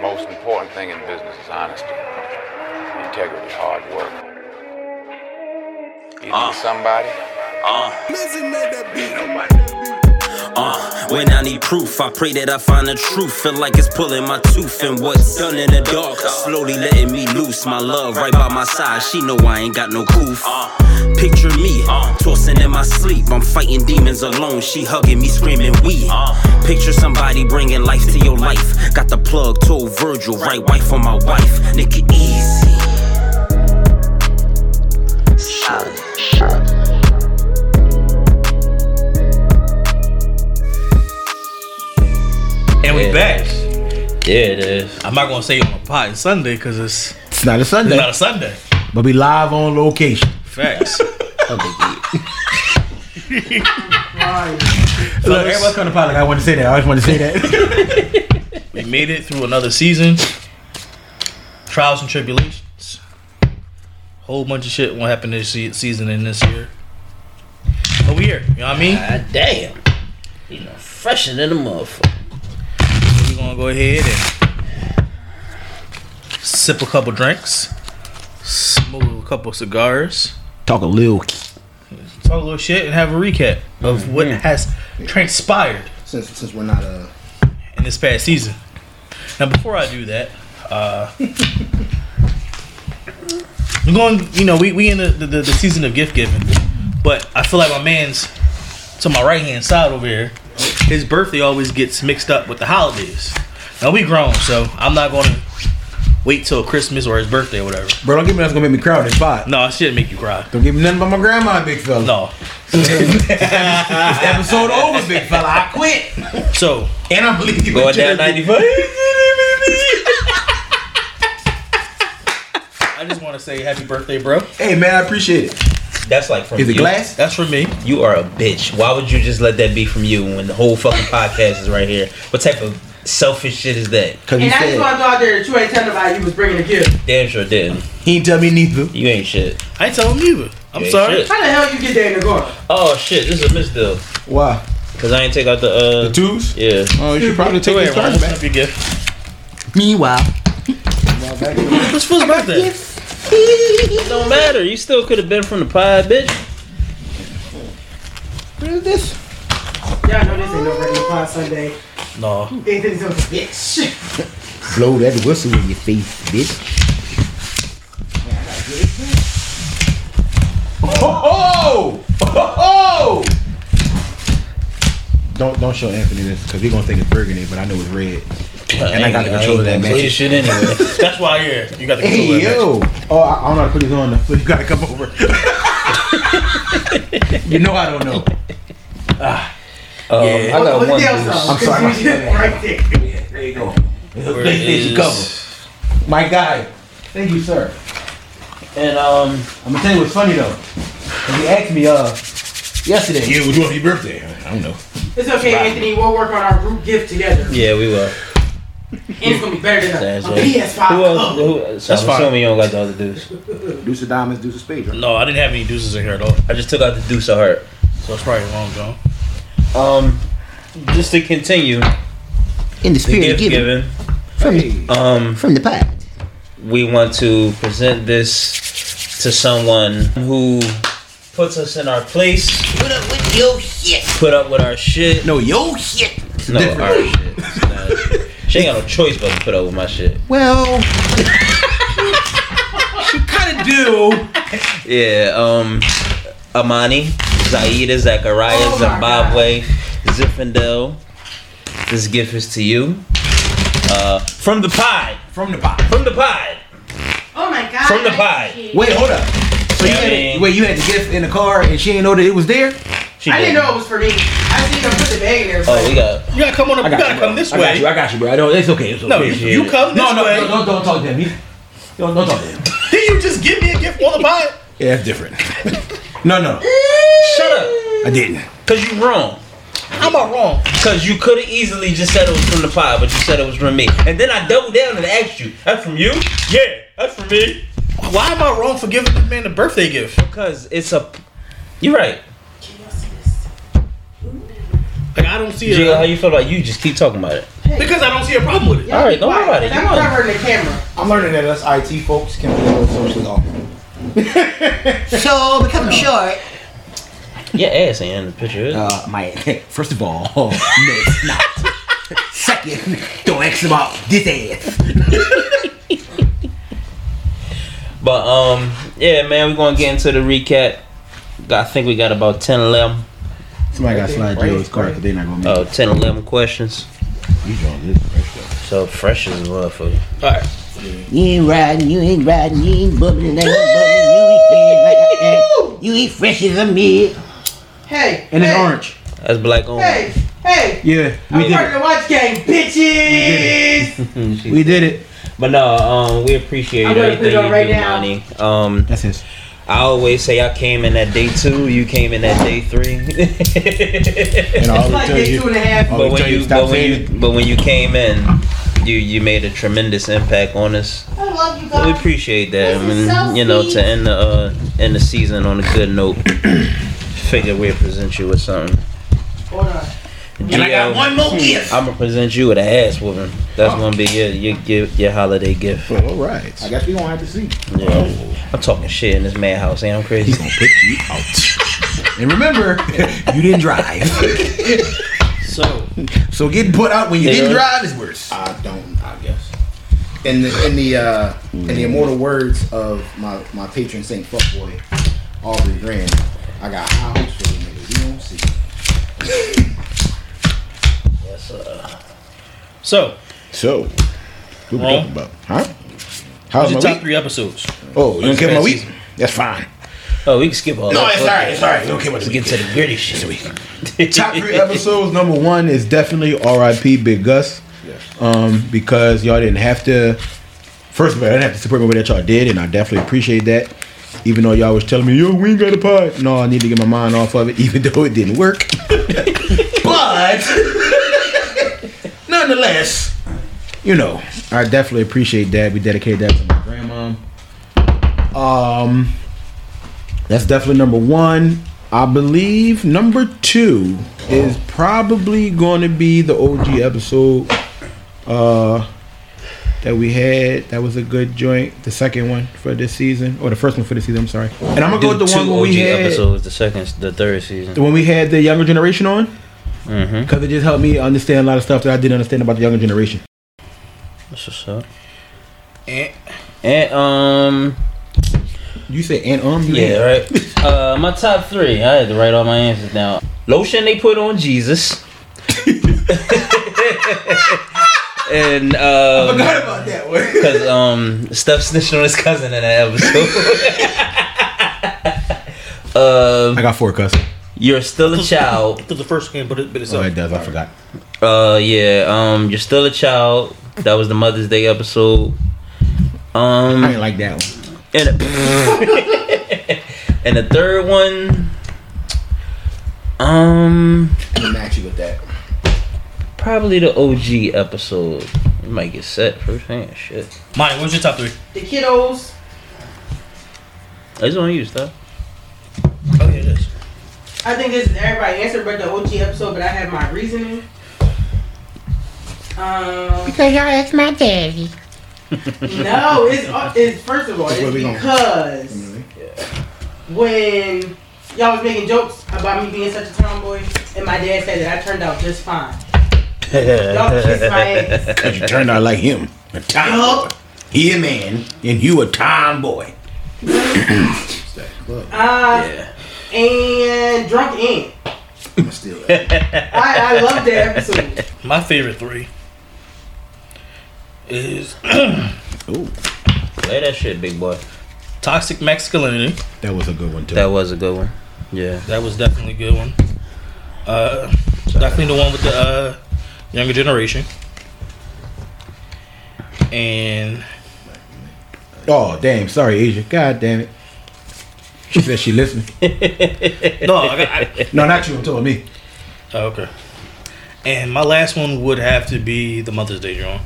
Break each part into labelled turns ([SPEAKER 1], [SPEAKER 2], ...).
[SPEAKER 1] Most important thing in business is honesty, integrity, hard work. You need
[SPEAKER 2] Uh.
[SPEAKER 1] somebody.
[SPEAKER 2] Uh, when I need proof, I pray that I find the truth. Feel like it's pulling my tooth, and what's done in the dark is slowly letting me loose. My love right by my side, she know I ain't got no goof. Picture me tossing in my sleep, I'm fighting demons alone. She hugging me, screaming we. Picture somebody bringing life to your life. Got the plug, told Virgil, right wife for my wife. Nigga, easy.
[SPEAKER 3] And we
[SPEAKER 4] Yeah.
[SPEAKER 3] back.
[SPEAKER 4] Yeah, it is.
[SPEAKER 3] I'm not gonna say on a pot it's Sunday because it's,
[SPEAKER 5] It's not a
[SPEAKER 3] it's
[SPEAKER 5] Sunday,
[SPEAKER 3] not a Sunday.
[SPEAKER 5] but we live on location.
[SPEAKER 3] Facts.
[SPEAKER 5] Look, everyone's coming to pilot. I want to say that. I always want to say that.
[SPEAKER 3] we made it through another season. Trials and tribulations. Whole bunch of shit won't happen this se- season and this year. But we here. You know what I mean?
[SPEAKER 4] God damn. You know, fresher than a motherfucker.
[SPEAKER 3] We're gonna go ahead and sip a couple drinks, smoke a couple cigars,
[SPEAKER 5] Talk a little Mm-hmm.
[SPEAKER 3] talk a little shit, and have a recap of what has transpired.
[SPEAKER 5] since since we're not uh
[SPEAKER 3] in this past season. Now, before I do that, uh, we're going. You know, we we in the, the, the season of gift giving, but I feel like my man's to my right hand side over here. His birthday always gets mixed up with the holidays. Now we grown, so I'm not going to wait till Christmas or his birthday or whatever.
[SPEAKER 5] bro. Don't give me that's gonna make me cry. That's fine.
[SPEAKER 3] No, I shouldn't make you cry.
[SPEAKER 5] Don't give me nothing but my grandma, big fella.
[SPEAKER 3] No.
[SPEAKER 5] It's episode over, big fella. I quit,
[SPEAKER 3] So
[SPEAKER 5] and I'm leaving.
[SPEAKER 4] Going down 95.
[SPEAKER 3] I just want to say happy birthday, bro.
[SPEAKER 5] Hey man, I appreciate it.
[SPEAKER 4] That's like from
[SPEAKER 5] Is it
[SPEAKER 4] you.
[SPEAKER 5] glass?
[SPEAKER 3] That's for me.
[SPEAKER 4] You are a bitch. Why would you just let that be from you when the whole fucking podcast is right here? What type of selfish shit is that?
[SPEAKER 5] Cause he
[SPEAKER 6] And I just
[SPEAKER 5] said
[SPEAKER 6] want to throw out there that you ain't telling nobody you was bringing a gift.
[SPEAKER 4] Damn sure didn't.
[SPEAKER 5] he ain't tell me neither.
[SPEAKER 4] You ain't shit.
[SPEAKER 3] I ain't telling you either. I'm
[SPEAKER 4] Yeah,
[SPEAKER 3] sorry.
[SPEAKER 4] shit.
[SPEAKER 6] How the hell you get that in the car?
[SPEAKER 4] Oh shit, this is a misdeal.
[SPEAKER 5] Why?
[SPEAKER 4] Cause I ain't take out the uh
[SPEAKER 5] The twos?
[SPEAKER 4] Yeah.
[SPEAKER 5] Oh, you should probably take
[SPEAKER 3] Go
[SPEAKER 5] your
[SPEAKER 3] ahead, Ron.
[SPEAKER 5] stars
[SPEAKER 3] What's
[SPEAKER 5] back.
[SPEAKER 3] up, your gift?
[SPEAKER 5] Meanwhile,
[SPEAKER 3] What's Phil's birthday?
[SPEAKER 4] It don't matter. You still could have been from the pod, bitch.
[SPEAKER 5] what is this?
[SPEAKER 6] Y'all know this ain't no regular pie Sunday.
[SPEAKER 3] No.
[SPEAKER 6] It is a bitch.
[SPEAKER 5] Blow that whistle in your face, bitch. Oh, oh, oh, Don't don't show Anthony this because he's gonna think it's burgundy, but I know it's red. And I got the control of that
[SPEAKER 4] Play
[SPEAKER 5] match.
[SPEAKER 4] shit anyway.
[SPEAKER 3] That's why I'm here. You got the controller.
[SPEAKER 5] Hey yo! Oh, I, I don't know how to put this on, so you gotta come over. you know I don't know.
[SPEAKER 4] Um,
[SPEAKER 3] Yeah.
[SPEAKER 4] I got
[SPEAKER 6] Put
[SPEAKER 4] one.
[SPEAKER 6] the else
[SPEAKER 4] goose.
[SPEAKER 6] on,
[SPEAKER 5] I'm sorry,
[SPEAKER 6] 'cause you
[SPEAKER 5] my-
[SPEAKER 6] just Right there.
[SPEAKER 5] There you go.
[SPEAKER 4] Where
[SPEAKER 5] Thank you,
[SPEAKER 4] is-
[SPEAKER 5] cover. My guy. Thank you, sir.
[SPEAKER 4] And um,
[SPEAKER 5] I'm gonna tell you what's funny though. He asked me uh yesterday. Yeah, what you want for your birthday? I don't know.
[SPEAKER 6] It's okay, Anthony. We'll work on our group gift together.
[SPEAKER 4] yeah, we were.
[SPEAKER 6] And it's going to be better than
[SPEAKER 4] That's
[SPEAKER 6] a, a
[SPEAKER 4] right.
[SPEAKER 6] PS5.
[SPEAKER 4] Who else? Who, so
[SPEAKER 3] That's
[SPEAKER 4] I'm
[SPEAKER 3] fine.
[SPEAKER 4] assuming you don't got the other deuce.
[SPEAKER 5] Deuce of diamonds, deuce of spades. Right?
[SPEAKER 3] No, I didn't have any deuces in here at all.
[SPEAKER 4] I just took out the deuce of heart.
[SPEAKER 3] So it's probably wrong, John.
[SPEAKER 4] Um, just to continue
[SPEAKER 7] in the
[SPEAKER 4] the
[SPEAKER 7] spirit
[SPEAKER 4] gift
[SPEAKER 7] of giving
[SPEAKER 4] given.
[SPEAKER 7] from
[SPEAKER 5] Hey.
[SPEAKER 4] Um,
[SPEAKER 7] from the pot.
[SPEAKER 4] we want to present this to someone who puts us in our place.
[SPEAKER 7] Put up with your shit.
[SPEAKER 4] Put up with our shit.
[SPEAKER 5] No, yo.
[SPEAKER 7] Shit.
[SPEAKER 4] No, our shit. It's not- She ain't got no choice but to put up with my shit.
[SPEAKER 7] Well,
[SPEAKER 5] Kind of do.
[SPEAKER 4] Yeah, um, Amani, Zaida, Zachariah,
[SPEAKER 6] Oh my
[SPEAKER 4] Zimbabwe, Zinfandel. This gift is to you. Uh, from the pod.
[SPEAKER 5] From the pot.
[SPEAKER 4] From the pod.
[SPEAKER 6] Oh my God.
[SPEAKER 4] From the pie.
[SPEAKER 5] Wait, hold up. So you
[SPEAKER 4] Yeah,
[SPEAKER 5] had
[SPEAKER 4] man.
[SPEAKER 5] it, wait, you had the gift in the car and she ain't know that it was there?
[SPEAKER 4] She
[SPEAKER 6] I didn't
[SPEAKER 4] did.
[SPEAKER 6] know it was for me. I seen them put the bag in there.
[SPEAKER 4] Oh, we got.
[SPEAKER 3] You gotta come on. Up, you gotta come this
[SPEAKER 5] I got
[SPEAKER 3] way.
[SPEAKER 5] you, I got you, bro. I don't, it's okay. It's okay.
[SPEAKER 3] no,
[SPEAKER 4] appreciate
[SPEAKER 3] you
[SPEAKER 4] it.
[SPEAKER 3] come this
[SPEAKER 5] no, no,
[SPEAKER 3] way.
[SPEAKER 5] no, don't, don't talk to him. He, don't, don't talk to him.
[SPEAKER 3] Did you just give me a gift on the pot?
[SPEAKER 5] Yeah, that's different. no, no,
[SPEAKER 4] Shut up.
[SPEAKER 5] I didn't.
[SPEAKER 4] Cause you wrong.
[SPEAKER 3] How am I wrong?
[SPEAKER 4] Cause you could have easily just said it was from the pod, but you said it was from me. And then I doubled down and asked you, "That's from you? Yeah, that's from me."
[SPEAKER 3] Why am I wrong for giving the man a birthday gift?
[SPEAKER 4] Cause it's a. You're right.
[SPEAKER 3] Like I don't see
[SPEAKER 4] Jill, how
[SPEAKER 3] it.
[SPEAKER 4] you feel about you? Just keep talking about it.
[SPEAKER 2] Because I don't see a problem with it.
[SPEAKER 6] Y'all
[SPEAKER 3] All right,
[SPEAKER 6] be
[SPEAKER 3] don't worry about
[SPEAKER 6] quiet,
[SPEAKER 3] it.
[SPEAKER 6] 'cause I'm not hurting the camera.
[SPEAKER 8] I'm learning that us IT folks can be a little socially awkward.
[SPEAKER 4] So become short.
[SPEAKER 3] Your ass ain't in the picture. is it?
[SPEAKER 8] Uh, my first of all, no, it's not. Second, don't ask about this ass.
[SPEAKER 3] But um, yeah, man, we're gonna get into the recap. I think we got about 10, 11,
[SPEAKER 8] Somebody got slide Joe's card, but they're not gonna make
[SPEAKER 3] oh, 10, 11 questions.
[SPEAKER 8] it. You draw this fresh
[SPEAKER 3] So fresh as a motherfucker.
[SPEAKER 4] You ain't riding, you ain't riding, you ain't bubbling, I ain't bubbling, you ain't standing like that. You ain't fresh as a mid.
[SPEAKER 6] Hey.
[SPEAKER 8] And
[SPEAKER 6] hey,
[SPEAKER 8] it's orange.
[SPEAKER 3] That's black on.
[SPEAKER 6] Hey, hey.
[SPEAKER 8] Yeah, we
[SPEAKER 6] I'm
[SPEAKER 8] did it.
[SPEAKER 6] working the watch game, bitches.
[SPEAKER 8] We did it.
[SPEAKER 3] But no, um, we appreciate
[SPEAKER 6] I'm gonna put it
[SPEAKER 3] everything you
[SPEAKER 6] on right
[SPEAKER 3] do,
[SPEAKER 6] now.
[SPEAKER 3] Monty. Um,
[SPEAKER 8] That's his.
[SPEAKER 3] I always say I came in at day two, you came in at day three.
[SPEAKER 8] And all
[SPEAKER 6] It's like day two and a half.
[SPEAKER 8] I'll
[SPEAKER 3] but when
[SPEAKER 8] tell you,
[SPEAKER 3] you,
[SPEAKER 8] stop
[SPEAKER 3] but when
[SPEAKER 8] saying
[SPEAKER 3] you, but when you came in, you you made a tremendous impact on us.
[SPEAKER 6] I love you
[SPEAKER 3] So we
[SPEAKER 6] guys.
[SPEAKER 3] appreciate that. I
[SPEAKER 6] This
[SPEAKER 3] mean,
[SPEAKER 6] is so
[SPEAKER 3] you know, to
[SPEAKER 6] sweet.
[SPEAKER 3] end the uh, end the season on a good note. Figure we'll present you with something.
[SPEAKER 6] Hold on.
[SPEAKER 3] And I got one more gift. I'm gonna present you with an ass whooping. That's gonna be your your gift, your holiday gift.
[SPEAKER 8] All right. I guess we gonna have to see.
[SPEAKER 3] Yeah. I'm talking shit in this madhouse. Ain't I'm
[SPEAKER 8] He's
[SPEAKER 3] crazy?
[SPEAKER 8] gonna put you out. And remember, you didn't drive.
[SPEAKER 2] So
[SPEAKER 8] So getting put out when you
[SPEAKER 3] didn't
[SPEAKER 8] drive is worse.
[SPEAKER 5] I don't. I guess. In the in the uh, in the immortal words of my my patron saint fuckboy Aubrey Grand, I got high hopes for you niggas. You don't see.
[SPEAKER 2] so
[SPEAKER 5] So, what we
[SPEAKER 2] Wrong.
[SPEAKER 5] talking about? Huh?
[SPEAKER 2] what's
[SPEAKER 5] How's
[SPEAKER 2] your
[SPEAKER 5] my
[SPEAKER 2] top
[SPEAKER 5] week?
[SPEAKER 2] three episodes?
[SPEAKER 5] Oh, you don't care about my
[SPEAKER 2] Fancy.
[SPEAKER 5] week? That's fine.
[SPEAKER 3] Oh, we can skip all that. Fuck it.
[SPEAKER 5] It's all right. You don't care about
[SPEAKER 3] Let's get to the gritty shit.
[SPEAKER 5] Top three episodes. Number one is definitely R.I.P. Big Gus. Um, because y'all didn't have to. First of all, I didn't have to support me with that y'all did, and I definitely appreciate that. Even though y'all was telling me, "Yo, we ain't got a pod." No, I need to get my mind off of it, even though it didn't work. but nonetheless, you know, I definitely appreciate that. We dedicated that to my grandma. Um, that's definitely number one. I believe number two is probably going to be the OG episode uh, that we had. That was a good joint. The second one for this season, or the first one for the season. I'm sorry. And I'm gonna go with the
[SPEAKER 3] two
[SPEAKER 5] one when
[SPEAKER 3] OG
[SPEAKER 5] we had
[SPEAKER 3] episodes, the second, the third season.
[SPEAKER 5] when we had the younger generation on,
[SPEAKER 3] Mm-hmm.
[SPEAKER 5] because it just helped me understand a lot of stuff that I didn't understand about the younger generation.
[SPEAKER 3] That's what's up.
[SPEAKER 2] And
[SPEAKER 3] And um,
[SPEAKER 5] You say and um, you
[SPEAKER 3] yeah,
[SPEAKER 5] ain't-
[SPEAKER 3] right. Uh, my top three. I had to write all my answers down. Lotion they put on Jesus. and uh,
[SPEAKER 8] Forgot about that one.
[SPEAKER 3] Because um, Steph snitched on his cousin in that episode. uh,
[SPEAKER 5] I got four cuss.
[SPEAKER 3] you're still a child.
[SPEAKER 2] because the first game, but it, but it's
[SPEAKER 5] Oh,
[SPEAKER 2] up.
[SPEAKER 5] it does. I forgot.
[SPEAKER 3] Uh, yeah. Um, you're still a child. That was the Mother's Day episode.
[SPEAKER 5] I
[SPEAKER 3] Um,
[SPEAKER 5] didn't like that one.
[SPEAKER 3] and the- and the third one. Um,
[SPEAKER 5] I'm gonna match you with that.
[SPEAKER 3] probably the OG episode. You might get set first hand. Shit,
[SPEAKER 2] Mine. What's your top three?
[SPEAKER 6] The kiddos.
[SPEAKER 3] it's on you, Steph.
[SPEAKER 2] Oh yeah, it is.
[SPEAKER 6] I think this is everybody answered but the OG episode, but I have my reasoning. Um,
[SPEAKER 4] Because y'all asked my daddy.
[SPEAKER 6] no, it's, uh, it's first of all,
[SPEAKER 5] Where
[SPEAKER 6] it's
[SPEAKER 5] we going?
[SPEAKER 6] because when y'all was making jokes about me being such a tomboy, and my dad said that I turned out just fine. Y'all kiss my ass.
[SPEAKER 5] Cause you turned out like him. A tomboy. He a man, and you a tomboy.
[SPEAKER 6] Uh,
[SPEAKER 3] Yeah.
[SPEAKER 6] and drunk aunt.
[SPEAKER 5] I'm still. At
[SPEAKER 6] I, I love that episode.
[SPEAKER 2] My favorite three is
[SPEAKER 3] Play that shit, big boy.
[SPEAKER 2] Toxic Masculinity.
[SPEAKER 5] that was a good one too.
[SPEAKER 3] That was a good one. Yeah.
[SPEAKER 2] That was definitely a good one. Uh, definitely the one with the uh, younger generation. And
[SPEAKER 5] oh damn! Sorry, Asia. God damn it. She said she listened.
[SPEAKER 2] no, I got, I,
[SPEAKER 5] No, not you. I'm telling me.
[SPEAKER 2] oh, okay. And my last one would have to be the Mother's Day drawing.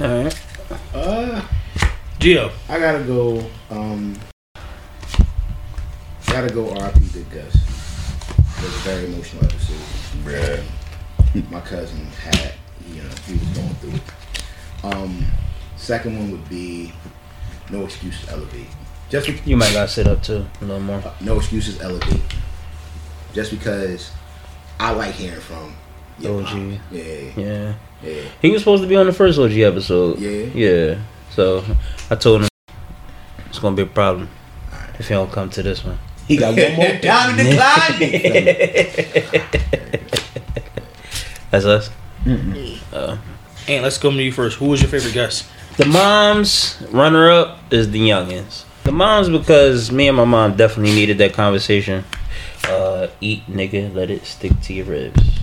[SPEAKER 3] All right.
[SPEAKER 5] Uh,
[SPEAKER 2] Geo,
[SPEAKER 5] I gotta go. Um, gotta go. R.P. Big Gus. It was a very emotional episode. Bruh.
[SPEAKER 4] my cousin had, you know, he was going through it. Um, second one would be no excuses elevate. Just be- Uh,
[SPEAKER 9] You might not sit up too a little more.
[SPEAKER 4] no excuses elevate. Just because I like hearing from your
[SPEAKER 9] OG.
[SPEAKER 4] pop. Yeah,
[SPEAKER 9] Yeah.
[SPEAKER 4] yeah.
[SPEAKER 9] He was supposed to be on the first OG episode.
[SPEAKER 4] Yeah.
[SPEAKER 9] Yeah. So I told him it's gonna be a problem if he don't come to this one.
[SPEAKER 10] He got one more down in the closet.
[SPEAKER 9] That's us.
[SPEAKER 3] And let's go to you first. Who was your favorite guest?
[SPEAKER 9] The moms runner up is the youngins. The moms because me and my mom definitely needed that conversation. Uh, eat nigga, let it stick to your ribs.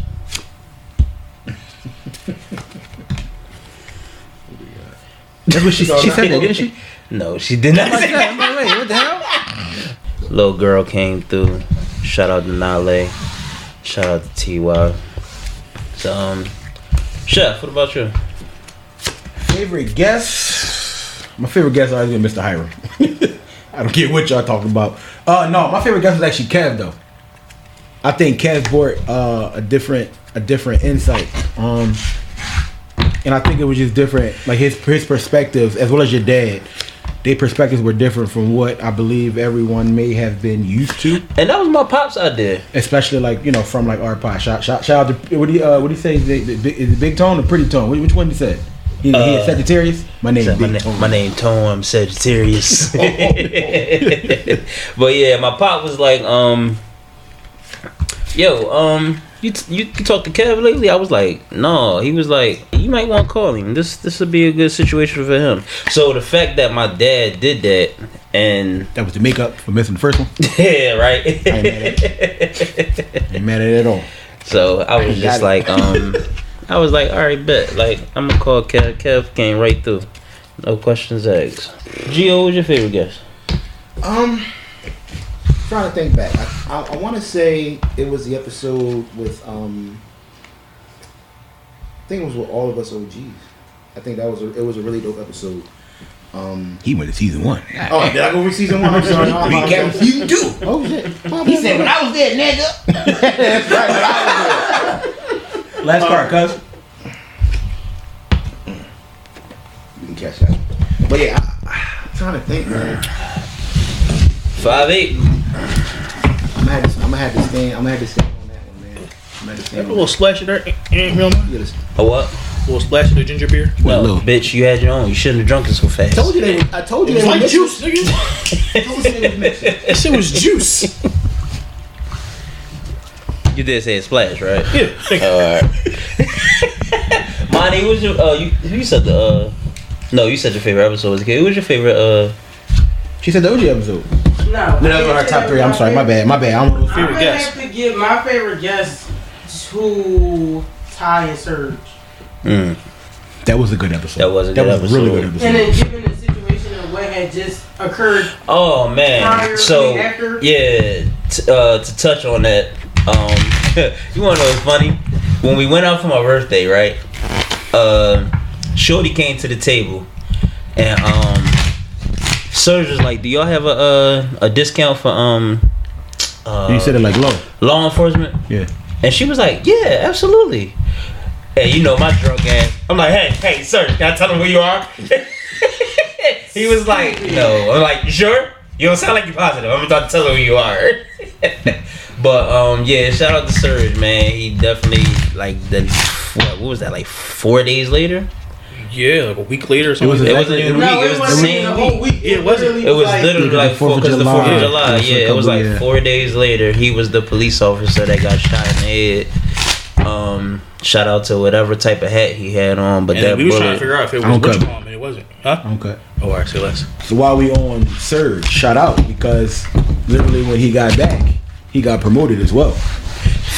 [SPEAKER 10] That's what she, she said, that, didn't she?
[SPEAKER 9] No, she did not. say that.
[SPEAKER 10] I'm like, wait, what the hell?
[SPEAKER 9] Little girl came through. Shout out to Nale. Shout out to Ty. So, um, Chef, what about you?
[SPEAKER 5] Favorite guest? My favorite guest is always gonna be Mr. Hiram. I don't get what y'all talking about. Uh no, my favorite guest is actually Kev though. I think Kev brought uh, a different a different insight. Um and I think it was just different. Like his his perspectives, as well as your dad, their perspectives were different from what I believe everyone may have been used to.
[SPEAKER 9] And that was my pops idea.
[SPEAKER 5] Especially like you know from like our pie. Shout, shout, shout out to what do you uh, what do you say? Is it, is it Big Tone or Pretty Tone? Which- Which one you said? He, he had Sagittarius. My name is
[SPEAKER 9] Uh, Said My,
[SPEAKER 5] Big
[SPEAKER 9] na-
[SPEAKER 5] Tone.
[SPEAKER 9] my name Tom Sagittarius. but yeah, my pop was like, um, yo, um, you t- you you talked to Kev lately? I was like, no. He was like, you might want to call him. This this would be a good situation for him. So the fact that my dad did that and
[SPEAKER 5] That was the makeup for missing the first one.
[SPEAKER 9] yeah, right.
[SPEAKER 5] I ain't mad at it. Ain't mad at it at all.
[SPEAKER 9] So I was
[SPEAKER 5] got
[SPEAKER 9] just
[SPEAKER 5] it.
[SPEAKER 9] like, um, I was like, all right, bet. Like, I'm gonna call Kev. Kev came right through. No questions asked. Gio, who's your favorite guest?
[SPEAKER 4] Um, trying to think back. I, I, I want to say it was the episode with um. I think it was with all of us OGs. I think that was a, it was a really dope episode. Um,
[SPEAKER 10] He went to season one.
[SPEAKER 4] oh, did I go over season one? I'm sorry.
[SPEAKER 10] We
[SPEAKER 4] I'm
[SPEAKER 10] got
[SPEAKER 4] sorry.
[SPEAKER 10] season two.
[SPEAKER 4] Oh shit!
[SPEAKER 11] He said, when I was there, nigga.
[SPEAKER 5] Last part,
[SPEAKER 4] Um,
[SPEAKER 5] cuz.
[SPEAKER 4] You can catch that. But yeah, I, I'm trying to think, man.
[SPEAKER 9] Five eight.
[SPEAKER 4] I'm gonna have to, I'm gonna have to stand. I'm gonna have to stand on that one, man. I'm gonna have to
[SPEAKER 3] A
[SPEAKER 4] stand on
[SPEAKER 3] little
[SPEAKER 4] that.
[SPEAKER 3] splash of dirt, ain't real man.
[SPEAKER 4] You gotta-
[SPEAKER 9] A what?
[SPEAKER 3] A little splash of the ginger beer.
[SPEAKER 9] No,
[SPEAKER 10] Lou.
[SPEAKER 9] bitch, you had your own. You shouldn't have drunk it so fast.
[SPEAKER 4] Told you they. were- I told you they. were
[SPEAKER 3] Like
[SPEAKER 4] missing-
[SPEAKER 3] juice, nigga.
[SPEAKER 4] I told you they were missing.
[SPEAKER 3] That shit was juice.
[SPEAKER 9] You did say it splash, right?
[SPEAKER 3] Yeah. nigga.
[SPEAKER 9] Monty, who's your? Uh, you you said the. Uh, no, you said your favorite episode was a kid. Who was your favorite? Uh,
[SPEAKER 5] She said the OG episode. No,
[SPEAKER 6] No,
[SPEAKER 5] that was our top three. I'm sorry. My bad. My bad. I'm
[SPEAKER 6] I'm
[SPEAKER 3] Favorite
[SPEAKER 6] gonna
[SPEAKER 3] guest.
[SPEAKER 6] have to give my favorite guest to Ty and Serge,
[SPEAKER 9] Hmm.
[SPEAKER 5] That was a good episode.
[SPEAKER 9] That was a good
[SPEAKER 5] That was a really good
[SPEAKER 9] episode.
[SPEAKER 5] episode.
[SPEAKER 6] and then given the situation of what had just occurred,
[SPEAKER 9] Oh man!
[SPEAKER 6] Prior, I
[SPEAKER 9] so
[SPEAKER 6] mean, after?
[SPEAKER 9] yeah, t- uh, to touch on that, um, you wanna know what's funny? When we went out for my birthday, right? Uh, Shorty came to the table, and um, Serge was like, "Do y'all have a uh, a discount for um, uh,
[SPEAKER 5] you said it like low.
[SPEAKER 9] law enforcement?"
[SPEAKER 5] Yeah.
[SPEAKER 9] And she was like, "Yeah, absolutely." And you know my drunk ass. I'm like, "Hey, hey, sir, can I tell him who you are?" he was like, "No." I'm like, "You sure? You don't sound like you're positive. I'm about to tell him who you are." but um, yeah, shout out to Surge, man. He definitely like the what, what was that like four days later?
[SPEAKER 3] Yeah, like a week later or
[SPEAKER 5] It was
[SPEAKER 3] something.
[SPEAKER 5] a-
[SPEAKER 9] It wasn't even a
[SPEAKER 6] no,
[SPEAKER 9] week. It
[SPEAKER 6] it
[SPEAKER 9] was the
[SPEAKER 6] wasn't even a
[SPEAKER 9] same week.
[SPEAKER 6] whole week.
[SPEAKER 3] Yeah, it wasn't.
[SPEAKER 6] literally
[SPEAKER 9] It was
[SPEAKER 6] like-
[SPEAKER 9] literally like
[SPEAKER 5] Fourth
[SPEAKER 9] four
[SPEAKER 5] of
[SPEAKER 9] because the Fourth
[SPEAKER 5] July.
[SPEAKER 9] of July.
[SPEAKER 5] Yeah,
[SPEAKER 9] Yeah, it was like
[SPEAKER 5] yeah.
[SPEAKER 9] four days later. He was the police officer that got shot in the head. Um, shout out to whatever type of hat he had on, but
[SPEAKER 3] And
[SPEAKER 9] that
[SPEAKER 3] then we was trying to
[SPEAKER 9] bullet.
[SPEAKER 3] figure out if it was
[SPEAKER 5] don't
[SPEAKER 3] which
[SPEAKER 5] cut.
[SPEAKER 3] bomb, and it wasn't. Huh?
[SPEAKER 5] Okay.
[SPEAKER 3] Oh, alright, say less.
[SPEAKER 5] So while we on Surge, shout out because literally when he got back, he got promoted as well.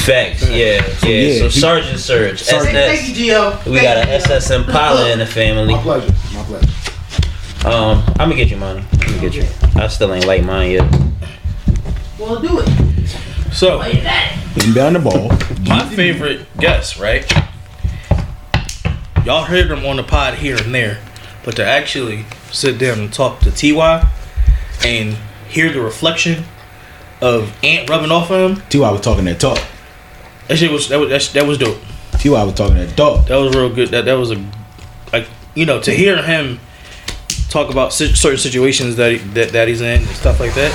[SPEAKER 9] Facts. Yeah, yeah.
[SPEAKER 5] yeah,
[SPEAKER 9] so
[SPEAKER 5] he-
[SPEAKER 9] Sergeant Surge,
[SPEAKER 6] Thank, thank
[SPEAKER 9] SS.
[SPEAKER 6] you, Gio.
[SPEAKER 9] We got an SS Impala in the family.
[SPEAKER 4] My pleasure. My pleasure.
[SPEAKER 9] Um, I'm gonna get you money. I'm gonna get you. I still ain't like mine yet.
[SPEAKER 6] Well, do it.
[SPEAKER 3] So,
[SPEAKER 5] Getting down the ball.
[SPEAKER 3] my favorite guest, right? Y'all heard them on the pod here and there, but to actually sit down and talk to Ty and hear the reflection of Ant rubbing off of him,
[SPEAKER 5] T.Y. was talking that talk.
[SPEAKER 3] that shit was that was that, that was dope.
[SPEAKER 5] T.Y. was talking to a dog.
[SPEAKER 3] That was real good. That that was a like you know to hear him talk about si- certain situations that he, that that he's in and stuff like that.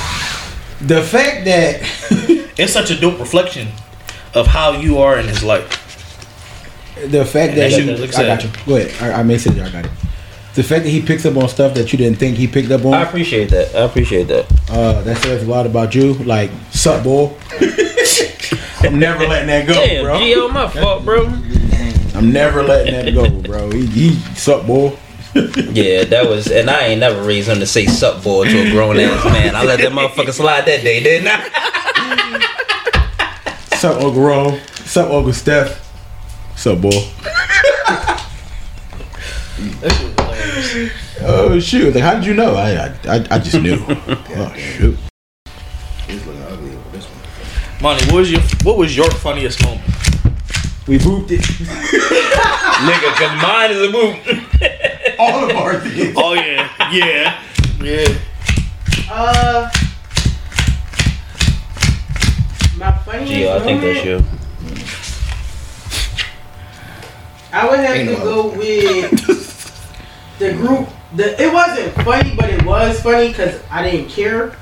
[SPEAKER 5] The fact that
[SPEAKER 3] It's such a dope reflection of how you are in his life.
[SPEAKER 5] the fact
[SPEAKER 3] that
[SPEAKER 5] that
[SPEAKER 3] shit
[SPEAKER 5] you,
[SPEAKER 3] does look
[SPEAKER 5] I got you.
[SPEAKER 3] sad.
[SPEAKER 5] Go ahead. I, I may say that I got it. The fact that he picks up on stuff that you didn't think he picked up on,
[SPEAKER 9] I appreciate that. I appreciate that.
[SPEAKER 5] uh, that says a lot about you. Like, sup, boy. I'm never letting that go,
[SPEAKER 9] Damn,
[SPEAKER 5] bro.
[SPEAKER 9] Gio, my fault, bro.
[SPEAKER 5] I'm never letting that go, bro. He, he sup, boy.
[SPEAKER 9] Yeah, that was, and I ain't never raised him to say sup boy to a grown ass man. I let that motherfucker slide that day, didn't I?
[SPEAKER 5] Sup, Uncle Ro. Sup, Uncle Steph. Sup, boy. oh shoot! Like, how did you know? I I, I, I just knew. oh shoot!
[SPEAKER 3] Monty, what was your what was your funniest moment?
[SPEAKER 5] We booped it.
[SPEAKER 9] Nigga, cause mine is a move.
[SPEAKER 5] All of our things.
[SPEAKER 3] Oh yeah, yeah, yeah.
[SPEAKER 6] Uh, my funniest
[SPEAKER 9] Gio, I think that's
[SPEAKER 6] moment,
[SPEAKER 9] you.
[SPEAKER 6] I would have to go with the group. The it wasn't funny, but it was funny because I didn't care.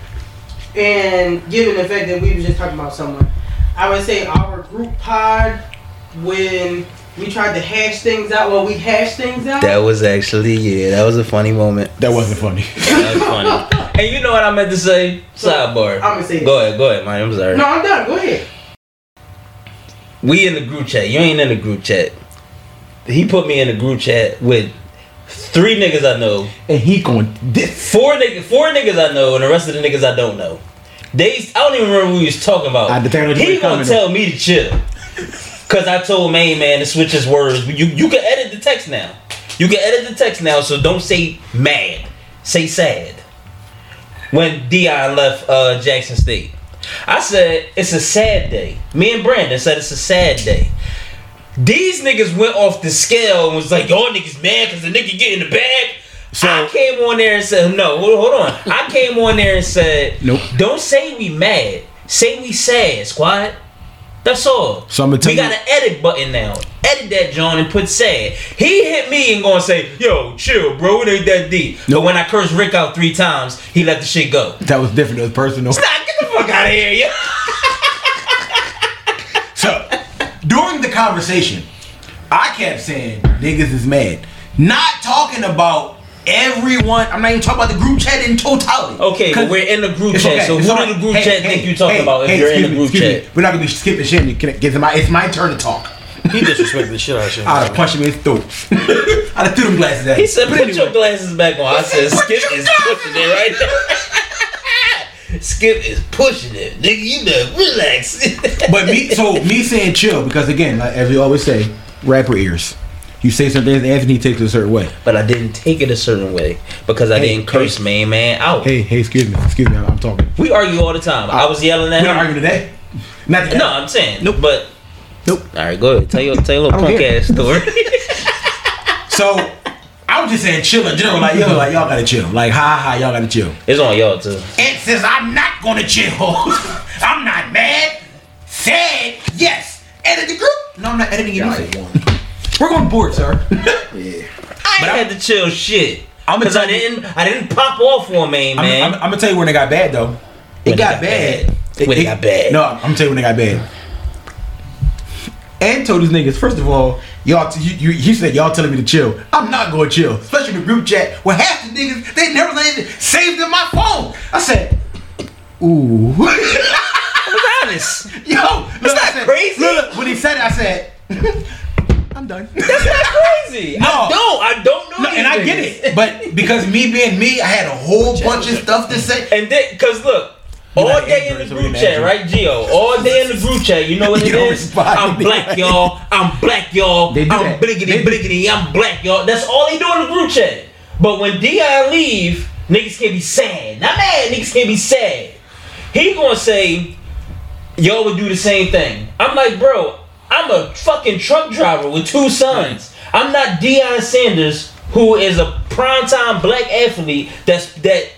[SPEAKER 6] And given the fact that we were just talking about someone, I would say our group pod when we tried to hash things out. Well, we hashed things out.
[SPEAKER 9] That was actually, yeah, that was a funny moment.
[SPEAKER 5] That wasn't funny.
[SPEAKER 9] That was funny. and you know what I meant to say? Sidebar.
[SPEAKER 6] I'ma say
[SPEAKER 9] Go ahead, go ahead, man. I'm sorry.
[SPEAKER 6] no, I'm done. Go ahead.
[SPEAKER 9] We in the group chat. You ain't in the group chat. He put me in the group chat with three niggas I know,
[SPEAKER 5] And he going this.
[SPEAKER 9] four niggas, four niggas I know, and the rest of the niggas I don't know. They, I don't even remember what we was talking about.
[SPEAKER 5] I determined you
[SPEAKER 9] he
[SPEAKER 5] were
[SPEAKER 9] gonna
[SPEAKER 5] coming.
[SPEAKER 9] tell me to chill, cause I told main man to switch his words. You you can edit the text now. You can edit the text now, so don't say mad, say sad. When Dion left uh, Jackson State, I said it's a sad day. Me and Brandon said it's a sad day. These niggas went off the scale and was like, y'all niggas mad because the nigga get in the bag. So I came on there and said, no, hold, hold on. I came on there and said,
[SPEAKER 5] Nope.
[SPEAKER 9] Don't say we mad. Say we sad, squad. That's all.
[SPEAKER 5] So I'ma tell
[SPEAKER 9] we
[SPEAKER 5] you-
[SPEAKER 9] got an edit button now. Edit that John and put sad. He hit me and gonna say, yo, chill, bro, it ain't that deep. But
[SPEAKER 5] Nope.
[SPEAKER 9] when I cursed Rick out three times, he let the shit go.
[SPEAKER 5] That was different. It was personal.
[SPEAKER 9] Nah, get the fuck out of here, yo.
[SPEAKER 5] So during the conversation, I kept saying niggas is mad. Not talking about everyone. I'm not even talking about the group chat in totality.
[SPEAKER 9] Okay, but
[SPEAKER 5] 'Cause-
[SPEAKER 9] we're in the group
[SPEAKER 5] It's
[SPEAKER 9] chat.
[SPEAKER 5] okay,
[SPEAKER 9] So
[SPEAKER 5] it's
[SPEAKER 9] who
[SPEAKER 5] alright.
[SPEAKER 9] do the group
[SPEAKER 5] Hey,
[SPEAKER 9] chat
[SPEAKER 5] hey,
[SPEAKER 9] think you talking
[SPEAKER 5] hey,
[SPEAKER 9] about if
[SPEAKER 5] hey,
[SPEAKER 9] you're in the
[SPEAKER 5] excuse me,
[SPEAKER 9] group
[SPEAKER 5] excuse me.
[SPEAKER 9] chat?
[SPEAKER 5] We're not gonna be skipping shit. and Can I- It's my it's my turn to talk.
[SPEAKER 3] He disrespected the shit out of you.
[SPEAKER 5] I'd have punched him in his throat. I'd have threw them glasses at him.
[SPEAKER 9] He said, "Put your glasses back on." I said,
[SPEAKER 5] said, "Put
[SPEAKER 9] "Skip
[SPEAKER 5] your
[SPEAKER 9] is pushing it right now." Skip is pushing it, nigga. You better relax.
[SPEAKER 5] But me, so me saying chill because again, like as we always say, rapper ears. You say something, Anthony takes it a certain way.
[SPEAKER 9] but I didn't take it a certain way because I
[SPEAKER 5] Hey,
[SPEAKER 9] didn't curse
[SPEAKER 5] hey.
[SPEAKER 9] main man out.
[SPEAKER 5] Hey, hey, excuse me, excuse me, I'm, I'm talking.
[SPEAKER 9] We argue all the time. I was yelling
[SPEAKER 5] We
[SPEAKER 9] at
[SPEAKER 5] don't
[SPEAKER 9] him.
[SPEAKER 5] argue today. Not today.
[SPEAKER 9] No, I'm saying
[SPEAKER 5] Nope.
[SPEAKER 9] But
[SPEAKER 5] Nope.
[SPEAKER 9] All right, go ahead. Tell your tell your
[SPEAKER 5] I
[SPEAKER 9] little
[SPEAKER 5] don't
[SPEAKER 9] punk
[SPEAKER 5] care.
[SPEAKER 9] ass story.
[SPEAKER 5] So I was just saying chill in general. Like yo, like y'all gotta chill. Like ha ha, y'all gotta chill.
[SPEAKER 9] it's on y'all too.
[SPEAKER 5] Ant says I'm not gonna chill. I'm not mad. Sad. Yes. Edit the group. No, I'm not editing anything. We're going board, sir.
[SPEAKER 9] I but had to chill shit
[SPEAKER 5] I'ma
[SPEAKER 9] because I
[SPEAKER 5] tell you-
[SPEAKER 9] didn't I didn't pop off on main
[SPEAKER 5] I'm,
[SPEAKER 9] man.
[SPEAKER 5] I'm, gonna tell you when it got bad though. It
[SPEAKER 9] When it
[SPEAKER 5] got
[SPEAKER 9] got
[SPEAKER 5] bad.
[SPEAKER 9] bad. When it got bad.
[SPEAKER 5] No, I'm gonna tell you when it got bad. And told these niggas, first of all, y'all, t- you, you, you said y'all telling me to chill. I'm not going to chill, especially in the group chat where half the niggas they never let it saved in my phone. I said, ooh,
[SPEAKER 9] honest.
[SPEAKER 5] yo, look, I
[SPEAKER 9] not
[SPEAKER 5] said-
[SPEAKER 9] crazy.
[SPEAKER 5] Look, when he said it, I said, I'm done.
[SPEAKER 9] That's not crazy.
[SPEAKER 5] No.
[SPEAKER 9] I don't. I don't know.
[SPEAKER 5] No, and I
[SPEAKER 9] these
[SPEAKER 5] get
[SPEAKER 9] niggas.
[SPEAKER 5] it, but because me being me, I had a whole bunch of stuff to say.
[SPEAKER 9] And then, cause look, all
[SPEAKER 5] not
[SPEAKER 9] day in the
[SPEAKER 5] Andrew, so
[SPEAKER 9] group
[SPEAKER 5] we
[SPEAKER 9] chat,
[SPEAKER 5] imagine.
[SPEAKER 9] right, Gio? All day in the group chat, you know what
[SPEAKER 5] You
[SPEAKER 9] it
[SPEAKER 5] don't
[SPEAKER 9] is?
[SPEAKER 5] respond.
[SPEAKER 9] I'm black, y'all. I'm black, y'all.
[SPEAKER 5] They do
[SPEAKER 9] I'm
[SPEAKER 5] that.
[SPEAKER 9] bliggity,
[SPEAKER 5] They-
[SPEAKER 9] bliggity. I'm black, y'all. That's all they do in the group chat. But when Di leave, niggas can be sad. Not mad. Niggas can be sad. He gonna say, y'all would do the same thing. I'm like, bro, I'm a fucking truck driver with two sons. I'm not Deion Sanders, who is a primetime black athlete that's that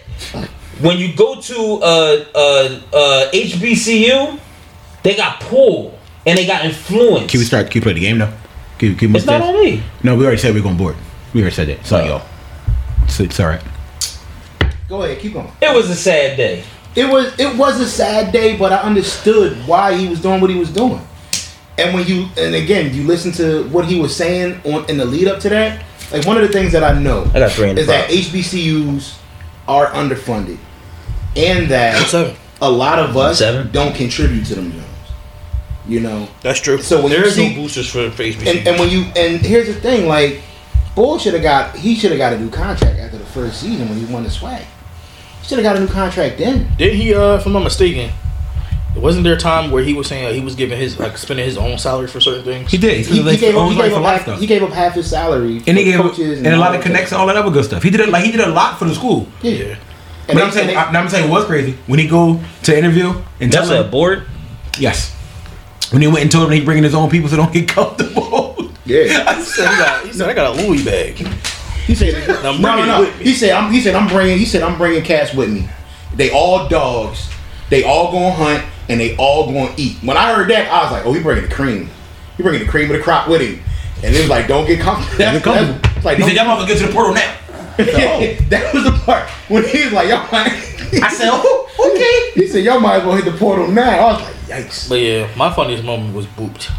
[SPEAKER 9] when you go to uh, uh, uh, HBCU, they got pull and they got influence.
[SPEAKER 5] start? Can we play the game now? Keep, keep
[SPEAKER 9] It's not on me.
[SPEAKER 5] No, we already said we are going board. We already said that. So y'all, it's, it's all right.
[SPEAKER 4] Oh. Go ahead, keep going.
[SPEAKER 9] It was a sad day.
[SPEAKER 4] It was it was a sad day, but I understood why he was doing what he was doing. And when you and again you listen to what he was saying on in the lead up to that, like one of the things that I know
[SPEAKER 9] I got three in the
[SPEAKER 4] is that
[SPEAKER 9] box.
[SPEAKER 4] HBCUs are underfunded, and that
[SPEAKER 3] Seven.
[SPEAKER 4] a lot of us
[SPEAKER 9] Seven.
[SPEAKER 4] don't contribute to them jobs. You know,
[SPEAKER 3] That's true.
[SPEAKER 4] So when you
[SPEAKER 3] there's
[SPEAKER 4] see-
[SPEAKER 3] no boosters for, for HBCU.
[SPEAKER 4] and, and when you and here's the thing, like Bull should have got he should have got a new contract after the first season when he won the swag. He should have got a new contract then.
[SPEAKER 3] Did he? Uh, if I'm not mistaken, it wasn't there a time where he was saying uh, he was giving his like spending his own salary for certain things.
[SPEAKER 10] He did.
[SPEAKER 4] He,
[SPEAKER 10] He,
[SPEAKER 4] he,
[SPEAKER 10] like,
[SPEAKER 4] gave, up,
[SPEAKER 10] owns
[SPEAKER 4] he, gave
[SPEAKER 10] rights
[SPEAKER 4] up
[SPEAKER 10] for life
[SPEAKER 4] half,
[SPEAKER 10] stuff.
[SPEAKER 4] he gave up half his salary
[SPEAKER 10] And he
[SPEAKER 4] for
[SPEAKER 10] gave
[SPEAKER 4] coaches
[SPEAKER 10] and a lot
[SPEAKER 4] all
[SPEAKER 10] of
[SPEAKER 4] that.
[SPEAKER 10] connects and all that other good stuff. He did it like he did a lot for the school.
[SPEAKER 4] Yeah. And
[SPEAKER 10] But
[SPEAKER 4] I'm
[SPEAKER 10] I'm saying, I, am saying, what's crazy when he go to interview and tell
[SPEAKER 9] That's a
[SPEAKER 10] him,
[SPEAKER 9] board.
[SPEAKER 10] yes, when he went and told him he bringing his own people so don't get comfortable.
[SPEAKER 4] yeah.
[SPEAKER 3] He said, I got, he said, I got a Louis bag.
[SPEAKER 4] He said,
[SPEAKER 3] Now,
[SPEAKER 4] no,
[SPEAKER 3] bring
[SPEAKER 4] no,
[SPEAKER 3] it
[SPEAKER 4] no.
[SPEAKER 3] with me.
[SPEAKER 4] He said, I'm, he said, I'm bringing, he said, I'm bringing cats with me. They all dogs. They all gonna hunt and they all gonna eat. When I heard that, I was like, oh, he bringing the cream. He bringing the cream of the crop with him. And it was like, don't get comfortable. That's,
[SPEAKER 10] comfortable.
[SPEAKER 4] that's- it's like,
[SPEAKER 10] He said,
[SPEAKER 4] don't-
[SPEAKER 10] "Y'all motherfucker get to the portal now."
[SPEAKER 4] that was the part when he was like, y'all might. I said, oh, okay. He said, y'all might as well hit the portal now. I was like, yikes.
[SPEAKER 3] But yeah, my funniest moment was booped.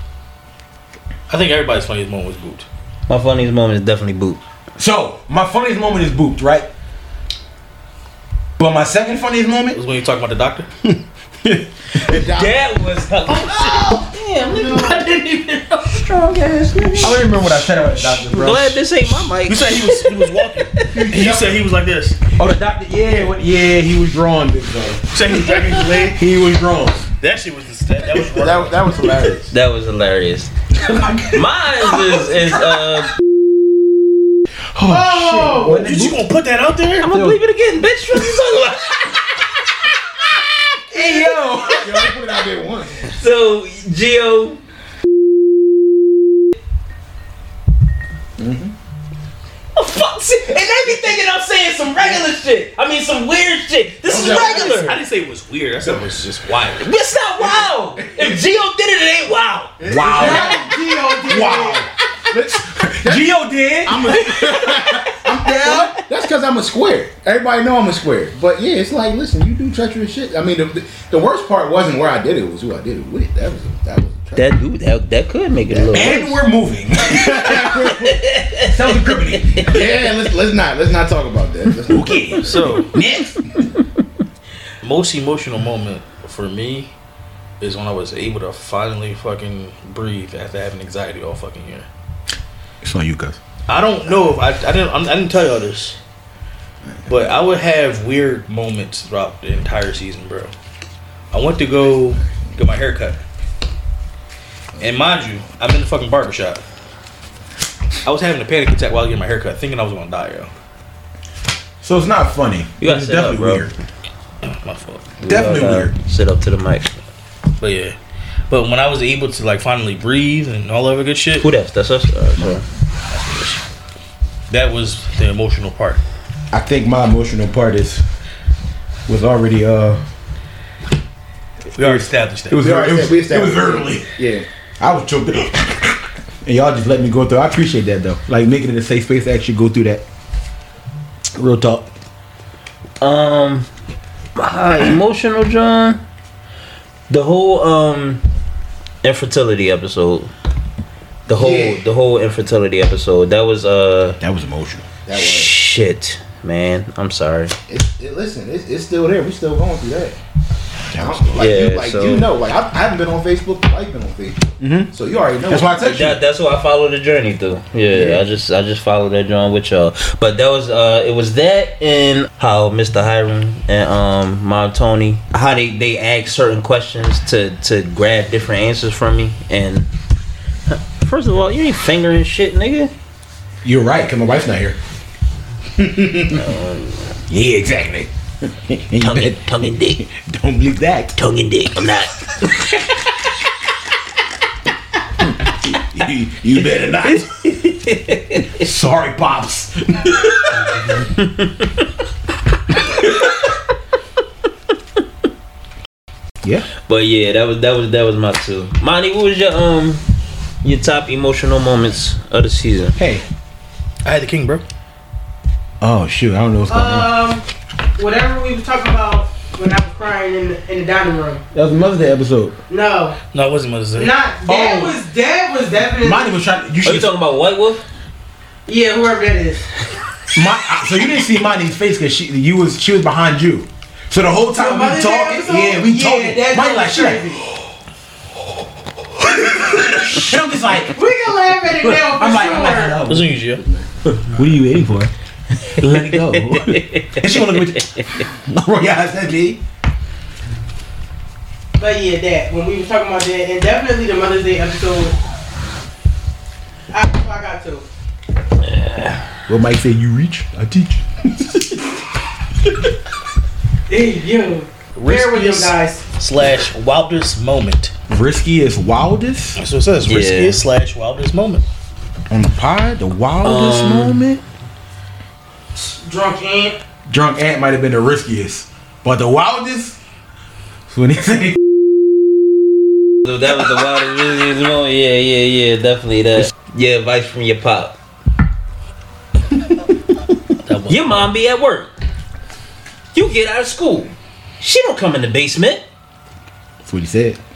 [SPEAKER 3] I think everybody's funniest moment was booped.
[SPEAKER 9] My funniest moment is definitely boot.
[SPEAKER 10] So my funniest moment is booped, right? But my second funniest moment
[SPEAKER 3] Was when you talking about the doctor?
[SPEAKER 9] That was
[SPEAKER 10] I don't remember what I said about the doctor, bro.
[SPEAKER 9] glad this ain't my mic.
[SPEAKER 3] You said he was he was walking. He said he was like this.
[SPEAKER 10] Oh, the doctor. Yeah, what, yeah, he was drawing big though.
[SPEAKER 3] You said he was dragging his leg.
[SPEAKER 10] He was drawing.
[SPEAKER 3] That shit was that, that was rough.
[SPEAKER 4] That, that was hilarious.
[SPEAKER 9] That was hilarious. Mine is is uh.
[SPEAKER 3] Oh, did you gonna put that out there?
[SPEAKER 9] I'm gonna believe it again, bitch. What you talking about? hey yo.
[SPEAKER 4] Yo, I put it out there once.
[SPEAKER 9] So Geo. Mm-hmm. Oh, fuck, see, and they be thinking I'm saying some regular shit. I mean, some weird shit. This is
[SPEAKER 3] I
[SPEAKER 9] regular.
[SPEAKER 3] didn't say it was weird. I said it was just wild.
[SPEAKER 9] It's not wild. If Geo did it, it ain't wild.
[SPEAKER 10] Wow.
[SPEAKER 4] Wow.
[SPEAKER 10] Geo did.
[SPEAKER 4] I'm a, I'm well, that's because I'm a square. Everybody know I'm a square. But yeah, it's like, listen, you do treacherous shit. I mean, the, the worst part wasn't where I did it; it was who I did it with. That was that was. treacherous.
[SPEAKER 9] That dude, that, that could make it a little.
[SPEAKER 10] And we're moving. Sounds incriminating.
[SPEAKER 4] yeah, let's, let's not let's not talk about that. Let's not-
[SPEAKER 10] Okay.
[SPEAKER 3] So
[SPEAKER 10] Next.
[SPEAKER 3] most emotional moment for me is when I was able to finally fucking breathe after having anxiety all fucking year.
[SPEAKER 5] It's on you guys.
[SPEAKER 3] I don't know if I, I didn't I'm, I didn't tell y'all this, but I would have weird moments throughout the entire season, bro. I went to go get my hair cut, and mind you, I'm in the fucking barbershop. I was having a panic attack while I was getting my hair cut, thinking I was gonna die, yo.
[SPEAKER 10] So it's not funny.
[SPEAKER 9] You gotta
[SPEAKER 10] it's
[SPEAKER 9] sit up, bro.
[SPEAKER 10] weird.
[SPEAKER 3] My fault.
[SPEAKER 10] Definitely
[SPEAKER 9] Uh,
[SPEAKER 10] weird.
[SPEAKER 9] Sit up to the mic.
[SPEAKER 3] But yeah. But when I was able to like finally breathe and all other good shit,
[SPEAKER 9] Who that's? That's us. Uh, sorry.
[SPEAKER 3] that was the emotional part.
[SPEAKER 5] I think my emotional part is was already uh
[SPEAKER 3] We already established that.
[SPEAKER 5] it was
[SPEAKER 4] We already
[SPEAKER 5] it was,
[SPEAKER 4] said- we
[SPEAKER 5] it was
[SPEAKER 4] established.
[SPEAKER 5] early.
[SPEAKER 4] yeah.
[SPEAKER 5] I was choked up. and y'all just let me go through. I appreciate that though. Like making it a safe space to actually go through that. Real talk.
[SPEAKER 9] Um, uh, emotional, John. The whole um infertility episode. The whole
[SPEAKER 4] Yeah.
[SPEAKER 9] the whole infertility episode. That was uh
[SPEAKER 5] That was emotional.
[SPEAKER 4] That was.
[SPEAKER 9] shit, man. I'm sorry.
[SPEAKER 4] It, it, listen, it's, it's still there. We still going through that.
[SPEAKER 5] That was
[SPEAKER 4] I'm- Like,
[SPEAKER 9] Yeah,
[SPEAKER 4] you, like
[SPEAKER 9] so-
[SPEAKER 4] you know, like I, I haven't been on Facebook. I've been on Facebook, so you already know.
[SPEAKER 5] Mm-hmm. That's why I text you.
[SPEAKER 9] That, that's what I followed the journey through. Yeah, I just I just followed that John with y'all. But that was uh it was that and how Mr. Hiram and um Mom Tony how they they ask certain questions to to grab different answers from me and first of all you ain't fingering shit nigga.
[SPEAKER 5] You're right, cause my wife's not here.
[SPEAKER 10] Yeah, exactly.
[SPEAKER 5] And you
[SPEAKER 9] Tongue and,
[SPEAKER 5] bet-
[SPEAKER 9] tongue and dick,
[SPEAKER 5] don't believe that.
[SPEAKER 9] tongue and dick. I'm not.
[SPEAKER 5] you, you better not. Sorry, pops. yeah.
[SPEAKER 9] But yeah, that was that was that was my two. Monty, what was your um Your top emotional moments of the season.
[SPEAKER 5] Hey.
[SPEAKER 3] I had the king, bro.
[SPEAKER 5] Oh shoot, I don't know what's going on.
[SPEAKER 6] Um, whatever we were talking about when I was crying in the, in the dining room.
[SPEAKER 5] That was Mother's Day episode.
[SPEAKER 6] No,
[SPEAKER 3] No, it wasn't Mother's Day.
[SPEAKER 6] not that was that was definitely
[SPEAKER 10] Mine was trying. You
[SPEAKER 9] Are you
[SPEAKER 10] should.
[SPEAKER 9] talking about White Wolf?
[SPEAKER 6] yeah whoever that is.
[SPEAKER 10] My, I- so you didn't see Monty's face because she, you was, she was behind you. So the whole
[SPEAKER 6] The
[SPEAKER 10] time we
[SPEAKER 6] Mother's Day
[SPEAKER 10] talking,
[SPEAKER 6] episode?
[SPEAKER 10] yeah, we talking.
[SPEAKER 6] that
[SPEAKER 10] Monty
[SPEAKER 6] joke
[SPEAKER 10] like,
[SPEAKER 6] was
[SPEAKER 10] she like,
[SPEAKER 6] crazy.
[SPEAKER 10] and I'm just like,
[SPEAKER 6] we can laugh at it now for
[SPEAKER 10] I'm like,
[SPEAKER 6] sure.
[SPEAKER 10] I'm like,
[SPEAKER 3] It was on you, Gio.
[SPEAKER 10] what are you waiting for? Let it go. and she gonna look at me. Roy, yeah, that's me.
[SPEAKER 6] But yeah, that when we were talking about that, and definitely the Mother's Day episode. I, I got to.
[SPEAKER 5] Well, Mike said you reach, I teach.
[SPEAKER 6] Hey, yo. Bear with them
[SPEAKER 3] Riskiest
[SPEAKER 6] guys.
[SPEAKER 3] slash wildest moment.
[SPEAKER 5] Risky is wildest
[SPEAKER 3] That's what it says.
[SPEAKER 9] Yeah.
[SPEAKER 3] Riskiest slash wildest moment.
[SPEAKER 5] on the pod. The wildest
[SPEAKER 9] Um,
[SPEAKER 5] moment.
[SPEAKER 6] Drunk aunt.
[SPEAKER 10] Drunk Ant might have been the riskiest, but the wildest. So when he said,
[SPEAKER 9] So that was the wildest busiest moment. Yeah, yeah, yeah, definitely that. Yeah, advice from your pop. your mom be at work. You get out of school. She don't come in the basement.
[SPEAKER 5] That's what he said.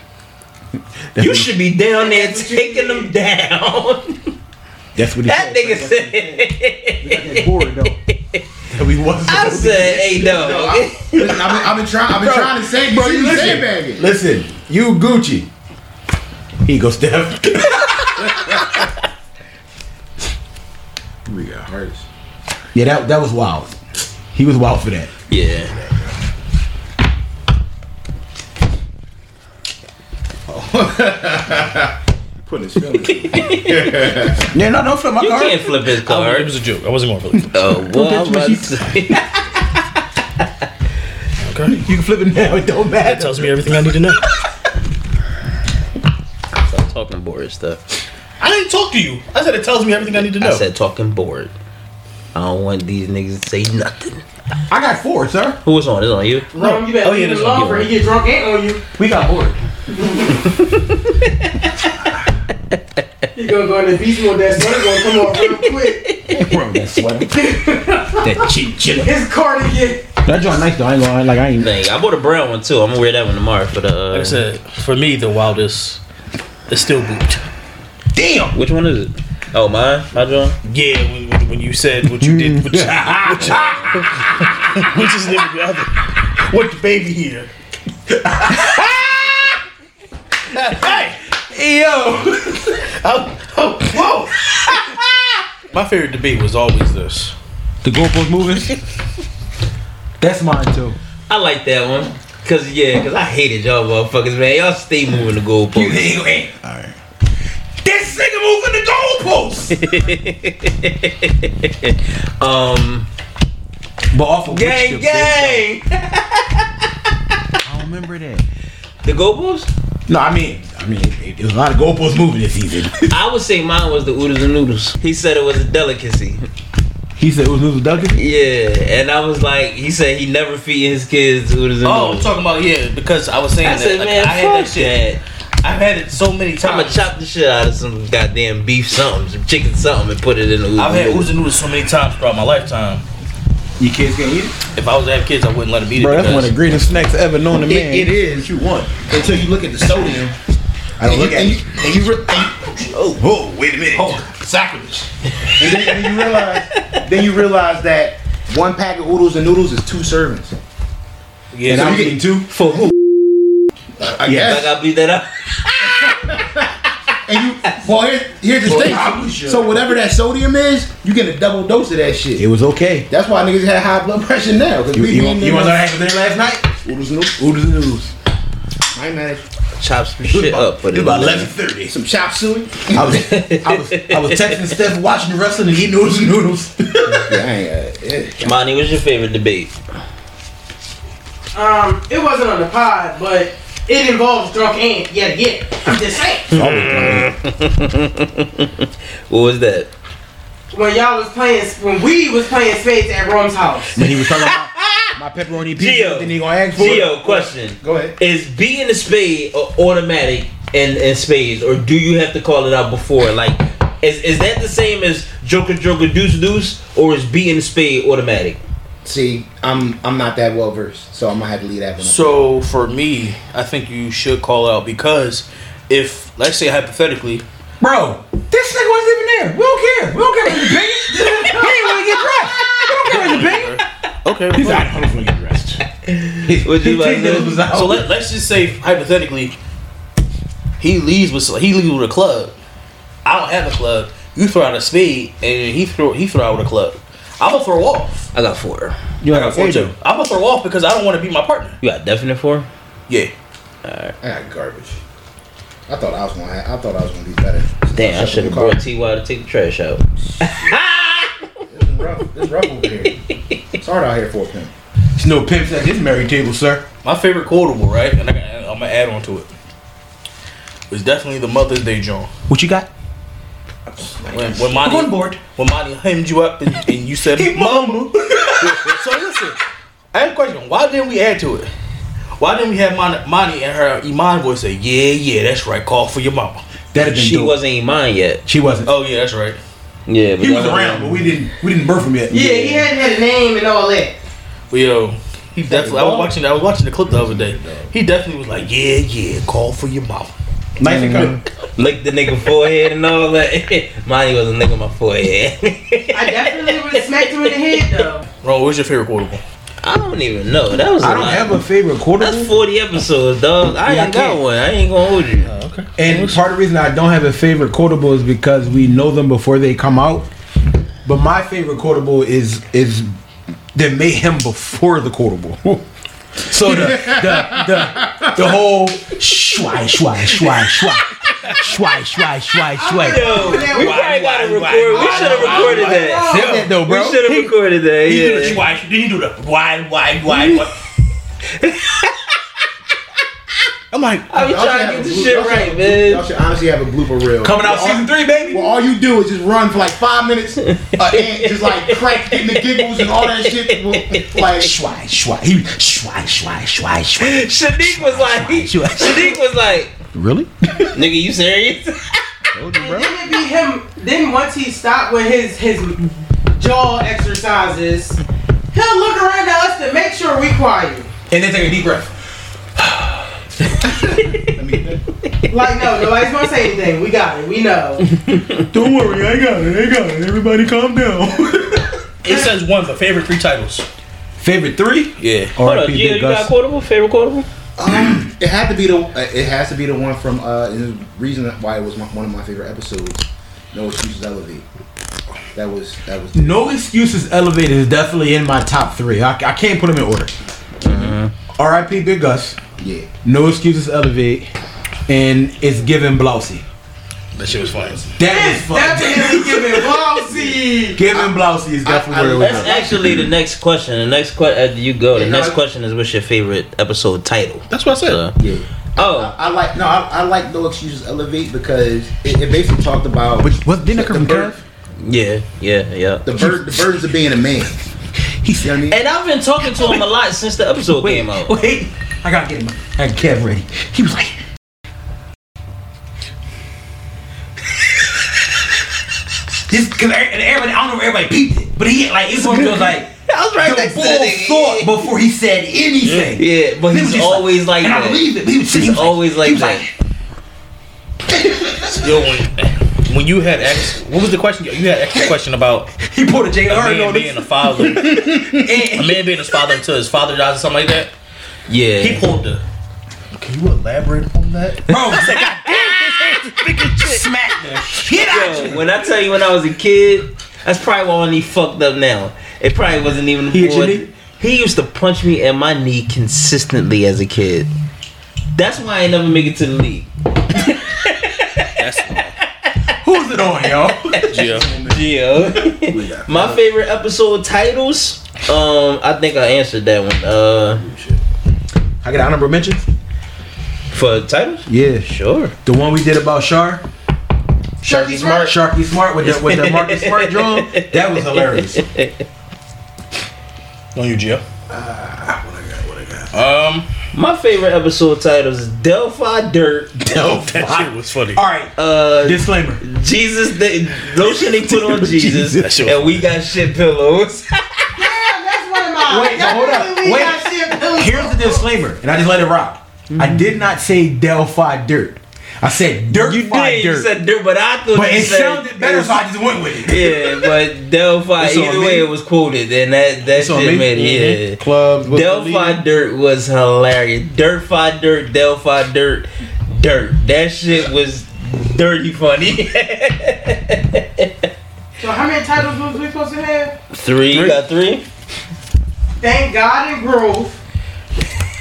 [SPEAKER 9] You should be down there taking them down.
[SPEAKER 5] That's what he
[SPEAKER 9] that
[SPEAKER 5] said.
[SPEAKER 9] nigga said.
[SPEAKER 5] It's bored though.
[SPEAKER 10] we wasn't.
[SPEAKER 9] I said, "Hey, dog."
[SPEAKER 4] Listen, I've been, I've been trying. I've been
[SPEAKER 10] Bro,
[SPEAKER 4] trying to say,
[SPEAKER 10] bro,
[SPEAKER 4] bro, you
[SPEAKER 10] you
[SPEAKER 4] say
[SPEAKER 10] listen.
[SPEAKER 4] baggage.
[SPEAKER 10] Listen, you Gucci. He goes, Steph.
[SPEAKER 4] We got hearts.
[SPEAKER 10] Yeah, that that was wild. He was wild for that.
[SPEAKER 9] Yeah.
[SPEAKER 4] Putting his feelings.
[SPEAKER 10] Yeah, no, don't flip my
[SPEAKER 9] You
[SPEAKER 10] car.
[SPEAKER 9] can't flip his
[SPEAKER 3] Oh, It
[SPEAKER 9] card.
[SPEAKER 3] was a joke. I wasn't going for it.
[SPEAKER 9] Oh, well, I'm
[SPEAKER 5] touch my
[SPEAKER 9] about to say.
[SPEAKER 10] You can flip it now. It don't matter.
[SPEAKER 3] That tells me everything I need to know.
[SPEAKER 9] Stop talking bored stuff.
[SPEAKER 3] I didn't talk to you. I said it tells me everything I need to know.
[SPEAKER 9] I said talking bored. I don't want these niggas to say nothing.
[SPEAKER 10] I got four, sir.
[SPEAKER 9] Who was on? Is it on you?
[SPEAKER 6] Wrong, you better
[SPEAKER 3] Oh, yeah,
[SPEAKER 6] leave
[SPEAKER 3] this
[SPEAKER 6] it
[SPEAKER 3] one,
[SPEAKER 6] alone
[SPEAKER 9] yeah,
[SPEAKER 6] for
[SPEAKER 9] right.
[SPEAKER 6] he get drunk aunt on you.
[SPEAKER 10] We got four.
[SPEAKER 6] He gonna go in the beast mode. That sweater gonna come off real quick.
[SPEAKER 10] Bro, that sweater. that chinchilla.
[SPEAKER 6] His cardigan.
[SPEAKER 5] That joint nice though. I ain't gonna like I ain't.
[SPEAKER 9] Dang, I bought a brown one too. I'm gonna wear that one tomorrow for the. Uh,
[SPEAKER 3] Like I said, for me, the wildest is still boot.
[SPEAKER 10] Damn.
[SPEAKER 9] Which one is it? Oh, mine, my John.
[SPEAKER 3] Yeah, when, when, when you said what you
[SPEAKER 10] Mm.
[SPEAKER 3] did, what you, what you, what you did with the other, what the baby here. hey,
[SPEAKER 10] Yo.
[SPEAKER 3] oh, oh, whoa! My favorite debate was always this.
[SPEAKER 10] The goalpost moving. That's mine too.
[SPEAKER 9] I like that one. Cause yeah, cause I hated y'all motherfuckers, man. Y'all stay moving the goalposts.
[SPEAKER 10] Anyway. All right. This nigga moving the goalpost.
[SPEAKER 9] um,
[SPEAKER 10] but off of
[SPEAKER 9] gang,
[SPEAKER 10] which the-
[SPEAKER 9] gang.
[SPEAKER 5] I don't remember that.
[SPEAKER 9] The goalposts.
[SPEAKER 10] No, I mean, I mean, it, it was a lot of goalposts moving this season.
[SPEAKER 9] I would say mine was the oodles and noodles. He said it was a delicacy.
[SPEAKER 5] He said it was Noodle Duncan.
[SPEAKER 9] Yeah, and I was like, he said he never feed his kids oodles and
[SPEAKER 3] Oh,
[SPEAKER 9] noodles.
[SPEAKER 3] talking about yeah, because I was saying
[SPEAKER 9] I
[SPEAKER 3] that
[SPEAKER 9] said,
[SPEAKER 3] like,
[SPEAKER 9] man,
[SPEAKER 3] I had that
[SPEAKER 9] fuck
[SPEAKER 3] shit.
[SPEAKER 9] that.
[SPEAKER 3] I've had it so many
[SPEAKER 9] I'ma
[SPEAKER 3] times.
[SPEAKER 9] chop the shit out of some goddamn beef something, some chicken something, and put it in the oodles.
[SPEAKER 3] I've had
[SPEAKER 9] and
[SPEAKER 3] oodles
[SPEAKER 9] noodles.
[SPEAKER 3] and noodles so many times throughout my lifetime.
[SPEAKER 10] Your kids can't eat it.
[SPEAKER 3] If I was to have kids, I wouldn't let them eat it.
[SPEAKER 5] Bro, that's
[SPEAKER 3] because-
[SPEAKER 5] one of the greatest snacks ever known to man.
[SPEAKER 10] it is what you want until you look at the sodium.
[SPEAKER 5] I don't look at
[SPEAKER 10] and
[SPEAKER 5] you.
[SPEAKER 10] you, and you, re- and you oh, whoa, wait a minute.
[SPEAKER 4] sacrilege. And then, and then you realize, then you realize that one pack of oodles and noodles is two servings.
[SPEAKER 3] yeah,
[SPEAKER 10] And
[SPEAKER 3] so
[SPEAKER 10] I'm
[SPEAKER 3] you-
[SPEAKER 10] getting two.
[SPEAKER 9] For who?
[SPEAKER 4] I
[SPEAKER 9] Like
[SPEAKER 4] guess.
[SPEAKER 9] I beat that up.
[SPEAKER 4] And you, well, here, here's the
[SPEAKER 10] probably
[SPEAKER 4] thing.
[SPEAKER 10] should.
[SPEAKER 4] So whatever that sodium is, you get a double dose of that shit.
[SPEAKER 5] It was okay.
[SPEAKER 4] That's why niggas had high blood pressure now. Cause
[SPEAKER 5] You,
[SPEAKER 4] we
[SPEAKER 5] you,
[SPEAKER 4] been
[SPEAKER 5] you
[SPEAKER 4] in
[SPEAKER 5] want to
[SPEAKER 4] the-
[SPEAKER 5] know what happened there last night?
[SPEAKER 4] Oodles and noodles.
[SPEAKER 5] Oodles and noodles.
[SPEAKER 4] I ain't mad.
[SPEAKER 9] Chop some shit up for
[SPEAKER 10] It
[SPEAKER 9] the
[SPEAKER 10] was about
[SPEAKER 9] noodles.
[SPEAKER 10] eleven thirty.
[SPEAKER 4] Some chop suey.
[SPEAKER 10] I was, I was, I was texting Steph, watching the wrestling, and eating noodles and noodles.
[SPEAKER 4] Yeah, I ain't, uh, yeah.
[SPEAKER 9] Monty, what's your favorite debate?
[SPEAKER 6] Um, it wasn't on the pod, but it involves drunk aunt yet again. I'm just saying.
[SPEAKER 9] What was that?
[SPEAKER 6] When y'all was playing, when we was playing spades at Rome's house.
[SPEAKER 5] Then he was talking about my pepperoni pizza.
[SPEAKER 9] Gio.
[SPEAKER 5] Then he gonna ask for it.
[SPEAKER 9] Geo question.
[SPEAKER 4] Go ahead.
[SPEAKER 9] Is being a spade or automatic in in spades, or do you have to call it out before? Like, is is that the same as Joker Joker Deuce Deuce, or is B in spade automatic?
[SPEAKER 4] See, I'm I'm not that well versed, so I'm gonna have to leave that one. up.
[SPEAKER 3] So for me, I think you should call out because if let's say hypothetically,
[SPEAKER 10] Bro, this nigga wasn't even there. We don't care. We don't care about his opinion. he ain't want to get dressed. We don't care about his opinion.
[SPEAKER 3] okay,
[SPEAKER 10] He's like, I don't want to get dressed.
[SPEAKER 9] Would you like to-
[SPEAKER 3] so let, let's just say hypothetically, he leaves with he leaves with a club. I don't have a club. You throw out a speed, and he throw he throw out a club. I'm gonna throw off.
[SPEAKER 9] I got four.
[SPEAKER 5] You
[SPEAKER 3] I got four too. I'm gonna throw off because I don't want to be my partner.
[SPEAKER 9] You got definite four.
[SPEAKER 3] Yeah.
[SPEAKER 4] I got garbage. I thought I was gonna. Have, I thought I was gonna be better.
[SPEAKER 9] Damn, I
[SPEAKER 4] Shut
[SPEAKER 9] should have
[SPEAKER 4] the car.
[SPEAKER 9] brought Ty to take the trash out.
[SPEAKER 4] This is rough. This is rough over here. It's hard out here for a pimp.
[SPEAKER 10] There's no pimps at this married table, sir.
[SPEAKER 3] My favorite quotable, right? And I gotta, I'm gonna add on to it. Was definitely the Mother's Day John.
[SPEAKER 10] What you got?
[SPEAKER 3] When, when Monty,
[SPEAKER 10] on board.
[SPEAKER 3] When Monty hemmed you up and, and you said, Mama. so listen, I have a question. Why didn't we add to it? Why didn't we have Monty, Monty and her Iman voice say, Yeah, yeah, that's right, call for your mama?
[SPEAKER 10] That'd have been
[SPEAKER 9] She
[SPEAKER 10] dope.
[SPEAKER 9] wasn't even mine yet.
[SPEAKER 10] She wasn't.
[SPEAKER 3] Oh, yeah, that's right.
[SPEAKER 9] Yeah, but
[SPEAKER 10] he was
[SPEAKER 9] that
[SPEAKER 10] around, but we didn't. We didn't birth him yet.
[SPEAKER 6] Yeah, he hadn't had a name and all that.
[SPEAKER 3] But yo, he definitely, I was watching I was watching the clip the other day. He definitely was like, Yeah, yeah, call for your mama.
[SPEAKER 10] Nice and coming.
[SPEAKER 9] Licked the nigga forehead and all that. Mine was a nigga on my forehead.
[SPEAKER 6] I definitely would have smacked him in the head though.
[SPEAKER 3] Ron, what's your favorite quotable?
[SPEAKER 9] I don't even know. That was.
[SPEAKER 5] I don't
[SPEAKER 9] lot.
[SPEAKER 5] have a favorite quarter.
[SPEAKER 9] That's forty episodes, dog. I
[SPEAKER 5] Yeah, I
[SPEAKER 9] ain't got
[SPEAKER 5] can't. Oh,
[SPEAKER 9] one. I ain't gonna hold you.
[SPEAKER 5] And part of the reason I don't have a favorite quotable is because we know them before they come out. But my favorite quotable is is the mayhem before the quotable. so the the, the the whole shwai shwai shwai shwai shwai shwai shwai shwai.
[SPEAKER 9] Yo, we probably gotta record. we should have recorded that.
[SPEAKER 5] Said that though,
[SPEAKER 9] We should have recorded that. Yeah.
[SPEAKER 3] Why did he do that? Why, why, why, why?
[SPEAKER 5] I'm like
[SPEAKER 9] I'm
[SPEAKER 4] Y'all should have
[SPEAKER 9] trying to
[SPEAKER 4] a
[SPEAKER 9] get
[SPEAKER 4] blooper- y'all should have a blooper-
[SPEAKER 9] this shit right,
[SPEAKER 4] Y'all
[SPEAKER 9] man.
[SPEAKER 4] should honestly have a blooper reel.
[SPEAKER 10] Coming out
[SPEAKER 4] Well,
[SPEAKER 10] season three, baby.
[SPEAKER 4] Well, all you do is just run for like five minutes, uh, and just like crack, getting the giggles and all that shit. Well, Like,
[SPEAKER 10] Shwai shwai. He was shwai shwai shwai shwai.
[SPEAKER 9] Shanique was like, Shanique was like,
[SPEAKER 5] Really?
[SPEAKER 9] nigga, you serious?
[SPEAKER 6] And then it be him. Then once he stopped with his his jaw exercises, he'll look around at us to make sure we quiet.
[SPEAKER 10] And then take a deep breath.
[SPEAKER 6] Like no, nobody's gonna say anything. We got it. We know.
[SPEAKER 5] Don't worry, I got it. I got it. Everybody, calm down.
[SPEAKER 3] It says one of the favorite three titles.
[SPEAKER 5] favorite three?
[SPEAKER 3] Yeah.
[SPEAKER 9] Hold up, yeah, you got quotable? Favorite quotable?
[SPEAKER 4] um, it had to be the. uh, It has to be the one from. Uh, and the reason why it was my, one of my favorite episodes. No excuses, elevate. That was that was.
[SPEAKER 5] No excuses. Elevated is definitely in my top three. I, I can't put them in order. R.I.P. Big Gus.
[SPEAKER 4] Yeah,
[SPEAKER 5] No excuses. Elevate, and it's giving blousy.
[SPEAKER 3] That shit was funny.
[SPEAKER 5] That is
[SPEAKER 6] It's
[SPEAKER 5] fun.
[SPEAKER 6] definitely giving lousy.
[SPEAKER 5] Giving blousy is
[SPEAKER 4] I-
[SPEAKER 5] definitely where it
[SPEAKER 9] That's
[SPEAKER 5] was.
[SPEAKER 9] actually the next question. The next question, you go, the
[SPEAKER 4] Yeah,
[SPEAKER 9] next
[SPEAKER 4] no, I-
[SPEAKER 9] question is what's your favorite episode title?
[SPEAKER 3] That's what I said.
[SPEAKER 9] So-
[SPEAKER 4] yeah.
[SPEAKER 9] oh,
[SPEAKER 4] I like no, I, I like no excuses, elevate because it, it basically talked about
[SPEAKER 5] But what didn't it
[SPEAKER 4] the,
[SPEAKER 5] come from
[SPEAKER 4] bur-
[SPEAKER 5] Kev?
[SPEAKER 9] yeah, yeah, yeah.
[SPEAKER 4] the, bur- the burdens of being a man.
[SPEAKER 5] He said.
[SPEAKER 4] You know what I mean?
[SPEAKER 9] And I've been talking to him a lot since the episode came out.
[SPEAKER 5] Wait, I gotta get him. I got Kev ready. He was like.
[SPEAKER 10] This because everybody, I don't know if everybody peeped it, but he like it's one of those like.
[SPEAKER 9] I was right
[SPEAKER 10] The
[SPEAKER 9] next to
[SPEAKER 10] bull
[SPEAKER 9] that nigga.
[SPEAKER 10] thought before he said anything.
[SPEAKER 9] Yeah, but
[SPEAKER 10] He
[SPEAKER 9] he's
[SPEAKER 10] was just
[SPEAKER 9] always like
[SPEAKER 10] and
[SPEAKER 9] that.
[SPEAKER 10] I believe it. He was,
[SPEAKER 9] He's
[SPEAKER 10] he was
[SPEAKER 9] always like
[SPEAKER 10] he was
[SPEAKER 9] that.
[SPEAKER 3] Yo, when, when you had asked, what was the question? You had asked the question about
[SPEAKER 10] he pulled a J.
[SPEAKER 3] a
[SPEAKER 10] Hearn
[SPEAKER 3] man
[SPEAKER 10] on
[SPEAKER 3] being
[SPEAKER 10] this.
[SPEAKER 3] a father, a man being his father until his father dies or something like that.
[SPEAKER 9] Yeah.
[SPEAKER 3] He pulled the. Can you elaborate on that?
[SPEAKER 10] Bro, I said, God damn, this is smack the shit out
[SPEAKER 9] Yo, when I tell you when I was a kid, that's probably why only fucked up now. It probably wasn't even
[SPEAKER 5] He hit your
[SPEAKER 9] before-
[SPEAKER 5] knee?
[SPEAKER 9] He used to punch me in my knee consistently as a kid. That's why I ain't never make it to the league.
[SPEAKER 10] Who's it on, yo?
[SPEAKER 3] Yeah.
[SPEAKER 9] Yeah. my favorite episode titles. Um, I think I answered that one. Uh,
[SPEAKER 5] I got an honorable mention.
[SPEAKER 9] for titles,
[SPEAKER 5] Yeah,
[SPEAKER 9] sure.
[SPEAKER 5] the one we did about Shar.
[SPEAKER 6] Sharky Smart.
[SPEAKER 5] Sharky Smart with the with the Marcus Smart drum. That was hilarious.
[SPEAKER 3] On you, Gio.
[SPEAKER 10] What I got, what I got.
[SPEAKER 3] Um,
[SPEAKER 9] My favorite episode titles is Delphi Dirt.
[SPEAKER 3] That shit was funny.
[SPEAKER 9] All right. Uh,
[SPEAKER 3] Disclaimer.
[SPEAKER 9] Jesus, they, no shit they put on Jesus,
[SPEAKER 3] That shit was
[SPEAKER 9] and we got shit pillows.
[SPEAKER 6] Damn, that's one of mine.
[SPEAKER 5] Wait,
[SPEAKER 6] That's
[SPEAKER 5] hold up.
[SPEAKER 6] really
[SPEAKER 5] Wait.
[SPEAKER 6] got shit built.
[SPEAKER 5] Here's the disclaimer, and I just let it rock. I did not say Delphi dirt. I said dirt.
[SPEAKER 9] you did. You said dirt, but I thought
[SPEAKER 5] but
[SPEAKER 9] you
[SPEAKER 5] it
[SPEAKER 9] said
[SPEAKER 5] sounded better,
[SPEAKER 9] was-
[SPEAKER 5] so I just went with it.
[SPEAKER 9] yeah, but Delphi.
[SPEAKER 5] It's on
[SPEAKER 9] Either
[SPEAKER 5] me.
[SPEAKER 9] way, it was quoted, and that that
[SPEAKER 12] on
[SPEAKER 9] shit
[SPEAKER 12] me.
[SPEAKER 9] made it. Yeah.
[SPEAKER 12] Clubs. with
[SPEAKER 9] Delphi
[SPEAKER 12] the lead.
[SPEAKER 9] Dirt was hilarious. Dirtfi Dirt, Delphi Dirt, Dirt. That shit was dirty funny.
[SPEAKER 6] So how many titles was we supposed to have?
[SPEAKER 9] three, you got three.
[SPEAKER 6] Thank God and Grove.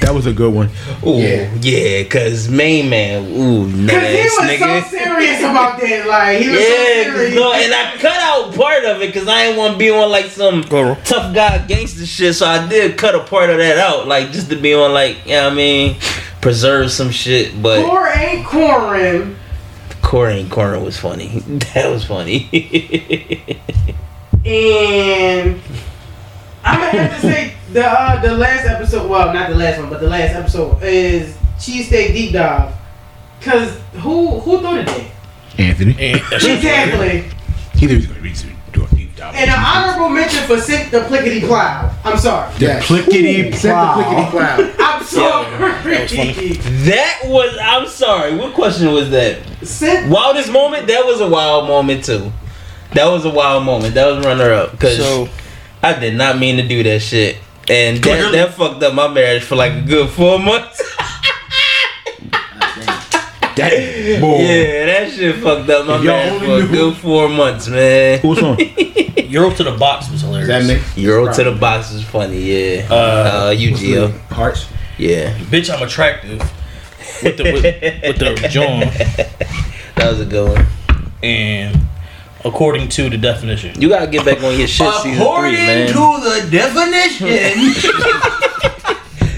[SPEAKER 12] That was a good one.
[SPEAKER 9] Ooh, yeah, cause main man, ooh,
[SPEAKER 6] Cause he
[SPEAKER 9] nice
[SPEAKER 6] was
[SPEAKER 9] nigga.
[SPEAKER 6] so serious about that. Like he was
[SPEAKER 9] yeah,
[SPEAKER 6] so
[SPEAKER 9] 'cause
[SPEAKER 6] serious.
[SPEAKER 9] no, and I cut out part of it because I didn't want to be on like some tough guy gangster shit. So I did cut a part of that out, like just to be on like, you know what I mean, preserve some shit. But
[SPEAKER 6] Core ain't Corin.
[SPEAKER 9] Corey and Corner was funny. That was funny.
[SPEAKER 6] And I'm gonna have to say the uh, the last episode. Well, not the last one, but the last episode is cheesesteak deep dive. Cause who who thought of that?
[SPEAKER 12] Anthony.
[SPEAKER 3] And that shit was funny.
[SPEAKER 6] Exactly.
[SPEAKER 5] He was going to read do a deep dive.
[SPEAKER 6] And an honorable mention for Sip the Plickety Plow. I'm sorry.
[SPEAKER 4] Yes.
[SPEAKER 5] Plickety
[SPEAKER 4] Set the clickety
[SPEAKER 5] plow.
[SPEAKER 4] cloud.
[SPEAKER 6] I'm sorry.
[SPEAKER 9] that was. I'm sorry. What question was that?
[SPEAKER 6] Sip.
[SPEAKER 9] Wildest moment. That was a wild moment too. That was a wild moment. That was runner up. Cause
[SPEAKER 3] So
[SPEAKER 9] I did not mean to do that shit. And that,
[SPEAKER 3] Clearly.
[SPEAKER 9] that fucked up my marriage for like a good four months.
[SPEAKER 12] That boy.
[SPEAKER 9] yeah, that shit fucked up my
[SPEAKER 12] Y'all
[SPEAKER 9] marriage
[SPEAKER 12] only
[SPEAKER 9] for a
[SPEAKER 12] knew-
[SPEAKER 9] good four months, man.
[SPEAKER 12] What's on?
[SPEAKER 3] Euro to the box was hilarious.
[SPEAKER 4] That make
[SPEAKER 9] Euro to the box is funny, yeah. Uh, UGL,
[SPEAKER 4] hearts.
[SPEAKER 9] yeah.
[SPEAKER 3] Bitch, I'm attractive. With the with, with the John.
[SPEAKER 9] That was a good one.
[SPEAKER 3] And according to the definition.
[SPEAKER 9] You gotta get back on your shit season three, man.
[SPEAKER 5] the definition,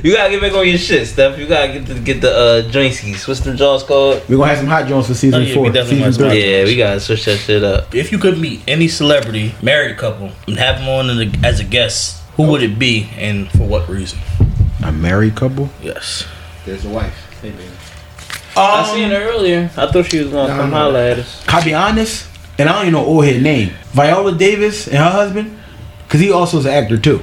[SPEAKER 9] you gotta get back on your shit, Steph. You gotta get the, get the uh, drinkskies. What's the Jaws called?
[SPEAKER 12] We're gonna have some hot Jones for
[SPEAKER 3] Oh,
[SPEAKER 12] season
[SPEAKER 3] yeah, we
[SPEAKER 12] four.
[SPEAKER 3] definitely
[SPEAKER 12] Season
[SPEAKER 3] must
[SPEAKER 12] three.
[SPEAKER 9] Yeah, we gotta switch that shit up.
[SPEAKER 3] If you could meet any celebrity, married couple, and have them on as a, as a guest, who would it be and for what reason?
[SPEAKER 12] A married couple.
[SPEAKER 3] Yes.
[SPEAKER 4] There's a wife. Hey, baby.
[SPEAKER 3] Um,
[SPEAKER 9] I seen her earlier. I thought she was gonna come holler at us.
[SPEAKER 5] I'll be honest, and I don't even know old head name. Viola Davis and her husband, because he also is an actor too.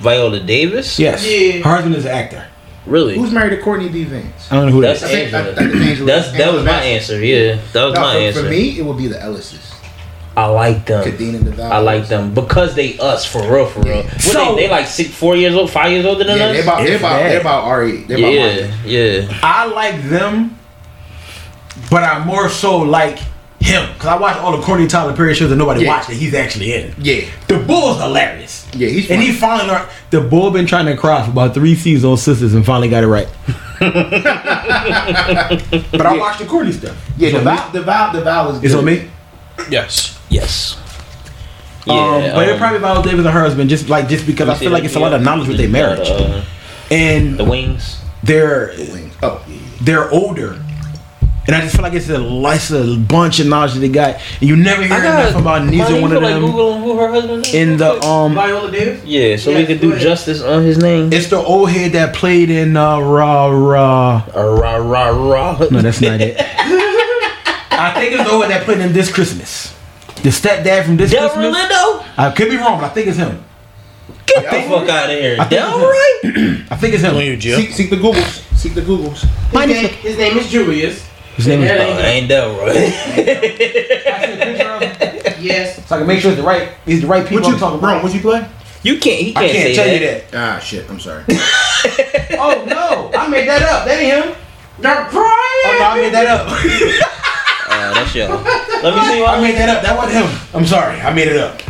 [SPEAKER 9] Viola Davis?
[SPEAKER 5] Yes,
[SPEAKER 6] Yeah.
[SPEAKER 5] her husband is an actor.
[SPEAKER 9] Really?
[SPEAKER 4] Who's married to Courtney B. Vance?
[SPEAKER 12] I don't know who
[SPEAKER 9] That's
[SPEAKER 12] that's.
[SPEAKER 4] I think, I,
[SPEAKER 9] Angela.
[SPEAKER 4] I think Angela.
[SPEAKER 9] That's that
[SPEAKER 4] Angela
[SPEAKER 9] was my
[SPEAKER 4] Bassett.
[SPEAKER 9] answer. Yeah, that was
[SPEAKER 4] No,
[SPEAKER 9] my
[SPEAKER 4] for,
[SPEAKER 9] answer.
[SPEAKER 4] for me, it would be the Ellises.
[SPEAKER 9] I like them.
[SPEAKER 4] Kadeen and Deval.
[SPEAKER 9] I like them because they us for real, for real. What
[SPEAKER 5] So-
[SPEAKER 9] they, they like six, four years old, five years older than
[SPEAKER 4] Yeah,
[SPEAKER 9] us.
[SPEAKER 4] they're about, they're
[SPEAKER 5] If
[SPEAKER 4] about,
[SPEAKER 5] that.
[SPEAKER 4] they're about our age. They're about my age.
[SPEAKER 9] yeah, yeah.
[SPEAKER 5] I like them, but I more so like him because I watch all the corny Tyler Perry shows that nobody
[SPEAKER 4] Yeah.
[SPEAKER 5] watched that he's actually in.
[SPEAKER 4] Yeah,
[SPEAKER 5] The Bull's hilarious.
[SPEAKER 4] yeah, he's
[SPEAKER 5] And
[SPEAKER 4] funny.
[SPEAKER 5] he finally learned. The bull been trying to cry for about three seasons on Sisters and finally got it right. but I watched the Courtney stuff.
[SPEAKER 4] yeah,
[SPEAKER 5] It's
[SPEAKER 4] the
[SPEAKER 5] on me.
[SPEAKER 4] vow, the vow, the vow is. Good.
[SPEAKER 5] It's on me.
[SPEAKER 3] Yes.
[SPEAKER 9] Yes. Yeah,
[SPEAKER 5] um, but it
[SPEAKER 9] um,
[SPEAKER 5] probably Viola Davis and her husband just like just because I
[SPEAKER 9] you see
[SPEAKER 5] feel like
[SPEAKER 9] that
[SPEAKER 5] it's a lot of
[SPEAKER 9] video?
[SPEAKER 5] knowledge with their marriage
[SPEAKER 9] Uh,
[SPEAKER 5] and
[SPEAKER 9] the wings.
[SPEAKER 5] they're
[SPEAKER 4] Oh, yeah.
[SPEAKER 5] they're older, and I just feel like it's a life's a bunch of knowledge that they got, and you never hear enough about neither one of them
[SPEAKER 9] Google who her husband is.
[SPEAKER 5] in the um.
[SPEAKER 6] Viola Davis.
[SPEAKER 9] yeah, so we
[SPEAKER 6] Yeah,
[SPEAKER 9] could
[SPEAKER 6] go
[SPEAKER 9] do
[SPEAKER 6] ahead.
[SPEAKER 9] justice on his name.
[SPEAKER 5] It's the old head that played in uh, Raw Raw.
[SPEAKER 9] Uh, rah rah rah.
[SPEAKER 5] No, that's not it. I think it's the old head that played in This Christmas. The stepdad from This
[SPEAKER 9] Del
[SPEAKER 5] Christmas.
[SPEAKER 9] Orlando?
[SPEAKER 5] I could be wrong, but I think it's him.
[SPEAKER 9] Get the fuck out of here.
[SPEAKER 5] I think
[SPEAKER 9] Del
[SPEAKER 5] it's
[SPEAKER 9] Ray?
[SPEAKER 5] I think it's him.
[SPEAKER 3] On you, Jill.
[SPEAKER 4] Seek, seek the Googles. Seek the Googles.
[SPEAKER 6] His name, his name is Julius.
[SPEAKER 5] His name is.
[SPEAKER 9] Oh, ain't Delroy.
[SPEAKER 6] Yes.
[SPEAKER 5] So I can make sure it's the right. He's the right people.
[SPEAKER 4] What you
[SPEAKER 5] I'm talking
[SPEAKER 4] talking,
[SPEAKER 5] about.
[SPEAKER 4] Rome? What you play?
[SPEAKER 9] you can't. He can't,
[SPEAKER 5] I can't
[SPEAKER 9] say
[SPEAKER 5] tell
[SPEAKER 9] that.
[SPEAKER 5] you that.
[SPEAKER 4] Ah, shit. I'm sorry.
[SPEAKER 5] Oh no, I made that up. That ain't him.
[SPEAKER 6] They're crying.
[SPEAKER 5] Oh no, I made that up.
[SPEAKER 9] Uh, that's y'all. Let me see.
[SPEAKER 5] I
[SPEAKER 9] Why.
[SPEAKER 5] made that up. That wasn't him. I'm sorry, I made it up.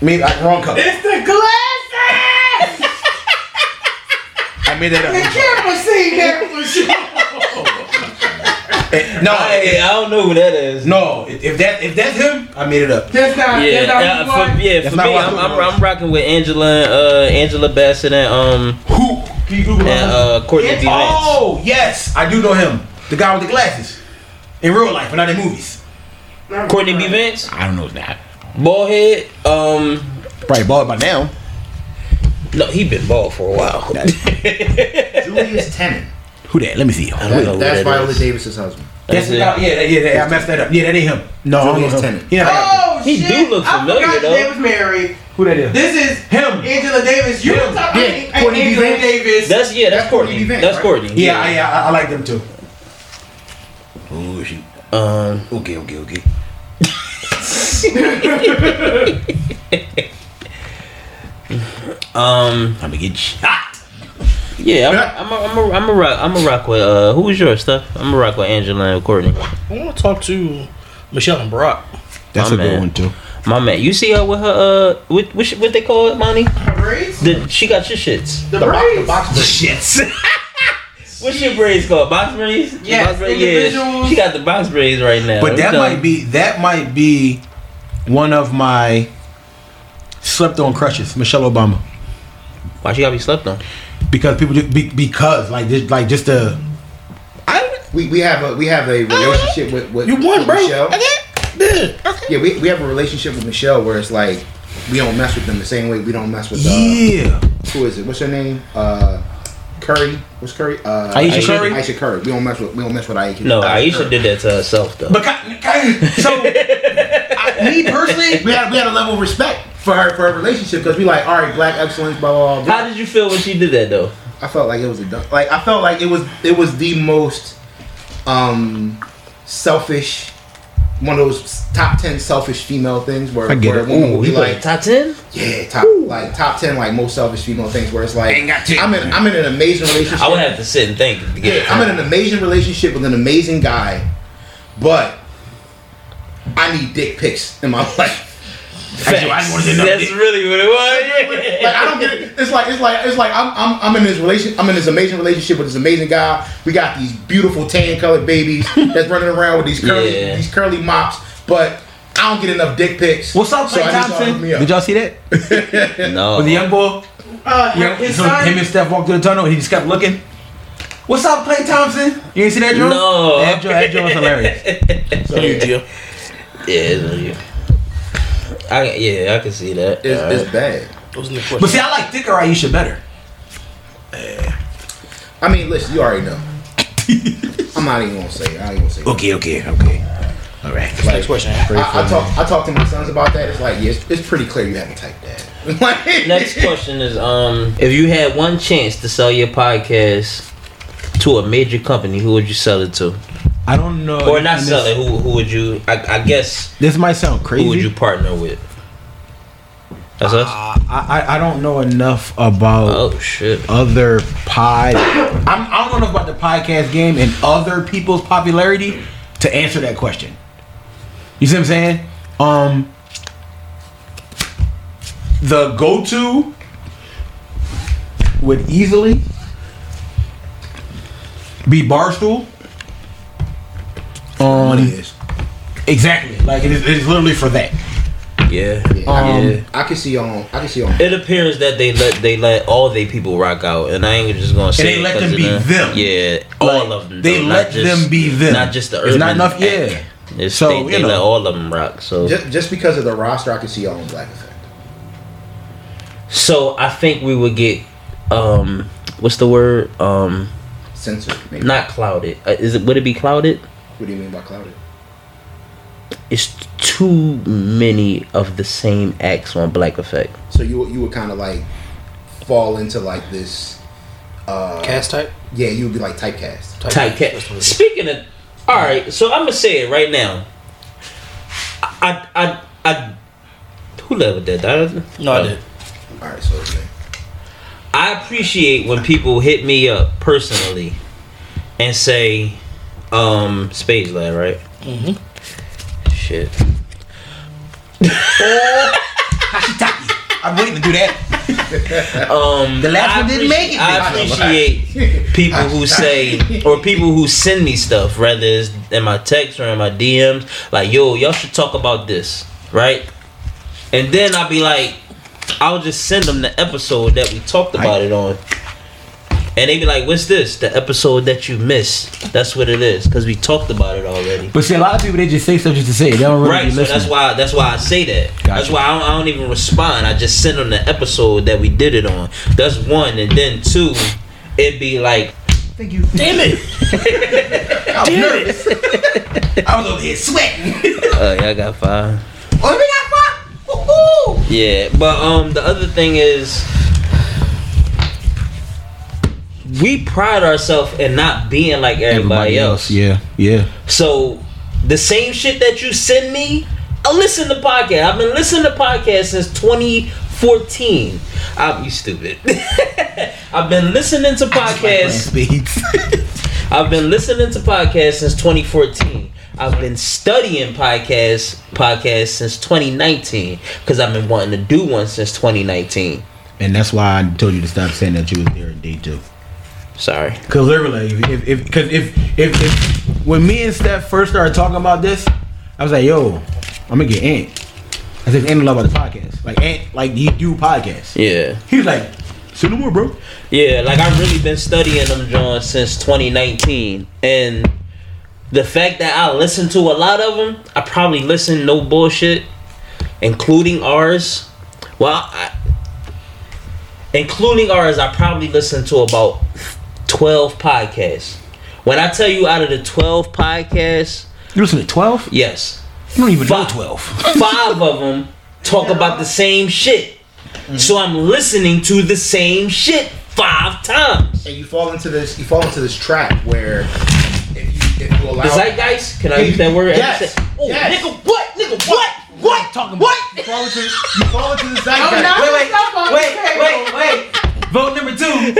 [SPEAKER 5] Maybe I, wrong color.
[SPEAKER 6] It's the glasses.
[SPEAKER 5] I made that
[SPEAKER 6] the
[SPEAKER 5] up.
[SPEAKER 6] camera seen that for sure.
[SPEAKER 5] Eh, No,
[SPEAKER 9] I,
[SPEAKER 5] eh,
[SPEAKER 9] I don't know who that is.
[SPEAKER 5] no. If that if that's him, I made it up.
[SPEAKER 6] That's not.
[SPEAKER 9] Yeah,
[SPEAKER 6] That's
[SPEAKER 9] uh,
[SPEAKER 6] not
[SPEAKER 9] for,
[SPEAKER 6] who you are.
[SPEAKER 9] yeah.
[SPEAKER 5] That's
[SPEAKER 9] For
[SPEAKER 5] not
[SPEAKER 9] me,
[SPEAKER 5] what I
[SPEAKER 9] I'm,
[SPEAKER 5] thought it
[SPEAKER 9] I'm,
[SPEAKER 5] was.
[SPEAKER 9] I'm rocking with Angela, uh, Angela Bassett, and um,
[SPEAKER 5] Who? Can you Google him?
[SPEAKER 9] and uh, Courtney D. Vance.
[SPEAKER 5] Oh yes, I do know him. The guy with the glasses. In real life, but not in movies.
[SPEAKER 9] Courtney
[SPEAKER 10] Uh,
[SPEAKER 9] B. Vance,
[SPEAKER 5] I don't know his name.
[SPEAKER 9] bald head. Um,
[SPEAKER 5] Probably bald by now.
[SPEAKER 9] No, he been bald for a while.
[SPEAKER 4] Julius Tennant.
[SPEAKER 10] Who that? Let me see.
[SPEAKER 9] I don't know who
[SPEAKER 4] That's
[SPEAKER 9] that
[SPEAKER 4] Viola
[SPEAKER 9] is.
[SPEAKER 4] Davis's husband.
[SPEAKER 10] That's
[SPEAKER 9] it?
[SPEAKER 10] not, yeah, that- yeah, that- I messed that up. Yeah, that ain't him.
[SPEAKER 5] No, I don't
[SPEAKER 10] Julius
[SPEAKER 5] know him.
[SPEAKER 10] Tennant.
[SPEAKER 5] Yeah, I got-
[SPEAKER 6] Oh
[SPEAKER 9] He
[SPEAKER 6] shit!
[SPEAKER 9] do look familiar,
[SPEAKER 6] I forgot
[SPEAKER 9] though.
[SPEAKER 6] they was married.
[SPEAKER 10] who that is?
[SPEAKER 6] This is
[SPEAKER 10] Him.
[SPEAKER 6] Angela Davis. You
[SPEAKER 10] Him.
[SPEAKER 6] were talking
[SPEAKER 10] Yeah,
[SPEAKER 6] about
[SPEAKER 10] Courtney
[SPEAKER 6] Angela
[SPEAKER 10] Vance.
[SPEAKER 6] Davis.
[SPEAKER 9] That's yeah. That's Courtney.
[SPEAKER 4] Courtney Vance,
[SPEAKER 9] That's
[SPEAKER 4] right?
[SPEAKER 9] Courtney.
[SPEAKER 10] Yeah, I- yeah, I, I like them too. Oh shoot.
[SPEAKER 9] Um.
[SPEAKER 10] Okay, okay, okay.
[SPEAKER 9] Um.
[SPEAKER 10] I'm gonna get shot.
[SPEAKER 9] Yeah. I'm. I'm. I'm. A, I'm a rock. I'm a rock with. Uh. Who was your stuff? I'm a rock with Angela and Courtney.
[SPEAKER 3] I want to talk to Michelle and Barack.
[SPEAKER 5] that's
[SPEAKER 9] My
[SPEAKER 5] a good
[SPEAKER 9] man.
[SPEAKER 5] one too.
[SPEAKER 9] My man. You see her with her. Uh. With what? What they call it, Monty?
[SPEAKER 6] The braids.
[SPEAKER 9] The, she got your shits.
[SPEAKER 6] The braids.
[SPEAKER 10] Shits.
[SPEAKER 9] What's your braids called? Box braids?
[SPEAKER 6] Yes,
[SPEAKER 9] box braids? Yeah,
[SPEAKER 6] individuals.
[SPEAKER 9] she got the box braids right now.
[SPEAKER 5] But that
[SPEAKER 9] So-
[SPEAKER 5] might be that might be one of my slept on crushes, Michelle Obama,
[SPEAKER 9] Why she gotta be slept on?
[SPEAKER 5] because people just, be, because like just like just the
[SPEAKER 4] We, we have a we have a relationship with, with, with Michelle. Yeah, we, we have a relationship with Michelle where it's like we don't mess with them the same way we don't mess with uh,
[SPEAKER 5] yeah.
[SPEAKER 4] who is it? What's her name? Uh, Curry. What's Curry? Uh,
[SPEAKER 5] Aisha Curry?
[SPEAKER 4] Aisha Curry. We don't mess with we don't mess with Aisha.
[SPEAKER 9] No, Aisha
[SPEAKER 4] Curry.
[SPEAKER 9] did that to herself though.
[SPEAKER 5] But ki- ki- so I- me personally,
[SPEAKER 4] We had we had a level of respect for her for her relationship because we like all right, black excellence, blah blah. blah, blah.
[SPEAKER 9] How did you feel when she did that though?
[SPEAKER 4] I felt like it was a dumb, like I felt like it was it was the most um selfish one of those top ten selfish female things where,
[SPEAKER 5] I get
[SPEAKER 4] where
[SPEAKER 5] it.
[SPEAKER 4] a woman would be
[SPEAKER 9] you
[SPEAKER 4] like
[SPEAKER 9] top ten?
[SPEAKER 4] yeah top like top ten like most selfish female things where it's like
[SPEAKER 10] Ain't got to.
[SPEAKER 4] I'm in I'm in an amazing relationship
[SPEAKER 9] I would have to sit and think. To get
[SPEAKER 4] yeah, I'm in an amazing relationship with an amazing guy but I need dick pics in my life
[SPEAKER 10] I wanted to know
[SPEAKER 9] That's
[SPEAKER 10] that.
[SPEAKER 9] really what it was. yeah.
[SPEAKER 4] like I don't get it. It's like it's like it's like I'm I'm, I'm in this relation. I'm in this amazing relationship with this amazing guy. We got these beautiful tan colored babies that's running around with these curly
[SPEAKER 9] Yeah.
[SPEAKER 4] these curly mops, but I don't get enough dick pics.
[SPEAKER 5] what's up,
[SPEAKER 4] So
[SPEAKER 5] Mike
[SPEAKER 4] I need y'all to
[SPEAKER 5] Thompson?
[SPEAKER 4] hook me up.
[SPEAKER 5] Did y'all see that?
[SPEAKER 9] No.
[SPEAKER 5] With the young boy,
[SPEAKER 6] Uh,
[SPEAKER 5] you know,
[SPEAKER 6] his
[SPEAKER 5] so
[SPEAKER 6] son.
[SPEAKER 5] him and Steph walked through the tunnel and he just kept looking. What's up, Clay Thompson? You ain't see that Joe?
[SPEAKER 9] No.
[SPEAKER 5] That Joe, that Joe was hilarious.
[SPEAKER 9] Yeah, it's on you. I yeah, I can see that.
[SPEAKER 4] It's,
[SPEAKER 9] Alright.
[SPEAKER 4] it's bad.
[SPEAKER 3] Those are the
[SPEAKER 5] But
[SPEAKER 3] questions.
[SPEAKER 5] see, I like thicker Aisha better.
[SPEAKER 4] I mean, listen, you already know. I'm not even gonna say. It. I ain't gonna say. it.
[SPEAKER 10] Okay, okay, okay. All right.
[SPEAKER 4] Like,
[SPEAKER 3] question.
[SPEAKER 4] I, I talk. I talk to my sons about that. It's like, yeah, it's, it's pretty clear you haven't typed that. like,
[SPEAKER 9] Next question is um if you had one chance to sell your podcast to a major company, who would you sell it to?
[SPEAKER 5] I don't know.
[SPEAKER 9] Or not
[SPEAKER 5] and
[SPEAKER 9] sell
[SPEAKER 5] this,
[SPEAKER 9] it, who who would you I, I guess
[SPEAKER 5] This might sound crazy.
[SPEAKER 9] who would you partner with? That's us?
[SPEAKER 5] Uh, I, I I don't know enough about
[SPEAKER 9] Oh shit.
[SPEAKER 5] other pod. I'm, I don't know enough about the podcast game and other people's popularity to answer that question. You see what I'm saying? Um, the go-to would easily be Barstool.
[SPEAKER 4] Money
[SPEAKER 5] Um,
[SPEAKER 4] is.
[SPEAKER 5] exactly. Like it is, it is literally for that.
[SPEAKER 9] Yeah.
[SPEAKER 4] Yeah, I-
[SPEAKER 5] Um,
[SPEAKER 9] yeah.
[SPEAKER 4] I can see on. I can see on.
[SPEAKER 9] It appears that they let they let all they people rock out, and I ain't just gonna say
[SPEAKER 5] they
[SPEAKER 9] it
[SPEAKER 5] let
[SPEAKER 9] 'cause
[SPEAKER 5] them
[SPEAKER 9] of
[SPEAKER 5] be them.
[SPEAKER 9] Yeah, all of them.
[SPEAKER 5] They
[SPEAKER 9] though, not
[SPEAKER 5] let
[SPEAKER 9] just-
[SPEAKER 5] them be them.
[SPEAKER 9] Not just the
[SPEAKER 5] It's
[SPEAKER 9] urban.
[SPEAKER 5] not enough.
[SPEAKER 9] act.
[SPEAKER 5] Yeah.
[SPEAKER 9] It's
[SPEAKER 5] So,
[SPEAKER 9] they,
[SPEAKER 5] you
[SPEAKER 9] they
[SPEAKER 5] know.
[SPEAKER 9] let all of them rock. So
[SPEAKER 4] Just, just because of the roster, I can see y'all on Black Effect.
[SPEAKER 9] so I think we would get um what's the word um
[SPEAKER 4] Censored. Maybe.
[SPEAKER 9] not clouded uh, is it would it be clouded?
[SPEAKER 4] What do you mean by clouded?
[SPEAKER 9] It's too many of the same acts on Black Effect.
[SPEAKER 4] So you you would kind of like fall into like this. Uh,
[SPEAKER 3] Cast type?
[SPEAKER 4] Yeah, you would be like typecast.
[SPEAKER 9] Type cat.
[SPEAKER 3] That's what it is.
[SPEAKER 9] Speaking of, all right. So I'm gonna say it right now. I I I, I- who leveled that? That-
[SPEAKER 3] No, I did.
[SPEAKER 4] All right, so okay.
[SPEAKER 9] I appreciate when people hit me up personally and say, um, Spades Lad, right? Mm-hmm. Shit.
[SPEAKER 5] I'm waiting to do that.
[SPEAKER 9] Um, the
[SPEAKER 5] last one didn't make it,
[SPEAKER 9] I appreciate people who say or people who send me stuff, whether it's in my text or in my DMs, like, yo, y'all should talk about this, right? And then I'll be like, I'll just send them the episode that we talked about it on. And they be like, "What's this? The episode that you missed? That's what it is, because we talked about it already."
[SPEAKER 10] But see, a lot of people they just say stuff just to say. it. They don't really
[SPEAKER 9] Right,
[SPEAKER 10] be
[SPEAKER 9] so that's
[SPEAKER 10] listening.
[SPEAKER 9] why that's why I say that. That's
[SPEAKER 10] Gotcha.
[SPEAKER 9] why I don't, I don't even respond. I just send them the episode that we did it on. That's one, and then two, it'd be like,
[SPEAKER 10] Thank you.
[SPEAKER 3] Damn it!
[SPEAKER 10] I was over here sweating.
[SPEAKER 9] "Oh, yeah, I got five.
[SPEAKER 10] Oh, we got fuck. Woo-hoo.
[SPEAKER 9] Yeah, but um, the other thing is, we pride ourselves in not being like everybody, else.
[SPEAKER 10] Yeah, yeah.
[SPEAKER 9] So the same shit that you send me, I listen to podcast. I've been listening to podcasts since 2014. I'm you stupid. I've been listening to podcasts.
[SPEAKER 10] Speeds.
[SPEAKER 9] I've been listening to podcasts since 2014. I've been studying podcasts podcasts since 2019 because I've been wanting to do one since 2019.
[SPEAKER 5] And that's why I told you to stop saying that you was there in day two.
[SPEAKER 9] Sorry.
[SPEAKER 5] Cause literally, if if because if, if if when me and Steph first started talking about this, I was like, "Yo, I'm gonna get Ant." I said, "Ant love about the podcast. Like Ant, like he do podcasts."
[SPEAKER 9] Yeah.
[SPEAKER 5] He was like, "Say no more, bro."
[SPEAKER 9] Yeah, like I've really been studying them John since 2019, and the fact that I listen to a lot of them, I probably listen no bullshit, including ours. Well, I, including ours, I probably listen to about 12 podcasts. When I tell you, out of the 12 podcasts,
[SPEAKER 10] You listen to twelve?
[SPEAKER 9] yes,
[SPEAKER 10] You don't even know
[SPEAKER 9] Fuck.
[SPEAKER 10] twelve.
[SPEAKER 9] five of them talk about the same shit. So I'm listening to the same shit five times.
[SPEAKER 4] And you fall into this. You fall into this trap where if you, if you allow
[SPEAKER 9] The zeitgeist? Can I use that word?
[SPEAKER 4] Yes.
[SPEAKER 9] Oh,
[SPEAKER 4] Yes.
[SPEAKER 9] nigga, what? Nigga, what? What? Talking
[SPEAKER 4] you
[SPEAKER 9] what?
[SPEAKER 4] fall into you fall into the
[SPEAKER 6] I'm not
[SPEAKER 4] zeitgeist.
[SPEAKER 6] wait, wait, wait, wait, wait.
[SPEAKER 10] Vote number two.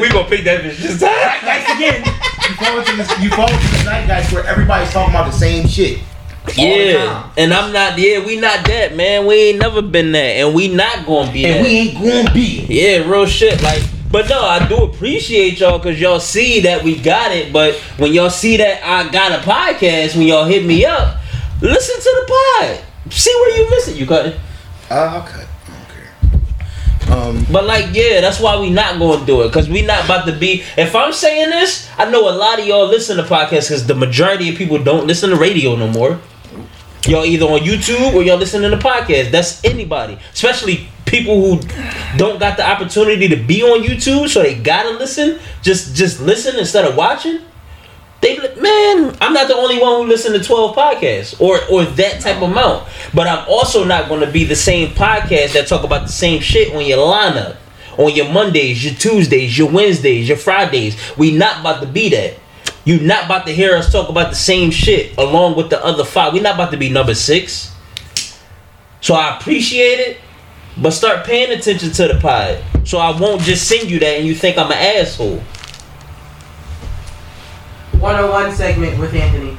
[SPEAKER 9] we gonna pick that bitch this time.
[SPEAKER 4] You fall into this. You fall into the zeitgeist where everybody's talking about the same shit.
[SPEAKER 9] Yeah, and I'm not. Yeah, we not that man. We ain't never been that, and we not gonna be that.
[SPEAKER 10] And we ain't gonna be.
[SPEAKER 9] yeah, real shit. Like, but no, I do appreciate y'all because y'all see that we got it. But when y'all see that I got a podcast, when y'all hit me up, listen to the pod. See where you missing. You cut it.
[SPEAKER 5] Ah,
[SPEAKER 4] Uh, I'll cut. I don't care. Um,
[SPEAKER 9] But like, yeah, that's why we not going to do it because we not about to be. If I'm saying this, I know a lot of y'all listen to podcasts because the majority of people don't listen to radio no more. Y'all either on YouTube or y'all listening to podcasts. That's anybody, especially people who don't got the opportunity to be on YouTube, so they gotta listen. Just just listen instead of watching. They li- man, I'm not the only one who listened to 12 podcasts or or that type of amount. But I'm also not going to be the same podcast that talk about the same shit on your lineup, on your Mondays, your Tuesdays, your Wednesdays, your Fridays. We not about to be that. You not about to hear us talk about the same shit along with the other five. We not about to be number six. So I appreciate it, but start paying attention to the pod. So I won't just send you that and you think I'm an asshole.
[SPEAKER 6] 101 segment with Anthony.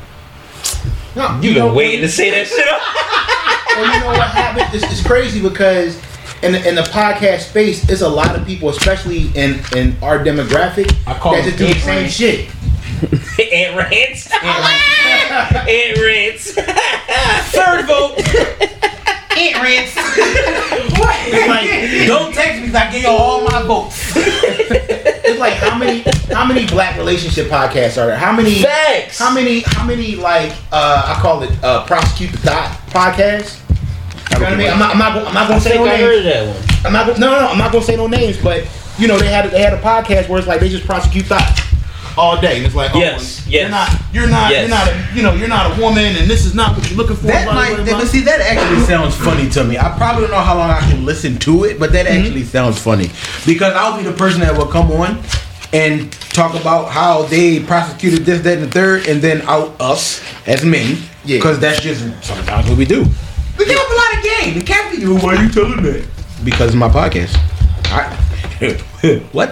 [SPEAKER 4] no,
[SPEAKER 9] You
[SPEAKER 4] know-
[SPEAKER 9] been waiting to say that shit up.
[SPEAKER 4] And you know what happened? It's, it's crazy because in the, in the podcast space, it's a lot of people, especially in, in our demographic,
[SPEAKER 10] I call
[SPEAKER 4] that
[SPEAKER 10] them
[SPEAKER 4] just do the
[SPEAKER 10] gate
[SPEAKER 4] same
[SPEAKER 10] rats.
[SPEAKER 4] shit.
[SPEAKER 9] Ant rants. Ant rants. Third vote.
[SPEAKER 10] Ant rants.
[SPEAKER 4] It's like,
[SPEAKER 10] Don't text me 'cause I give you all my votes.
[SPEAKER 4] it's like how many how many black relationship podcasts are there? How many
[SPEAKER 9] Facts.
[SPEAKER 4] how many how many like uh, I call it uh, prosecute the dot podcasts? You know what I mean? I'm not I'm not, gonna- I'm not
[SPEAKER 9] I
[SPEAKER 4] gonna say
[SPEAKER 9] think
[SPEAKER 4] no
[SPEAKER 9] I heard
[SPEAKER 4] names.
[SPEAKER 9] that one.
[SPEAKER 4] I'm not gonna- no, no no I'm not gonna say no names, but you know they had they had a podcast where it's like they just prosecute thoughts all day, and it's like oh,
[SPEAKER 9] Yes,
[SPEAKER 4] you're
[SPEAKER 9] yes.
[SPEAKER 4] not you're not
[SPEAKER 9] Yes.
[SPEAKER 4] you're not a, you know you're not a woman, and this is not what you're looking for.
[SPEAKER 5] That
[SPEAKER 4] blah,
[SPEAKER 5] might,
[SPEAKER 4] blah,
[SPEAKER 5] that-
[SPEAKER 4] blah.
[SPEAKER 5] but see, that actually sounds funny to me. I probably don't know how long I can listen to it, but that actually sounds funny because I'll be the person that will come on and talk about how they prosecuted this, that, and the third, and then out us as men,
[SPEAKER 4] Yeah.
[SPEAKER 5] because that's just sometimes what we do. We give up a lot of game. We can't be. Why are you telling that? Because of my podcast. I, what?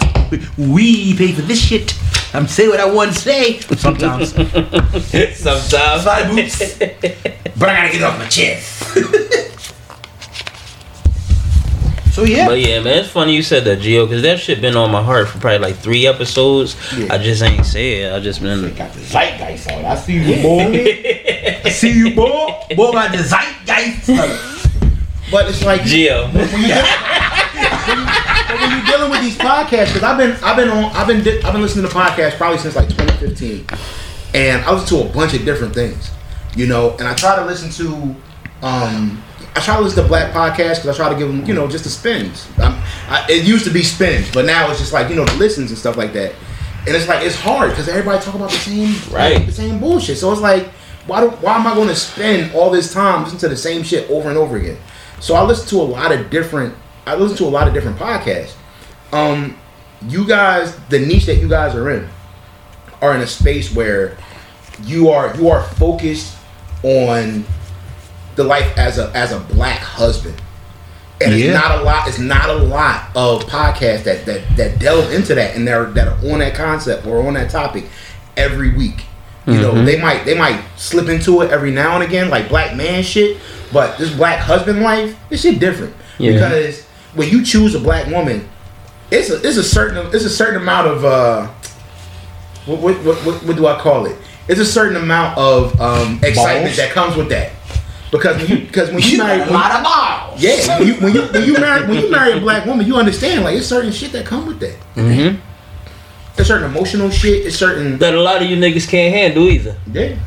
[SPEAKER 10] We pay for this shit. I'm saying what I want to say. Sometimes.
[SPEAKER 9] Sometimes.
[SPEAKER 10] Bye, boots. but I gotta get it off my chest.
[SPEAKER 5] So yeah.
[SPEAKER 9] But yeah, man, it's funny you said that, Gio, because that shit been on my heart for probably like three episodes. I just ain't say it. I just been.
[SPEAKER 10] Got the zeitgeist on. I see you, boy. I see you, boy. Boy, got the zeitgeist.
[SPEAKER 4] But it's like
[SPEAKER 9] Gio.
[SPEAKER 4] when you, But when you're dealing with these podcasts, because I've been, I've been on, I've been, di- I've been listening to podcasts probably since like 2015, and I listen to a bunch of different things, you know. And I try to listen to, um, I try to listen to black podcasts because I try to give them, you know, just the spins. i I, it used to be spins, but now it's just like you know the listens and stuff like that. And it's like it's hard because everybody talk about the same,
[SPEAKER 9] Right.
[SPEAKER 4] the same bullshit. So it's like, why do, why am I going to spend all this time listening to the same shit over and over again? So I listen to a lot of different. I listen to a lot of different podcasts. Um, you guys, the niche that you guys are in, are in a space where you are you are focused on the life as a as a black husband. And
[SPEAKER 5] Yeah.
[SPEAKER 4] it's not a lot. It's not a lot of podcasts that that that delve into that and they're that are on that concept or on that topic every week. You know, they might they might slip into it every now and again, like black man shit. But this black husband life, this shit different
[SPEAKER 9] Yeah.
[SPEAKER 4] because when you choose a black woman, it's a it's a certain it's a certain amount of uh, what what, what, what, what do I call it? It's a certain amount of um, excitement that comes with that. Because when you because when you marry a lot of balls. Yeah, when you when you when you marry when you marry a black woman, you understand like it's certain shit that come with that.
[SPEAKER 5] Mm-hmm.
[SPEAKER 9] Mhm.
[SPEAKER 4] It's certain emotional shit. It's certain
[SPEAKER 9] That a lot of you niggas can't handle either.
[SPEAKER 4] yeah.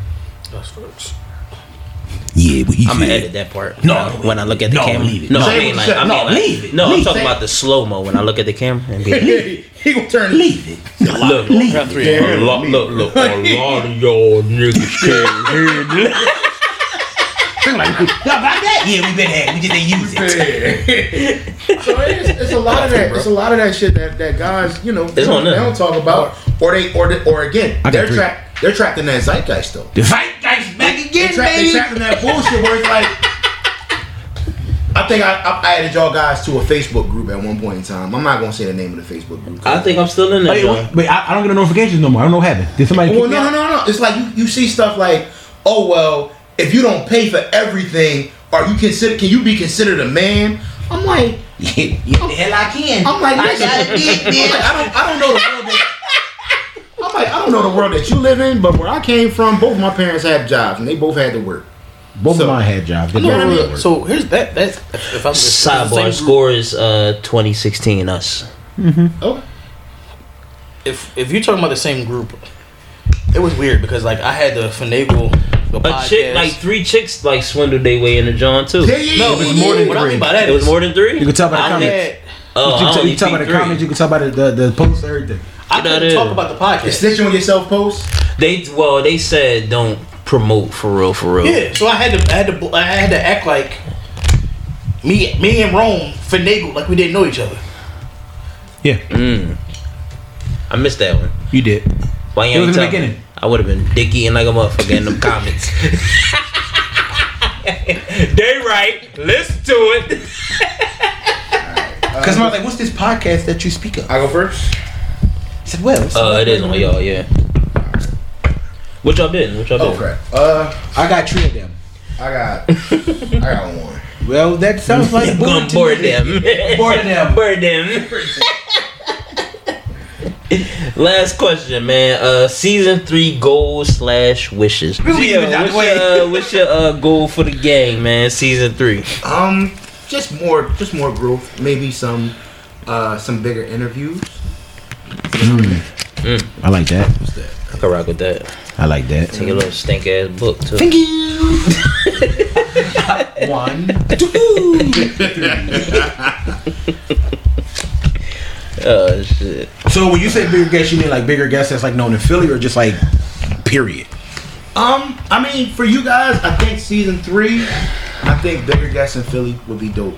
[SPEAKER 10] Yeah, but he
[SPEAKER 9] I'm gonna
[SPEAKER 10] said-
[SPEAKER 9] edit that part.
[SPEAKER 10] No,
[SPEAKER 9] Uh, when I look at the
[SPEAKER 10] no,
[SPEAKER 9] camera.
[SPEAKER 10] leave it.
[SPEAKER 9] No,
[SPEAKER 4] Say
[SPEAKER 9] I
[SPEAKER 4] what
[SPEAKER 9] mean
[SPEAKER 4] you
[SPEAKER 9] like,
[SPEAKER 4] said.
[SPEAKER 9] I mean,
[SPEAKER 10] No,
[SPEAKER 9] like-
[SPEAKER 10] leave it.
[SPEAKER 9] No, I'm
[SPEAKER 10] Leave
[SPEAKER 9] talking
[SPEAKER 10] it.
[SPEAKER 9] about the slow mo when I look at the camera and be like,
[SPEAKER 4] He gonna turn.
[SPEAKER 10] Leave it.
[SPEAKER 9] look,
[SPEAKER 10] leave
[SPEAKER 9] look,
[SPEAKER 10] it.
[SPEAKER 9] look, look, look, a lot of y'all niggas can't handle. it.
[SPEAKER 10] Now, about that, yeah, we been had. We just didn't use it.
[SPEAKER 4] So it's, it's a lot of that. It's a lot of that shit that, that guys, you know, they
[SPEAKER 9] on
[SPEAKER 4] don't, they
[SPEAKER 9] them.
[SPEAKER 4] don't talk about, or they, or they, or again,
[SPEAKER 5] got
[SPEAKER 4] they're
[SPEAKER 5] three.
[SPEAKER 4] trapped. They're trapped in that zeitgeist though.
[SPEAKER 10] The fight guy's back
[SPEAKER 4] They
[SPEAKER 10] again,
[SPEAKER 4] trapped, they
[SPEAKER 10] baby.
[SPEAKER 4] trapped in that bullshit where it's like. I think I, I added y'all guys to a Facebook group at one point in time. I'm not gonna say the name of the Facebook group.
[SPEAKER 9] I think I'm still in there.
[SPEAKER 10] Wait,
[SPEAKER 9] John.
[SPEAKER 10] wait, wait, I, I don't get no notifications no more. I don't know what happened. Did somebody?
[SPEAKER 4] Well,
[SPEAKER 10] kick me
[SPEAKER 4] no, no,
[SPEAKER 10] out?
[SPEAKER 4] no, no. It's like you, you see stuff like, oh well, if you don't pay for everything, are you consider? Can you be considered a man? I'm like,
[SPEAKER 11] the hell I can.
[SPEAKER 4] I'm like,
[SPEAKER 11] I
[SPEAKER 4] listen.
[SPEAKER 11] got a dick,
[SPEAKER 4] I'm
[SPEAKER 11] bitch.
[SPEAKER 4] like, I don't, I don't know the world that. I'm like, I don't know the world that you live in, but where I came from, both my parents had jobs and they both had to work.
[SPEAKER 5] Both
[SPEAKER 4] So-
[SPEAKER 5] of mine had jobs.
[SPEAKER 4] You know what I mean?
[SPEAKER 3] So here's that. That's if I'm just
[SPEAKER 9] Sidebar score is uh 2016 us.
[SPEAKER 4] Oh,
[SPEAKER 3] if if you're talking about the same group, it was weird because like I had to finagle the
[SPEAKER 9] A
[SPEAKER 3] podcast.
[SPEAKER 9] chick like three chicks like swindled their way into John too.
[SPEAKER 4] yeah, yeah,
[SPEAKER 3] no,
[SPEAKER 4] yeah,
[SPEAKER 3] it was
[SPEAKER 4] yeah,
[SPEAKER 3] more than
[SPEAKER 4] yeah.
[SPEAKER 3] what I mean by that
[SPEAKER 9] It was
[SPEAKER 3] is-
[SPEAKER 9] more than three.
[SPEAKER 5] You can tell by the
[SPEAKER 9] I
[SPEAKER 3] I
[SPEAKER 5] comments.
[SPEAKER 9] only-
[SPEAKER 3] had
[SPEAKER 9] Oh, I
[SPEAKER 5] you can,
[SPEAKER 9] only
[SPEAKER 5] you can talk about
[SPEAKER 4] E
[SPEAKER 9] peeped
[SPEAKER 5] the
[SPEAKER 9] three.
[SPEAKER 5] comments. You can talk about the, the, the posts, everything.
[SPEAKER 3] I
[SPEAKER 9] That
[SPEAKER 3] couldn't
[SPEAKER 9] is.
[SPEAKER 3] talk about the podcast.
[SPEAKER 4] Snitching on yourself post.
[SPEAKER 9] They well, they said don't promote for real, for real.
[SPEAKER 3] Yeah, so I had to I had to I had to act like me me and Rome finagled like we didn't know each other.
[SPEAKER 9] Mm. I missed that one.
[SPEAKER 10] You did.
[SPEAKER 9] Why you
[SPEAKER 10] It was in
[SPEAKER 9] ain't
[SPEAKER 10] the
[SPEAKER 9] tell me?
[SPEAKER 10] beginning.
[SPEAKER 9] I would have been dicky and like a motherfucker in them comments. they right. Listen to it.
[SPEAKER 10] Uh, Cause I was like, "What's this podcast that you speak of?"
[SPEAKER 4] I go first.
[SPEAKER 10] I said, "Well, it's-
[SPEAKER 9] Uh, it is on y'all. Yeah. What y'all been? What y'all been?
[SPEAKER 4] Oh crap. Uh,
[SPEAKER 10] I got three of them."
[SPEAKER 4] I got, I got one.
[SPEAKER 10] Well, that sounds like
[SPEAKER 9] I'm gonna
[SPEAKER 10] to
[SPEAKER 9] board
[SPEAKER 10] me.
[SPEAKER 9] them.
[SPEAKER 10] Board them.
[SPEAKER 9] Board them. Last question, man. Uh, season three goals slash wishes.
[SPEAKER 10] leave it that
[SPEAKER 9] Gio, what's
[SPEAKER 10] way.
[SPEAKER 9] your, uh, what's your uh, goal for the gang, man? Season three.
[SPEAKER 4] Um, just more, just more growth. Maybe some, uh, some bigger interviews.
[SPEAKER 5] I like that.
[SPEAKER 9] I could rock with that.
[SPEAKER 5] I like that.
[SPEAKER 9] Take a little stink ass book too.
[SPEAKER 10] One.
[SPEAKER 9] Oh shit.
[SPEAKER 5] So when you say bigger guests, you mean like bigger guests that's like known in Philly, or just like period?
[SPEAKER 4] Um, I mean, for you guys, I think season three, I think bigger guests in Philly would be dope.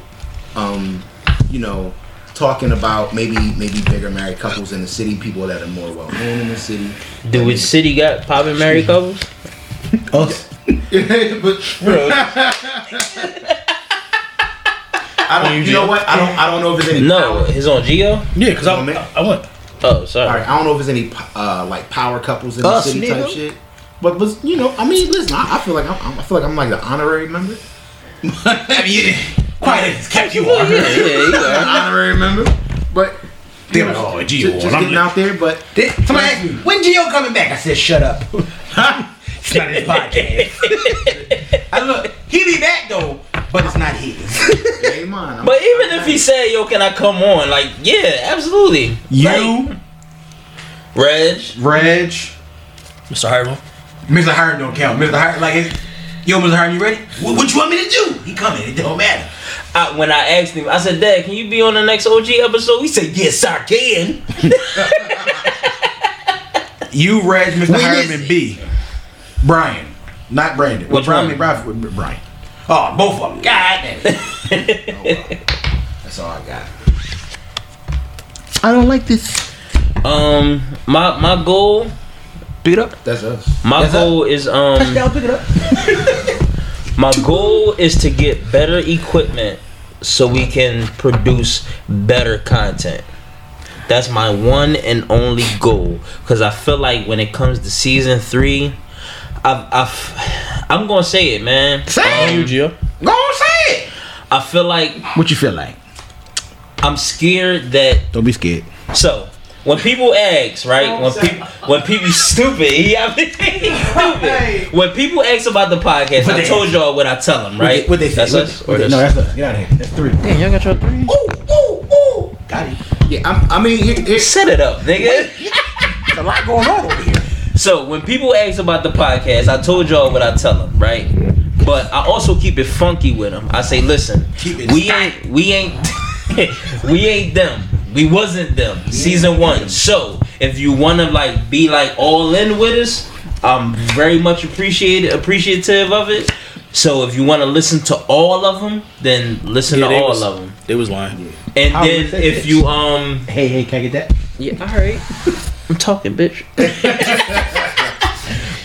[SPEAKER 4] Um, you know, talking about maybe maybe bigger married couples in the city, people that are more well known in the city.
[SPEAKER 9] Dude, which city got poppin' married couples?
[SPEAKER 5] Us.
[SPEAKER 4] but I don't. You know what? I don't. I don't know if there's any.
[SPEAKER 9] No, his on Geo.
[SPEAKER 3] Yeah, because
[SPEAKER 4] You know what I mean?
[SPEAKER 3] I went.
[SPEAKER 9] Oh, sorry.
[SPEAKER 4] All right, I don't know if there's any uh, like power couples in
[SPEAKER 10] Us,
[SPEAKER 4] the city type
[SPEAKER 10] nigga.
[SPEAKER 4] shit. But but you know, I mean, listen, I, I feel like I'm, I'm- I feel like I'm like the honorary member.
[SPEAKER 10] I mean, quiet has kept you on.
[SPEAKER 9] Yeah, yeah, you are.
[SPEAKER 4] honorary member. But
[SPEAKER 10] They're like, "Oh, Gio,
[SPEAKER 4] just, just
[SPEAKER 10] I'm
[SPEAKER 4] getting out there. But
[SPEAKER 10] This, somebody asked me, when Gio coming back? I said, shut up. it's not his podcast. I look, he be back though. but it's not his.
[SPEAKER 4] It ain't mine. I'm-
[SPEAKER 9] But even if he said, "Yo, can I come on?" Like, yeah, absolutely. Like,
[SPEAKER 5] You,
[SPEAKER 9] Reg.
[SPEAKER 10] Reg,
[SPEAKER 3] Mr. Harville.
[SPEAKER 10] Mr. Hearn don't count. Mr. Hearn, like, it's, yo, Mr. Hearn, you ready? What, what you want me to do? He coming. It don't matter.
[SPEAKER 9] I, when I asked him, I said, "Dad, can you be on the next OG episode?" He said, "Yes, I can."
[SPEAKER 5] you, Reg, Mr.
[SPEAKER 10] When is
[SPEAKER 5] Hiram, and B. Brian, not Brandon.
[SPEAKER 9] Which
[SPEAKER 5] Brian,
[SPEAKER 9] one?
[SPEAKER 5] Brian, Brian.
[SPEAKER 10] Oh, both of them. God damn it. Oh, wow. That's all I got.
[SPEAKER 5] I don't like this.
[SPEAKER 9] Um, my my goal,
[SPEAKER 10] Beat up.
[SPEAKER 4] That's us.
[SPEAKER 9] my
[SPEAKER 10] Yes, sir.
[SPEAKER 9] goal is um,
[SPEAKER 10] Down, pick it up.
[SPEAKER 9] my goal is to get better equipment so we can produce better content. That's my one and only goal because I feel like when it comes to season three, I've, I've I'm gonna say it, man. Um,
[SPEAKER 10] Say
[SPEAKER 3] You,
[SPEAKER 10] it.
[SPEAKER 3] Gio.
[SPEAKER 10] Go on, say it.
[SPEAKER 9] I feel like
[SPEAKER 5] What you feel like?
[SPEAKER 9] I'm scared that
[SPEAKER 5] Don't be scared.
[SPEAKER 9] So when people ask, right? When people when people stupid, he I mean, he
[SPEAKER 6] Hey.
[SPEAKER 9] stupid. When people ask about the podcast, I told y'all what I tell them, right?
[SPEAKER 10] What they say?
[SPEAKER 9] That's
[SPEAKER 10] What
[SPEAKER 9] us.
[SPEAKER 10] they-
[SPEAKER 9] or
[SPEAKER 10] what they-
[SPEAKER 9] this?
[SPEAKER 10] No, that's us. Get out of here. That's three.
[SPEAKER 11] Damn, y'all got your three?
[SPEAKER 10] Ooh, ooh, ooh. Got it.
[SPEAKER 4] Yeah, I'm, I mean, here, here,
[SPEAKER 9] Set it up, nigga.
[SPEAKER 10] There's a lot going on over here.
[SPEAKER 9] So when people ask about the podcast, I told y'all what I tell them, right? But I also keep it funky with them. I say, listen,
[SPEAKER 10] Keep it
[SPEAKER 9] we ain't, we ain't, we ain't them. We wasn't them. season one. So if you wanna like be like all in with us, I'm very much appreciated, appreciative of it. So if you wanna listen to all of them, then listen
[SPEAKER 3] Yeah,
[SPEAKER 9] to
[SPEAKER 3] they
[SPEAKER 9] all
[SPEAKER 3] was-
[SPEAKER 9] of them.
[SPEAKER 3] They was lying.
[SPEAKER 9] And
[SPEAKER 10] How
[SPEAKER 9] then
[SPEAKER 10] was it?
[SPEAKER 9] if you um,
[SPEAKER 10] Hey, hey, can I get that?
[SPEAKER 9] yeah, all right. I'm talking, bitch.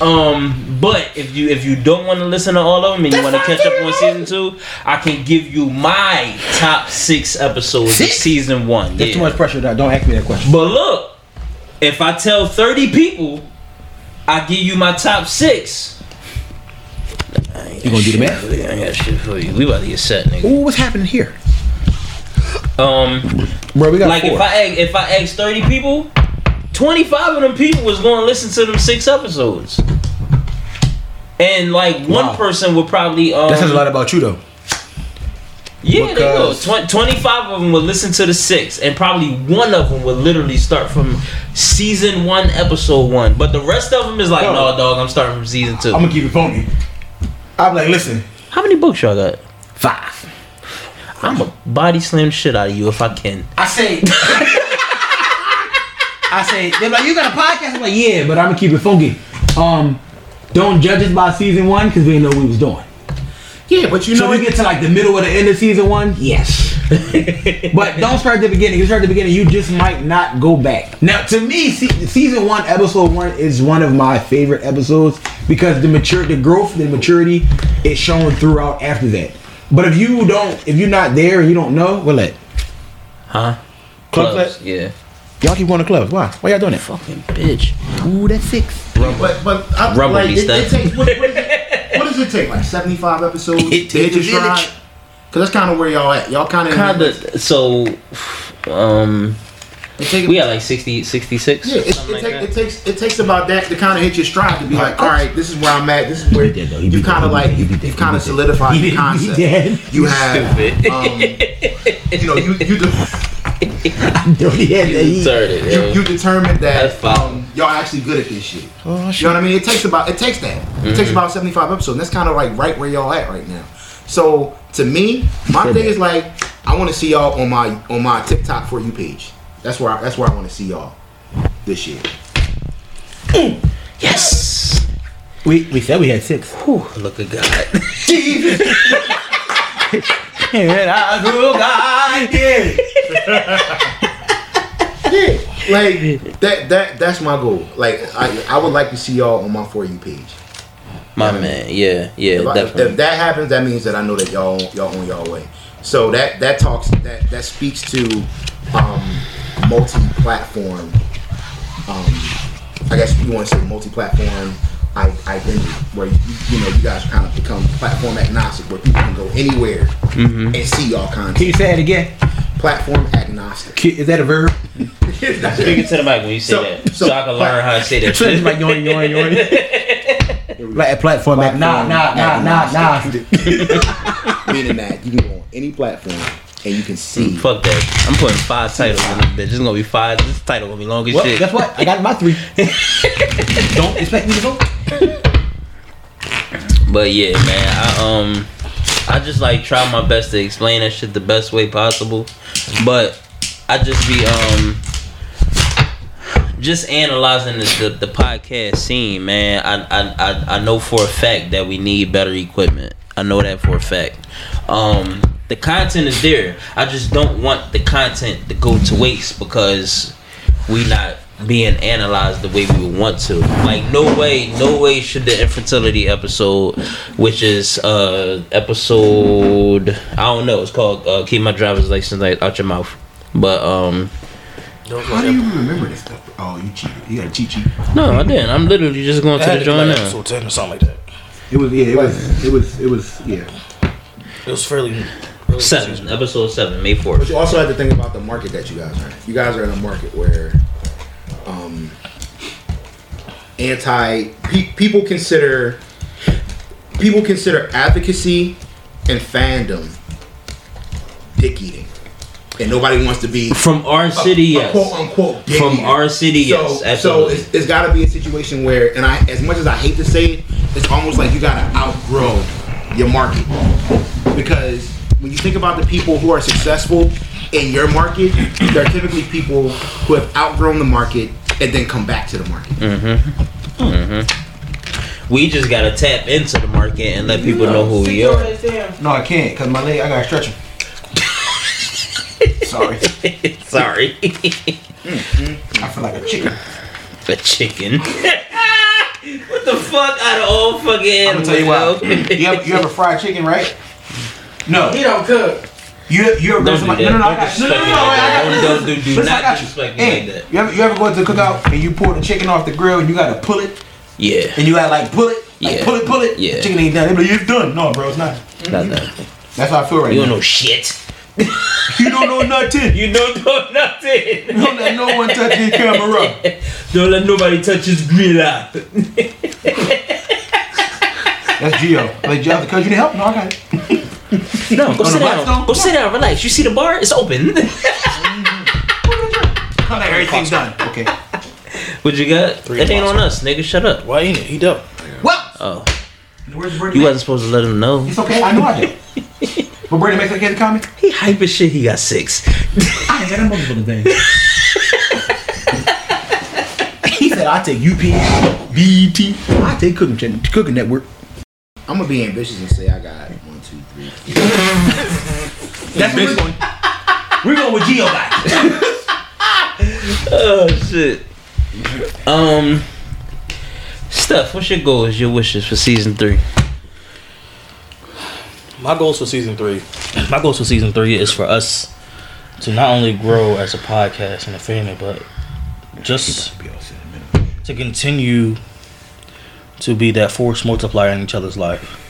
[SPEAKER 9] um, but if you if you don't want to listen to all of them and you want to catch up on season two, I can give you my top six episodes of season one.
[SPEAKER 10] There's
[SPEAKER 9] Yeah.
[SPEAKER 10] too much pressure. dog. Don't ask me that question.
[SPEAKER 9] But look, if I tell thirty people, I give you my top six.
[SPEAKER 10] You gonna do the math?
[SPEAKER 9] I ain't got shit for you. We about to get set, nigga.
[SPEAKER 5] Ooh, what's happening here?
[SPEAKER 9] Um.
[SPEAKER 5] Bro, we got
[SPEAKER 9] Like
[SPEAKER 5] four.
[SPEAKER 9] if I ask, if I ask thirty people, twenty five of them people was going to listen to them six episodes, and like one
[SPEAKER 10] Wow.
[SPEAKER 9] person would probably um,
[SPEAKER 10] That says a lot about you, though.
[SPEAKER 9] yeah they will.
[SPEAKER 10] because-
[SPEAKER 9] Tw- twenty five of them would listen to the six, and probably one of them would literally start from season one episode one, but the rest of them is like
[SPEAKER 10] Yo.
[SPEAKER 9] no dog I'm starting from season two.
[SPEAKER 10] I'm gonna keep it phony. I'm like, listen,
[SPEAKER 9] How many books y'all got?
[SPEAKER 10] five.
[SPEAKER 9] I'm a body slam shit out of you if I can.
[SPEAKER 10] I say, I say, they're like, you got a podcast? I'm like, yeah, but I'm gonna keep it funky. Um, don't judge us by season one because we didn't know what we was doing.
[SPEAKER 4] yeah, but you
[SPEAKER 10] So
[SPEAKER 4] know,
[SPEAKER 10] we get to like the middle of the end of season one, yes. but don't start at the beginning. You start at the beginning, you just might not go back. Now, to me, se- season one, episode one is one of my favorite episodes because the mature, the growth, the maturity is shown throughout after that. But if you don't, if you're not there and you don't know, well, let
[SPEAKER 9] Huh?
[SPEAKER 5] Club
[SPEAKER 9] Clubs, yeah.
[SPEAKER 5] y'all keep going to clubs. Why? Why y'all doing that?
[SPEAKER 9] Fucking bitch.
[SPEAKER 5] Ooh, that's six.
[SPEAKER 4] but but I,
[SPEAKER 9] Rumble
[SPEAKER 4] like,
[SPEAKER 9] beast
[SPEAKER 4] it,
[SPEAKER 9] that.
[SPEAKER 4] it takes, what, what, is it, what does it take? Like seventy five episodes.
[SPEAKER 10] It takes
[SPEAKER 4] They
[SPEAKER 10] a
[SPEAKER 4] just
[SPEAKER 10] village.
[SPEAKER 4] tried- Cause that's kind of where y'all at. Y'all kind of
[SPEAKER 9] Kind of. So, um,
[SPEAKER 4] It takes,
[SPEAKER 9] We had like 60, 66.
[SPEAKER 4] Yeah, it, it,
[SPEAKER 9] something like
[SPEAKER 4] take,
[SPEAKER 9] that.
[SPEAKER 4] it takes it takes about that to kind of hit your stride to be like, all right, this is where I'm at. This is where
[SPEAKER 10] did, though. He
[SPEAKER 4] you
[SPEAKER 10] beat
[SPEAKER 4] kind
[SPEAKER 10] that.
[SPEAKER 4] of
[SPEAKER 10] He
[SPEAKER 4] like
[SPEAKER 10] beat
[SPEAKER 4] you,
[SPEAKER 10] that. He
[SPEAKER 4] you've kind
[SPEAKER 10] beat
[SPEAKER 4] of
[SPEAKER 10] that.
[SPEAKER 4] solidified
[SPEAKER 10] He
[SPEAKER 4] the
[SPEAKER 10] did.
[SPEAKER 4] concept.
[SPEAKER 10] He did.
[SPEAKER 4] You have,
[SPEAKER 9] Stupid.
[SPEAKER 4] um, you know, you you, de-
[SPEAKER 10] No, he had that. He-
[SPEAKER 9] Inserted,
[SPEAKER 4] you,
[SPEAKER 9] yo.
[SPEAKER 4] you determined
[SPEAKER 9] That's
[SPEAKER 4] that
[SPEAKER 9] fine.
[SPEAKER 4] um, y'all actually good at this shit.
[SPEAKER 5] Oh,
[SPEAKER 4] You know
[SPEAKER 5] shit.
[SPEAKER 4] what I mean? It takes about it takes that. It takes
[SPEAKER 9] Mm-hmm.
[SPEAKER 4] about seventy five episodes. And that's kind of like right where y'all at right now. So to me, my thing is like I want to see y'all on my on my TikTok for you page. That's where I, that's where I want to see y'all this year.
[SPEAKER 9] yes.
[SPEAKER 10] We, we said we had six.
[SPEAKER 9] Whew, look at God.
[SPEAKER 10] And I grew God, yeah.
[SPEAKER 4] Yeah, like that that that's my goal. Like I I would like to see y'all on my for you page.
[SPEAKER 9] My man. Yeah, yeah,
[SPEAKER 4] If, I- if-
[SPEAKER 9] definitely.
[SPEAKER 4] if that happens, that means that I know that y'all y'all on y'all way. So that that talks that that speaks to um, multi-platform. Um, I guess you want to say multi-platform i- identity, where you, you know you guys kind of become platform agnostic, where people can go anywhere and see y'all
[SPEAKER 10] Can
[SPEAKER 4] content.
[SPEAKER 10] you say it again?
[SPEAKER 4] Platform agnostic.
[SPEAKER 10] Ki- Is that a verb?
[SPEAKER 9] Speak it to the mic when you say
[SPEAKER 4] So-
[SPEAKER 9] that. So,
[SPEAKER 4] so-
[SPEAKER 9] I can learn how to say that
[SPEAKER 10] So it's
[SPEAKER 9] shit.
[SPEAKER 10] like yoin, yoin, yoin. Like a platform, like nah, nah, nah, nah, nah.
[SPEAKER 4] nah. meaning that you can go on any platform and you can see.
[SPEAKER 9] Fuck that. I'm putting five titles in this bitch. It's gonna be five. This title gonna be long as
[SPEAKER 5] Well,
[SPEAKER 9] shit.
[SPEAKER 5] guess what? I got my three. Don't expect me to go.
[SPEAKER 9] But yeah, man, I um, I just like try my best to explain that shit the best way possible, but I just be um, just analyzing the the, the podcast scene, man. I, I I I know for a fact that we need better equipment. I know that for a fact. Um, the content is there. I just don't want the content to go to waste because we not being analyzed the way we would want to. Like no way, no way should the infertility episode, which is uh episode I don't know, it's called uh, Keep My Driver's License like, Out Your Mouth. But um
[SPEAKER 5] How do you remember this stuff? Oh, you cheated. You got a cheat sheet.
[SPEAKER 9] no, I didn't. I'm literally just going to the joint now.
[SPEAKER 3] episode ten or something like that.
[SPEAKER 5] It was yeah. It was it was it was yeah.
[SPEAKER 3] It was fairly.
[SPEAKER 9] Seven, episode seven, May
[SPEAKER 4] But
[SPEAKER 9] fourth.
[SPEAKER 4] you also have to think about the market that you guys are in. You guys are in a market where um, anti pe- people consider people consider advocacy and fandom dick eating, and nobody wants to be
[SPEAKER 9] From our city,
[SPEAKER 4] a- a
[SPEAKER 9] yes.
[SPEAKER 4] quote unquote dick
[SPEAKER 9] From
[SPEAKER 4] eater.
[SPEAKER 9] our city,
[SPEAKER 4] So-
[SPEAKER 9] yes,
[SPEAKER 4] So
[SPEAKER 9] absolutely.
[SPEAKER 4] it's, it's got to be a situation where, and I, as much as I hate to say it, it's almost like you got to outgrow your market because when you think about the people who are successful in your market, they're typically people who have outgrown the market and then come back to the market.
[SPEAKER 9] Mm. We just gotta tap into the market and let people know who we are.
[SPEAKER 5] No, I can't cause my leg. I gotta stretch them. Sorry,
[SPEAKER 9] Sorry,
[SPEAKER 5] I feel like a chicken.
[SPEAKER 9] a chicken. what the fuck out of all fucking
[SPEAKER 5] I'm gonna
[SPEAKER 9] animals?
[SPEAKER 5] tell you why.
[SPEAKER 9] yo?
[SPEAKER 5] You ever, you ever fried chicken, right? No.
[SPEAKER 6] He don't cook.
[SPEAKER 5] You you ever go to
[SPEAKER 9] Don't do
[SPEAKER 5] somebody?
[SPEAKER 9] that.
[SPEAKER 5] No, no, no, I
[SPEAKER 9] Don't
[SPEAKER 5] got, no,
[SPEAKER 9] disrespect
[SPEAKER 5] no, no,
[SPEAKER 9] me
[SPEAKER 5] no, I
[SPEAKER 9] like that.
[SPEAKER 5] got,
[SPEAKER 9] Don't-
[SPEAKER 5] listen,
[SPEAKER 9] don't do- do
[SPEAKER 5] listen, I
[SPEAKER 9] not
[SPEAKER 5] got you.
[SPEAKER 9] disrespect me like
[SPEAKER 5] Hey,
[SPEAKER 9] that.
[SPEAKER 5] You ever you ever go to a cookout and you pull the chicken off the grill and you gotta pull it
[SPEAKER 9] Yeah,
[SPEAKER 5] and you gotta like pull it, like
[SPEAKER 9] Yeah.
[SPEAKER 5] pull it, pull it.
[SPEAKER 9] Yeah.
[SPEAKER 5] The chicken ain't done. They be like, it's done. No, bro, it's not.
[SPEAKER 9] not nothing.
[SPEAKER 5] That's how I feel right
[SPEAKER 9] You
[SPEAKER 5] now.
[SPEAKER 9] don't know shit.
[SPEAKER 5] You don't know nothing.
[SPEAKER 9] You don't know nothing.
[SPEAKER 5] You don't let no one touch your camera.
[SPEAKER 9] Don't let nobody touch his grill out.
[SPEAKER 5] That's Geo. Like, Gio, because you need help? No, I got it.
[SPEAKER 9] No, go
[SPEAKER 5] On
[SPEAKER 9] sit
[SPEAKER 5] the box,
[SPEAKER 9] down.
[SPEAKER 5] though?
[SPEAKER 9] Go sit down. Relax. You see the bar? It's open.
[SPEAKER 5] I'm like, everything's done. Okay.
[SPEAKER 9] what you got? that ain't on us, nigga. Shut up.
[SPEAKER 3] Why ain't it? He dope.
[SPEAKER 5] What?
[SPEAKER 9] Oh,
[SPEAKER 5] Where's Bernie?
[SPEAKER 9] you wasn't supposed to let him know.
[SPEAKER 5] It's okay. I know I did. But Bernie makes a kid comment.
[SPEAKER 9] He hype as shit. He got six.
[SPEAKER 5] I ain't got a motherfucking thing. he said, I take UPN, BET, E I take Cooking, Channel- cooking Network.
[SPEAKER 4] I'm gonna be ambitious and say I got one, two, three. four.
[SPEAKER 5] That's what we're going. We're going with Geo back.
[SPEAKER 9] Oh shit. Um, Steph, what's your goals, your wishes for season three?
[SPEAKER 3] My goals for season three. My goals for season three is for us to not only grow as a podcast and a family, but just to continue to be that force multiplier in each other's life.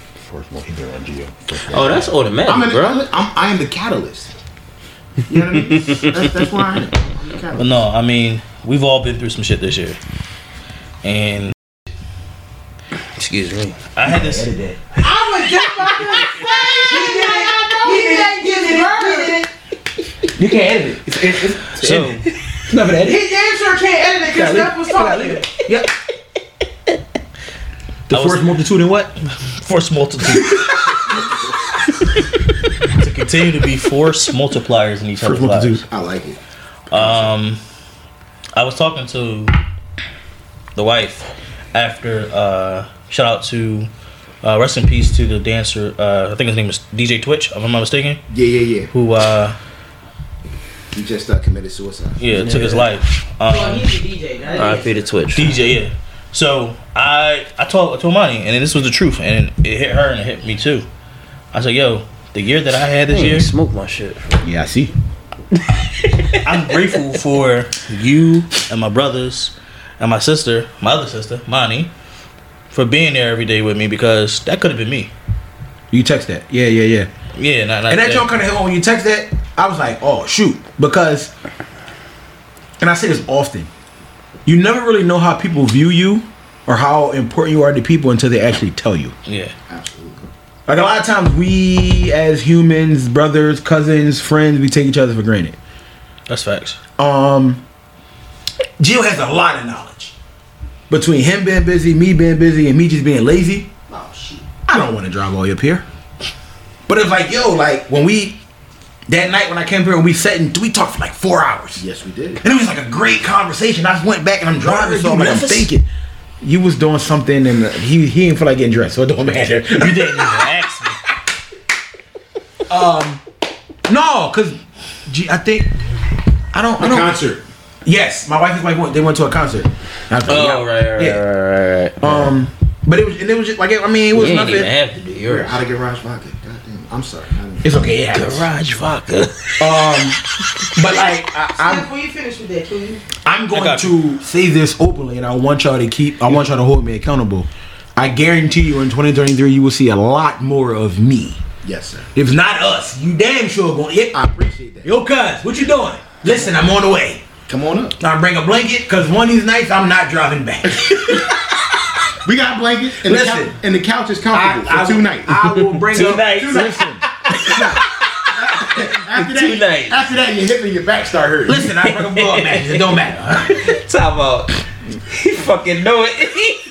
[SPEAKER 9] Oh, that's automatic,
[SPEAKER 4] I'm, an,
[SPEAKER 9] bro.
[SPEAKER 4] I'm, I am the catalyst. You know what I mean? That's, that's where I am. I'm the
[SPEAKER 3] But
[SPEAKER 4] catalyst.
[SPEAKER 3] no, I mean we've all been through some shit this year, and
[SPEAKER 9] Excuse me.
[SPEAKER 3] I had this.
[SPEAKER 6] I was just about to say. He didn't give it.
[SPEAKER 5] You can't edit it. It's, it's, it's, so, it's not gonna edit.
[SPEAKER 6] He damn sure can't edit it because Steph was talking.
[SPEAKER 5] Yep. The
[SPEAKER 3] I was-
[SPEAKER 5] force multitude and what?
[SPEAKER 3] force multitude. to continue to be force multipliers in each other's lives.
[SPEAKER 4] I like it.
[SPEAKER 3] Um, I was talking to the wife after. Uh, shout out to uh, rest in peace to the dancer. Uh, I think his name is DJ Twitch, if I'm not mistaken.
[SPEAKER 4] Yeah, yeah, yeah.
[SPEAKER 3] Who uh,
[SPEAKER 4] He just uh, committed suicide.
[SPEAKER 3] yeah, took his life.
[SPEAKER 6] Well,
[SPEAKER 3] Um,
[SPEAKER 6] he's a DJ.
[SPEAKER 9] All right, Peter Twitch.
[SPEAKER 3] DJ, yeah. So I I told I told Monty, and this was the truth, and it hit her and it hit me too. I said, "Yo, the year that I had this year,
[SPEAKER 9] Dang, smoke my shit.
[SPEAKER 5] Yeah, I see.
[SPEAKER 3] I'm grateful for you and my brothers and my sister, my other sister, Monty, for being there every day with me because that could have been me.
[SPEAKER 5] You text that. Yeah, yeah, yeah.
[SPEAKER 3] Yeah, not, not
[SPEAKER 5] And that joint kind of hit home when you text that. I was like, oh shoot, because, and I say this often, you never really know how people view you or how important you are to people until they actually tell you.
[SPEAKER 3] Yeah,
[SPEAKER 4] Absolutely.
[SPEAKER 5] Like a lot of times, we as humans, brothers, cousins, friends, we take each other for granted.
[SPEAKER 3] That's facts.
[SPEAKER 5] Um, Gio has a lot of knowledge. Between him being busy, me being busy, and me just being lazy,
[SPEAKER 6] Oh shit.
[SPEAKER 5] I don't want to drive all the way up here. But it's like, yo, like when we that night when I came up here and we sat and we talked for like four hours.
[SPEAKER 4] Yes, we did.
[SPEAKER 5] And it was like a great conversation. I just went back and I'm driving, so I'm like, I'm
[SPEAKER 4] Memphis?
[SPEAKER 5] thinking. You was doing something and uh, he he didn't feel like getting dressed, so it don't matter.
[SPEAKER 3] You didn't even ask me.
[SPEAKER 5] Um, no, cause gee, I think I don't. I don't
[SPEAKER 4] Concert.
[SPEAKER 5] Yes, my wife and wife went. They went to a concert. And I was like,
[SPEAKER 9] Oh,
[SPEAKER 5] yeah.
[SPEAKER 9] right, right,
[SPEAKER 5] Yeah.
[SPEAKER 9] right, right, right.
[SPEAKER 5] Um, but it was and it was just like I mean it was
[SPEAKER 9] You ain't even
[SPEAKER 5] nothing.
[SPEAKER 9] have to do
[SPEAKER 4] We're
[SPEAKER 9] yours.
[SPEAKER 4] out of garage vodka. God damn. I'm sorry. I didn't-
[SPEAKER 5] It's okay. It happens.
[SPEAKER 13] Garage vodka.
[SPEAKER 5] Um, but like I,
[SPEAKER 6] Before you finish with that, can you?
[SPEAKER 5] I'm I'm going
[SPEAKER 9] got
[SPEAKER 5] to say this openly, and I want y'all to keep. I want y'all to hold me accountable. I guarantee you, in 2023, you will see a lot more of me.
[SPEAKER 4] Yes, sir.
[SPEAKER 5] If not us, you damn sure going. to
[SPEAKER 4] I appreciate that.
[SPEAKER 5] Yo, cuz, what you doing? Listen, I'm on the way.
[SPEAKER 4] Come on up.
[SPEAKER 5] I bring a blanket, cause one of these nights I'm not driving back.
[SPEAKER 4] We got blankets and,
[SPEAKER 5] Listen.
[SPEAKER 4] the, couch, and the couch is
[SPEAKER 5] I,
[SPEAKER 4] comfortable
[SPEAKER 5] I
[SPEAKER 4] for two
[SPEAKER 5] will-
[SPEAKER 4] nights.
[SPEAKER 5] I will bring
[SPEAKER 9] Two
[SPEAKER 5] up-
[SPEAKER 9] nights.
[SPEAKER 5] Listen,
[SPEAKER 4] after that,
[SPEAKER 9] two nights.
[SPEAKER 4] After that, your hip and your back start hurting.
[SPEAKER 5] listen, I bring a blow up matches. It don't matter.
[SPEAKER 9] Talk about. He fucking know it.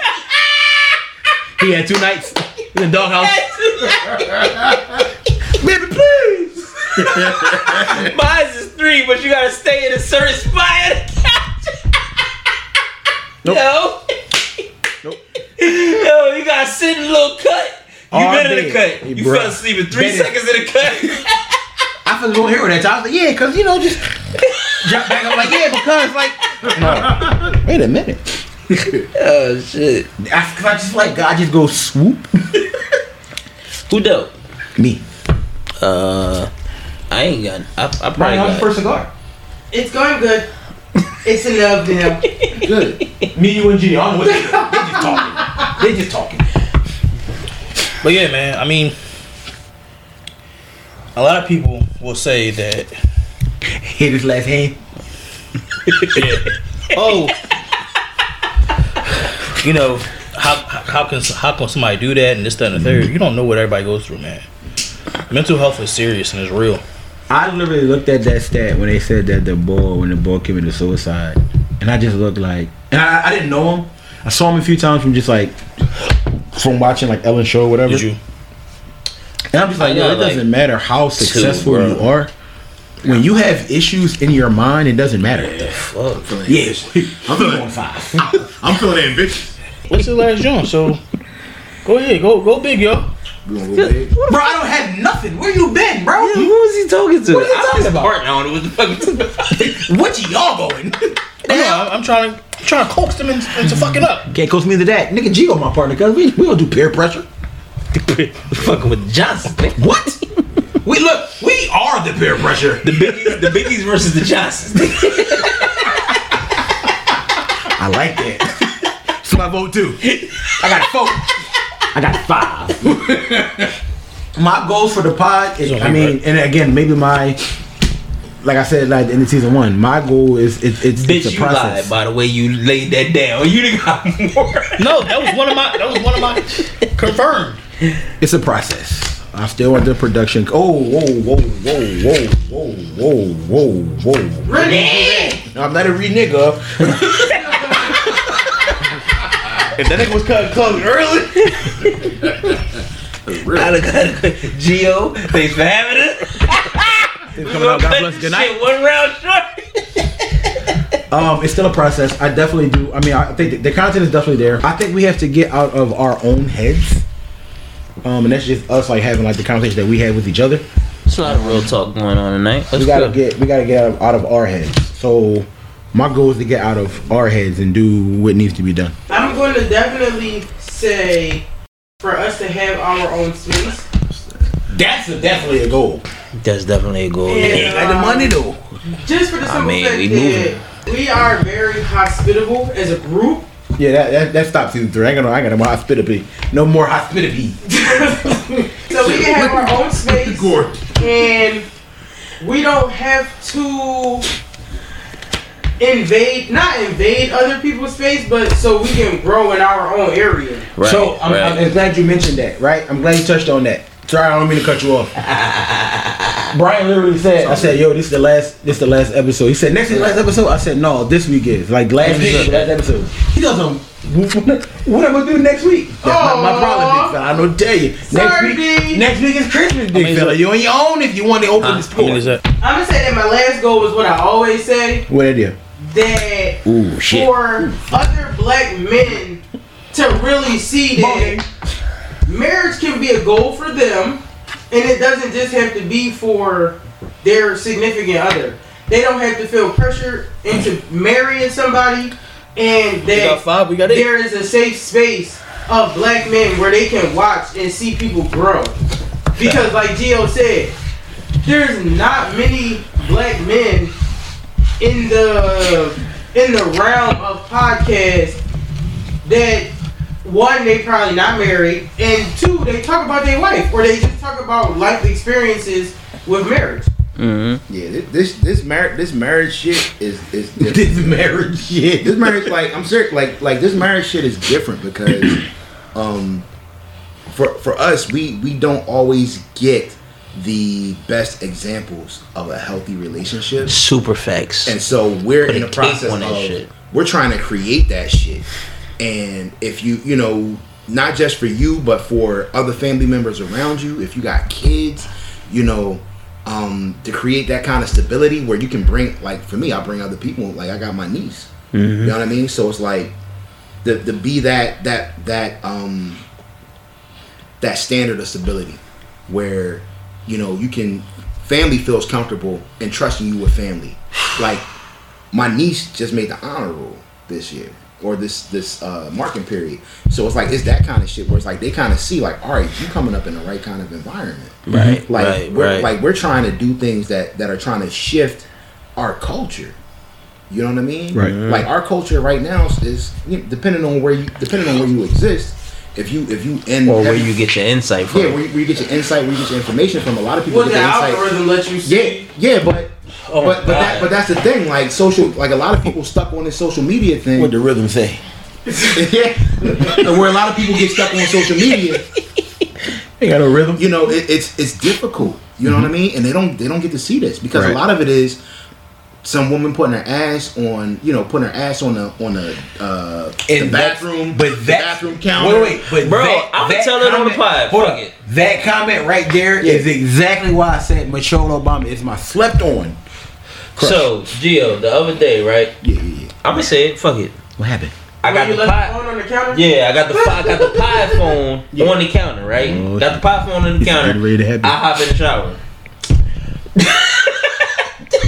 [SPEAKER 5] He had two nights in the doghouse. Baby, please.
[SPEAKER 9] Mine's is three, but you gotta stay in a certain spot.
[SPEAKER 5] Nope.
[SPEAKER 9] No.
[SPEAKER 5] Nope.
[SPEAKER 9] Yo, you gotta sit in a little cut. You
[SPEAKER 5] All
[SPEAKER 9] been in
[SPEAKER 5] day.
[SPEAKER 9] a cut.
[SPEAKER 5] Hey,
[SPEAKER 9] You
[SPEAKER 5] bruh.
[SPEAKER 9] fell asleep in three
[SPEAKER 5] Been in-
[SPEAKER 9] seconds in a cut.
[SPEAKER 5] I feel going here with that. So I was like, yeah, cause you know, just drop back. I'm like, yeah, because like, no. Wait a minute.
[SPEAKER 9] oh shit.
[SPEAKER 5] I, cause I just like, I just go swoop
[SPEAKER 9] Who dope?
[SPEAKER 5] me.
[SPEAKER 9] Uh, I ain't got. I, I probably
[SPEAKER 5] Brian, how's
[SPEAKER 9] got.
[SPEAKER 5] your first cigar?
[SPEAKER 6] It's going good. It's in love now.
[SPEAKER 4] Good.
[SPEAKER 5] Me, you, and G. I don't know what they They just talking. They just talking.
[SPEAKER 3] But yeah, man. I mean, a lot of people will say that.
[SPEAKER 5] Hit his last hand.
[SPEAKER 3] Oh, you know how how can how can somebody do that and this that and the third? You don't know what everybody goes through, man. Mental health is serious and it's real.
[SPEAKER 5] I literally looked at that stat when they said that the ball, when the ball committed suicide, and I just looked like, and I, I didn't know him. I saw him a few times from just like, from watching like Ellen Show or whatever.
[SPEAKER 3] Did you?
[SPEAKER 5] And I'm just like,
[SPEAKER 9] I
[SPEAKER 5] yo,
[SPEAKER 9] got,
[SPEAKER 5] it doesn't
[SPEAKER 9] like,
[SPEAKER 5] matter how successful
[SPEAKER 9] bro.
[SPEAKER 5] you are. When you have issues in your mind, it doesn't matter. Yeah,
[SPEAKER 9] Fuck.
[SPEAKER 4] I'm feeling
[SPEAKER 5] five.
[SPEAKER 4] I'm feeling ambitious.
[SPEAKER 3] What's your last joint? So go ahead, go go big, yo.
[SPEAKER 4] We gonna go big.
[SPEAKER 5] Bro, I don't have nothing. Where you been, bro?
[SPEAKER 9] Who was he talking to?
[SPEAKER 5] What are you talking
[SPEAKER 9] I
[SPEAKER 5] about?
[SPEAKER 9] Partner on it. What the fuck? you talking about?
[SPEAKER 5] What y'all going?
[SPEAKER 3] No, I'm, I'm trying to I'm trying to coax them in- into fucking up.
[SPEAKER 5] Can't coach me into that. Nigga Gigo my partner, cuz we, we don't do peer pressure.
[SPEAKER 9] fucking with Johnson. nigga.
[SPEAKER 5] What? we look, we are the E, peer pressure.
[SPEAKER 9] The biggies, the biggies versus the Johnsons.
[SPEAKER 5] I like that. It's my vote too. I got four. I got five. my goal for the pod is, I mean, and again, maybe my, like I said, like in the season one, my goal is it, it's
[SPEAKER 9] Bitch,
[SPEAKER 5] it's a
[SPEAKER 9] you lied
[SPEAKER 5] process.
[SPEAKER 9] by the way you laid that down. You done got more.
[SPEAKER 3] No, that was one of my that was one of my confirmed.
[SPEAKER 5] It's a process. I still want the production. Oh, whoa, whoa, whoa, whoa, whoa, whoa, whoa, whoa.
[SPEAKER 6] Really?
[SPEAKER 5] I'm not a re nigga. if that nigga was cut close early.
[SPEAKER 9] I done got Geo, thanks for having us.
[SPEAKER 5] Coming out, God bless. Good night.
[SPEAKER 9] Shit, one round short.
[SPEAKER 5] Um, it's still a process. I definitely do. I mean, I think the, the content is definitely there. I think we have to get out of our own heads. Um, and that's just us like having like the conversation that we had with each other.
[SPEAKER 9] There's a lot of real talk going on tonight.
[SPEAKER 5] We gotta get we gotta get out of, out of our heads. So my goal is to get out of our heads and do what needs to be done.
[SPEAKER 6] I'm going to definitely say for us to have our own space.
[SPEAKER 5] That's a, definitely a goal.
[SPEAKER 9] That's definitely a goal.
[SPEAKER 6] Yeah.
[SPEAKER 5] Ain't got the money though.
[SPEAKER 6] Just for the simple
[SPEAKER 9] mean,
[SPEAKER 6] fact
[SPEAKER 9] we moving.
[SPEAKER 6] that we are very hospitable as a group.
[SPEAKER 5] Yeah, that that, that stops season three. I ain't gonna I ain't got no hospitality. No more hospitality.
[SPEAKER 6] So we can have our own space.
[SPEAKER 4] Gord.
[SPEAKER 6] and we don't have to invade, not invade other people's space, but so we can grow in our own area.
[SPEAKER 13] Right,
[SPEAKER 5] so I'm,
[SPEAKER 13] right.
[SPEAKER 5] I'm glad you mentioned that, right? I'm glad you touched on that. Sorry, I don't mean to cut you off. Brian literally said, "I said, yo, this is the last, this is the last episode." He said, "Next is the last episode." I said, "No, this week is like last week is the last episode." He doesn't. What am I gonna do next week? That's not my problem, big fella. I don't tell you.
[SPEAKER 6] Sorry,
[SPEAKER 5] next week,
[SPEAKER 6] B.
[SPEAKER 5] next week is Christmas, big fella. You on your own if you want to open this
[SPEAKER 3] How many
[SPEAKER 5] door.
[SPEAKER 3] is that?
[SPEAKER 6] I'm gonna say that my last goal was what I always say
[SPEAKER 5] What idea?
[SPEAKER 6] that
[SPEAKER 13] Ooh, shit.
[SPEAKER 6] for other black men to really see that marriage can be a goal for them and it doesn't just have to be for their significant other. They don't have to feel pressured into marrying somebody and that
[SPEAKER 3] five. We got
[SPEAKER 6] there is a safe space of black men where they can watch and see people grow. Because, like Gio said, there's not many black men in the in the realm of podcasts that one they probably not married and two they talk about their wife or they just talk about life experiences with marriage.
[SPEAKER 4] Yeah, thi- this this marriage this marriage shit is is different.
[SPEAKER 5] This marriage shit.
[SPEAKER 4] this marriage like I'm serious like like this marriage shit is different because um for for us we we don't always get the best examples of a healthy relationship
[SPEAKER 9] Super facts.
[SPEAKER 4] and so we're
[SPEAKER 9] Put
[SPEAKER 4] in
[SPEAKER 9] a
[SPEAKER 4] the process
[SPEAKER 9] cape on
[SPEAKER 4] of
[SPEAKER 9] that shit.
[SPEAKER 4] we're trying to create that shit. And if you, you know, not just for you, but for other family members around you, if you got kids, you know, um, to create that kind of stability where you can bring, like for me, I bring other people. Like I got my niece.
[SPEAKER 9] Mm-hmm.
[SPEAKER 4] You know what I mean? So it's like the the be that that that um that standard of stability where you know you can family feels comfortable and trusting you with family like my niece just made the honor roll this year or this this uh marking period so it's like it's that kind of shit where it's like they kind of see like all right you coming up in the right kind of environment
[SPEAKER 13] Right,
[SPEAKER 4] like
[SPEAKER 13] right,
[SPEAKER 4] we're
[SPEAKER 13] right.
[SPEAKER 4] like we're trying to do things that that are trying to shift our culture you know what I mean?
[SPEAKER 5] Right.
[SPEAKER 4] Like our culture right now is, is you know, depending on where you depending on where you exist. If you if you end
[SPEAKER 9] Or where you get your insight from.
[SPEAKER 4] yeah where you, where you get your insight where you get your information from a lot of people
[SPEAKER 6] What
[SPEAKER 4] get
[SPEAKER 6] the
[SPEAKER 4] their insight-
[SPEAKER 6] algorithm lets you see.
[SPEAKER 4] yeah, yeah, but
[SPEAKER 5] Oh,
[SPEAKER 4] but but, that,
[SPEAKER 9] God.
[SPEAKER 4] but that's the thing. Like social, like a lot of people stuck on this social media thing.
[SPEAKER 5] What the rhythm say?
[SPEAKER 4] yeah, and where a lot of people get stuck on social media,
[SPEAKER 5] Ain't got no rhythm. Mm-hmm.
[SPEAKER 4] you know, it, it's it's difficult. You know what I mean? And they don't they don't get to see this because
[SPEAKER 5] Right.
[SPEAKER 4] a lot of it is some woman putting her ass on you know putting her ass on the on the uh the
[SPEAKER 5] And that's-
[SPEAKER 4] bathroom
[SPEAKER 5] but
[SPEAKER 4] the
[SPEAKER 5] that-
[SPEAKER 4] bathroom counter.
[SPEAKER 5] Wait, wait, but
[SPEAKER 9] Bro,
[SPEAKER 5] that-
[SPEAKER 9] I'ma
[SPEAKER 5] that
[SPEAKER 9] tell it on the pod.
[SPEAKER 5] Hold
[SPEAKER 9] Fuck
[SPEAKER 5] on.
[SPEAKER 9] it.
[SPEAKER 5] That comment right there is
[SPEAKER 4] Yeah.
[SPEAKER 5] exactly why I said Michelle Obama is my slept on.
[SPEAKER 9] So, Gio, the other day, right?
[SPEAKER 4] Yeah, yeah,
[SPEAKER 9] I'm gonna say it. Fuck it.
[SPEAKER 5] What happened?
[SPEAKER 9] I got
[SPEAKER 6] When you
[SPEAKER 9] the
[SPEAKER 6] left the
[SPEAKER 9] pot.
[SPEAKER 6] phone on the counter.
[SPEAKER 9] Yeah, I got the fi- I got the pie phone on the counter, right?
[SPEAKER 5] Oh,
[SPEAKER 9] got the pie phone on the
[SPEAKER 5] It's
[SPEAKER 9] counter.
[SPEAKER 5] getting ready to happen.
[SPEAKER 9] I hop in the shower.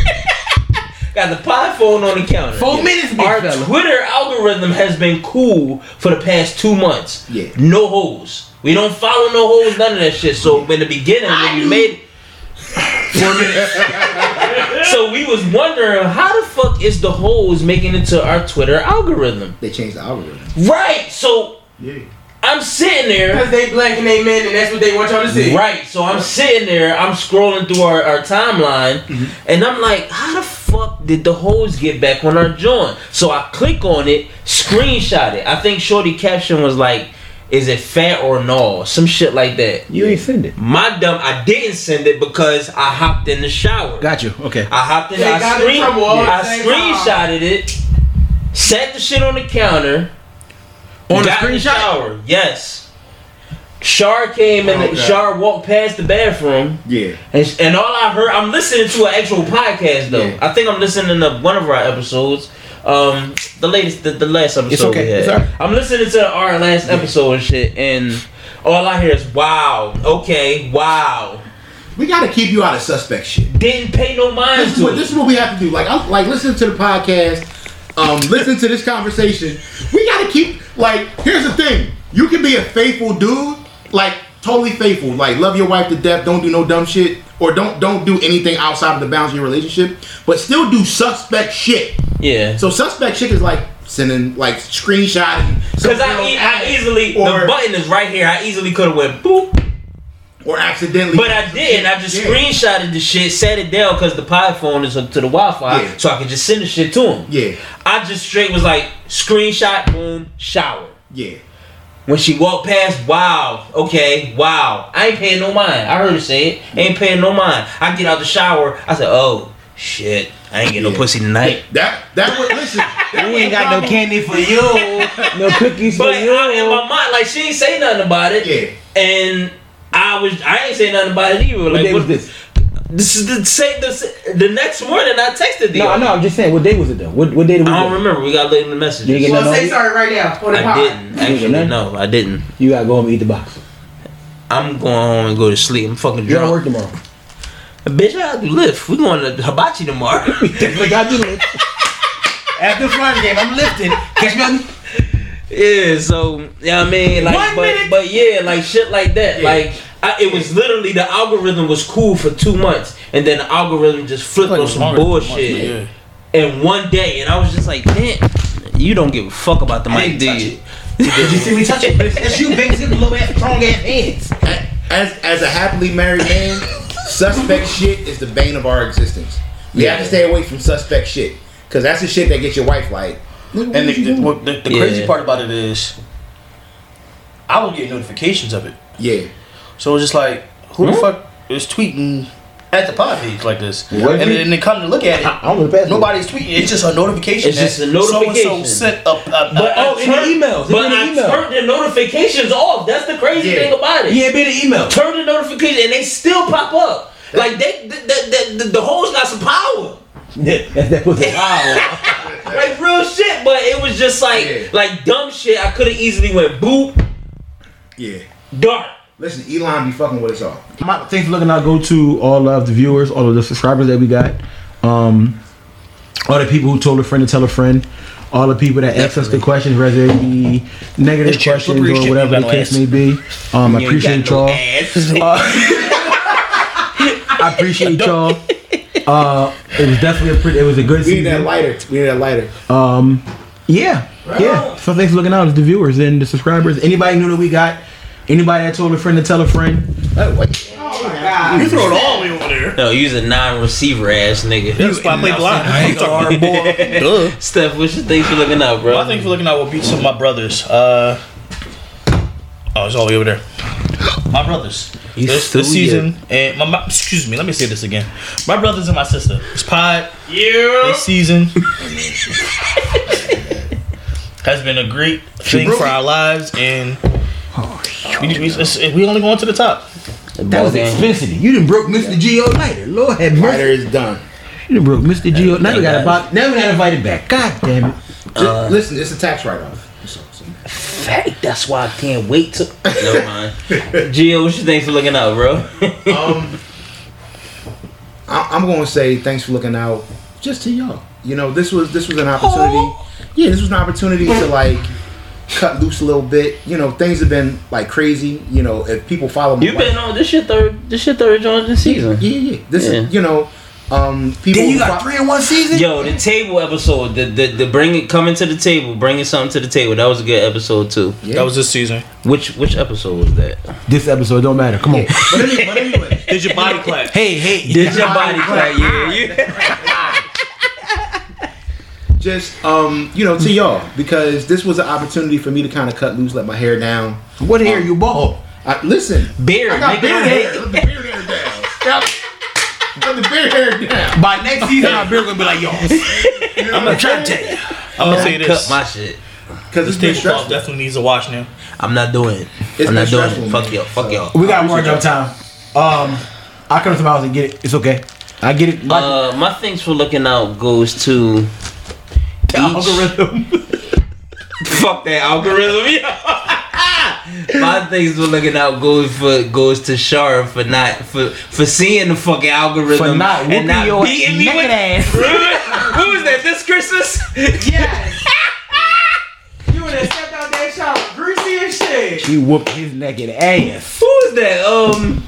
[SPEAKER 9] got the pie phone on the counter.
[SPEAKER 5] Four minutes, big
[SPEAKER 9] Our
[SPEAKER 5] fella.
[SPEAKER 9] Twitter algorithm has been cool for the past two months.
[SPEAKER 4] Yeah.
[SPEAKER 9] No holes. We don't follow no holes, none of that shit. So in the beginning when we made so we was wondering how the fuck is the holes making it to our Twitter algorithm?
[SPEAKER 4] They changed the algorithm.
[SPEAKER 9] Right. So
[SPEAKER 4] Yeah.
[SPEAKER 9] I'm sitting there
[SPEAKER 6] Because they black and they men and that's what they want y'all to see.
[SPEAKER 9] Right. So I'm sitting there, I'm scrolling through our, our timeline,
[SPEAKER 5] Mm-hmm.
[SPEAKER 9] and I'm like, how the fuck did the hoes get back on our joint? So I click on it, screenshot it. I think Shorty caption was like, is it fat or no? Some shit like that.
[SPEAKER 5] You ain't send it.
[SPEAKER 9] My dumb, I didn't send it because I hopped in the shower.
[SPEAKER 5] Got you. Okay.
[SPEAKER 9] I hopped in,
[SPEAKER 6] They
[SPEAKER 9] I,
[SPEAKER 6] got in
[SPEAKER 9] screen,
[SPEAKER 6] trouble all
[SPEAKER 9] I
[SPEAKER 6] at the same time.
[SPEAKER 9] screenshotted it, set the shit on the counter.
[SPEAKER 5] On the
[SPEAKER 9] got in
[SPEAKER 5] screenshot?
[SPEAKER 9] shower, yes. Shar came and
[SPEAKER 4] Oh, God.
[SPEAKER 9] Shar walked past the bathroom.
[SPEAKER 4] Yeah.
[SPEAKER 9] And, and all I heard, I'm listening to an actual podcast though.
[SPEAKER 4] Yeah.
[SPEAKER 9] I think I'm listening to one of our episodes. Um, the latest, the, the last episode
[SPEAKER 5] okay,
[SPEAKER 9] we had.
[SPEAKER 5] it's all right.
[SPEAKER 9] I'm listening to our last episode and shit, and all I hear is wow, okay, wow.
[SPEAKER 4] We gotta keep you out of suspect shit.
[SPEAKER 9] Didn't pay no mind
[SPEAKER 4] This is
[SPEAKER 9] to
[SPEAKER 4] what
[SPEAKER 9] it.
[SPEAKER 4] this is what we have to do. Like I like listen to the podcast, um, listen to this conversation. We gotta keep like here's the thing. You can be a faithful dude, like totally faithful, like love your wife to death, don't do no dumb shit, or don't don't do anything outside of the bounds of your relationship, but still do suspect shit.
[SPEAKER 9] Yeah.
[SPEAKER 4] So suspect shit is like sending like screenshotting.
[SPEAKER 9] Because I, e- I easily,
[SPEAKER 4] Or-
[SPEAKER 9] the button is right here. I easily could have went boop.
[SPEAKER 4] or accidentally.
[SPEAKER 9] But I did. I just
[SPEAKER 4] Yeah.
[SPEAKER 9] screenshotted the shit, set it down because the pie phone is hooked to the Wi Fi,
[SPEAKER 4] Yeah.
[SPEAKER 9] so I could just send the shit to him.
[SPEAKER 4] Yeah,
[SPEAKER 9] I just straight was like, screenshot, boom, shower.
[SPEAKER 4] yeah.
[SPEAKER 9] When she walked past, wow, okay, wow. I ain't paying no mind. I heard her say it. Ain't paying no mind. I get out the shower. I said, oh, shit. I ain't getting
[SPEAKER 4] Yeah.
[SPEAKER 9] no pussy tonight.
[SPEAKER 4] That that was listen. that
[SPEAKER 14] We ain't got no candy for you.
[SPEAKER 15] No cookies for
[SPEAKER 9] But
[SPEAKER 15] you.
[SPEAKER 9] I, in my mind, like, she ain't say nothing about it.
[SPEAKER 4] Yeah.
[SPEAKER 9] And I was, I ain't say nothing about it either.
[SPEAKER 15] What
[SPEAKER 9] Like,
[SPEAKER 15] day was
[SPEAKER 9] what,
[SPEAKER 15] this?
[SPEAKER 9] this is the same, the, the next morning I texted you.
[SPEAKER 15] No, I know. I'm just saying. What day was it though? What what day was it?
[SPEAKER 9] I don't remember. We got late in the messages.
[SPEAKER 15] You get
[SPEAKER 6] Well,
[SPEAKER 15] no-
[SPEAKER 6] say sorry right now on the
[SPEAKER 9] I
[SPEAKER 6] pod.
[SPEAKER 9] didn't
[SPEAKER 15] You
[SPEAKER 9] actually.
[SPEAKER 15] didn't?
[SPEAKER 9] No, I didn't.
[SPEAKER 15] You gotta go home and eat the box.
[SPEAKER 9] I'm going home and go to sleep. I'm fucking
[SPEAKER 15] You're at
[SPEAKER 9] drunk.
[SPEAKER 15] work tomorrow.
[SPEAKER 9] Bitch, I gotta do lift. We going to hibachi tomorrow.
[SPEAKER 15] Like I do. it.
[SPEAKER 14] After Friday game, I'm lifting. Catch me on
[SPEAKER 9] yeah. So yeah, I mean, like,
[SPEAKER 14] One
[SPEAKER 9] but
[SPEAKER 14] minute.
[SPEAKER 9] but yeah, like shit like that. Like I, it was literally the algorithm was cool for two months, and then the algorithm just flipped
[SPEAKER 3] Like,
[SPEAKER 9] on some
[SPEAKER 3] longer than two months,
[SPEAKER 9] bullshit.
[SPEAKER 3] yeah.
[SPEAKER 9] in one day, and I was just like, damn, you don't give a fuck about the mic,
[SPEAKER 14] didn't
[SPEAKER 9] do
[SPEAKER 14] touch
[SPEAKER 9] you?
[SPEAKER 14] Did you see me touch it? That's you, baby. Them little ass, strong ass hands.
[SPEAKER 4] as as a happily married man, suspect shit is the bane of our existence. We have to stay away from suspect shit because that's the shit that gets your wife like.
[SPEAKER 3] And the, the, well, the, the
[SPEAKER 9] Yeah.
[SPEAKER 3] crazy part about it is, I would get notifications of it.
[SPEAKER 4] Yeah,
[SPEAKER 3] So it's just like, who the fuck is tweeting at the pod page like this?
[SPEAKER 15] What?
[SPEAKER 3] And then they come to look at
[SPEAKER 15] I
[SPEAKER 3] it.
[SPEAKER 15] don't know the past.
[SPEAKER 3] Nobody's tweeting. It's just a notification.
[SPEAKER 9] It's just
[SPEAKER 3] that
[SPEAKER 9] a notification.
[SPEAKER 3] So-and-so sent a, a,
[SPEAKER 9] But
[SPEAKER 3] a-
[SPEAKER 9] I
[SPEAKER 15] oh, in the
[SPEAKER 9] turned-
[SPEAKER 15] emails. It's
[SPEAKER 9] But
[SPEAKER 15] in the
[SPEAKER 9] I
[SPEAKER 15] email.
[SPEAKER 9] turned the notifications off. That's the crazy
[SPEAKER 4] Yeah.
[SPEAKER 9] thing about it.
[SPEAKER 15] Yeah, be the email.
[SPEAKER 9] Turn the notification and they still pop up. Like they, the, the, the, the hoes got some power.
[SPEAKER 15] Yeah, that, that was wow.
[SPEAKER 9] Like real shit, but it was just like
[SPEAKER 4] Yeah.
[SPEAKER 9] like dumb shit. I could have easily went boop
[SPEAKER 4] yeah.
[SPEAKER 9] dark.
[SPEAKER 4] Listen, Elon be fucking with us all.
[SPEAKER 5] My, thanks for looking out. Go to all of the viewers, all of the subscribers that we got, um, all the people who told a friend to tell a friend, all the people that asked us the questions, whether it be negative
[SPEAKER 3] It's chips,
[SPEAKER 5] questions
[SPEAKER 3] slippery as
[SPEAKER 5] or
[SPEAKER 3] shit,
[SPEAKER 5] whatever
[SPEAKER 3] you
[SPEAKER 5] the
[SPEAKER 3] got no
[SPEAKER 5] case
[SPEAKER 3] ass.
[SPEAKER 5] may be. Um, I appreciate y'all. Uh, I appreciate y'all. Uh, it was definitely a pretty. It was a good
[SPEAKER 4] We need that
[SPEAKER 5] season.
[SPEAKER 4] lighter. We need that lighter.
[SPEAKER 5] Um, yeah, yeah. So thanks for looking out, the viewers and the subscribers. Anybody new that we got, anybody that told a friend to tell a friend.
[SPEAKER 6] Oh my god.
[SPEAKER 3] You throw it all the way over there.
[SPEAKER 9] No, you's a non-receiver ass nigga.
[SPEAKER 3] That's why I played the line. I ain't gonna-
[SPEAKER 5] Duh.
[SPEAKER 9] Steph, what's your thing for looking up, bro?
[SPEAKER 3] Well, I think for looking out will be some of my brothers. Uh, oh, it's all the way over there. My brothers.
[SPEAKER 5] You
[SPEAKER 3] this
[SPEAKER 5] still
[SPEAKER 3] this season and my, my excuse me. Let me say this again. My brothers and my sister. It's pod. Yeah. This season has been a great thing for our lives, and we, we, it's- we only going to the top.
[SPEAKER 4] That was expensive. You didn't broke Mr. Geo lighter. Lord have mercy. Lighter is done.
[SPEAKER 5] You broke Mr. Geo. Now we got about. Now we got invited back. God damn it. Uh,
[SPEAKER 4] Just- listen, it's a tax write-off.
[SPEAKER 9] Hey, that's why I can't wait to. Never mind. Gio, what you think for looking up, bro?
[SPEAKER 4] um, I, I'm going to say thanks for looking out, just to y'all. You know, this was this was an opportunity. Yeah, this was an opportunity to like cut loose a little bit. You know, things have been like crazy. You know, if people follow my
[SPEAKER 9] you been on this shit third, this shit third joint this season.
[SPEAKER 4] yeah, yeah. This
[SPEAKER 9] Yeah.
[SPEAKER 4] is you know, um, people.
[SPEAKER 14] Then you
[SPEAKER 4] who
[SPEAKER 14] got
[SPEAKER 4] fo-
[SPEAKER 14] three in one season?
[SPEAKER 9] Yo, the table episode, the the, the bringing coming to the table, bringing something to the table. That was a good episode too.
[SPEAKER 4] Yeah.
[SPEAKER 3] That was this season.
[SPEAKER 9] Which which episode was that?
[SPEAKER 5] This episode don't matter. Come on.
[SPEAKER 4] But anyway, but anyway,
[SPEAKER 3] Did your body clap?
[SPEAKER 5] Hey, hey.
[SPEAKER 9] Did your body clap? Yeah, you.
[SPEAKER 4] just um, you know, to y'all because this was an opportunity for me to kind of cut loose, let my hair down.
[SPEAKER 5] What hair you bald?
[SPEAKER 4] I, listen,
[SPEAKER 9] Beard,
[SPEAKER 4] I got
[SPEAKER 9] nigga.
[SPEAKER 4] beard hair. Let the beard hair down. Stop. Let the beard hair down.
[SPEAKER 5] By next season, our beard gonna be like, yo.
[SPEAKER 4] I'm not trying to
[SPEAKER 3] I'm gonna say
[SPEAKER 9] Cut
[SPEAKER 3] this.
[SPEAKER 9] my shit.
[SPEAKER 4] because it's been
[SPEAKER 3] Tablecloth
[SPEAKER 4] stressful.
[SPEAKER 3] definitely needs a wash now.
[SPEAKER 9] I'm not doing it.
[SPEAKER 4] It's
[SPEAKER 9] I'm
[SPEAKER 4] been
[SPEAKER 9] not doing
[SPEAKER 4] stressful,
[SPEAKER 9] it. Fuck
[SPEAKER 4] man.
[SPEAKER 9] y'all. Fuck y'all.
[SPEAKER 5] We got more no time. Um, I come to my house and get it. It's okay. I get it. My
[SPEAKER 9] Uh, my things for looking out goes to
[SPEAKER 5] algorithm.
[SPEAKER 9] Fuck that algorithm. yo. My things for looking out goes for goes to Shara for not for for seeing the fucking algorithm
[SPEAKER 5] For not whooping
[SPEAKER 9] and not
[SPEAKER 5] your
[SPEAKER 9] beating me
[SPEAKER 5] naked
[SPEAKER 9] with
[SPEAKER 5] ass.
[SPEAKER 9] Who was that this Christmas?
[SPEAKER 6] Yes. you would have stepped out that shower, greasy as shit.
[SPEAKER 5] He whooped his naked ass.
[SPEAKER 9] Who was that? Um,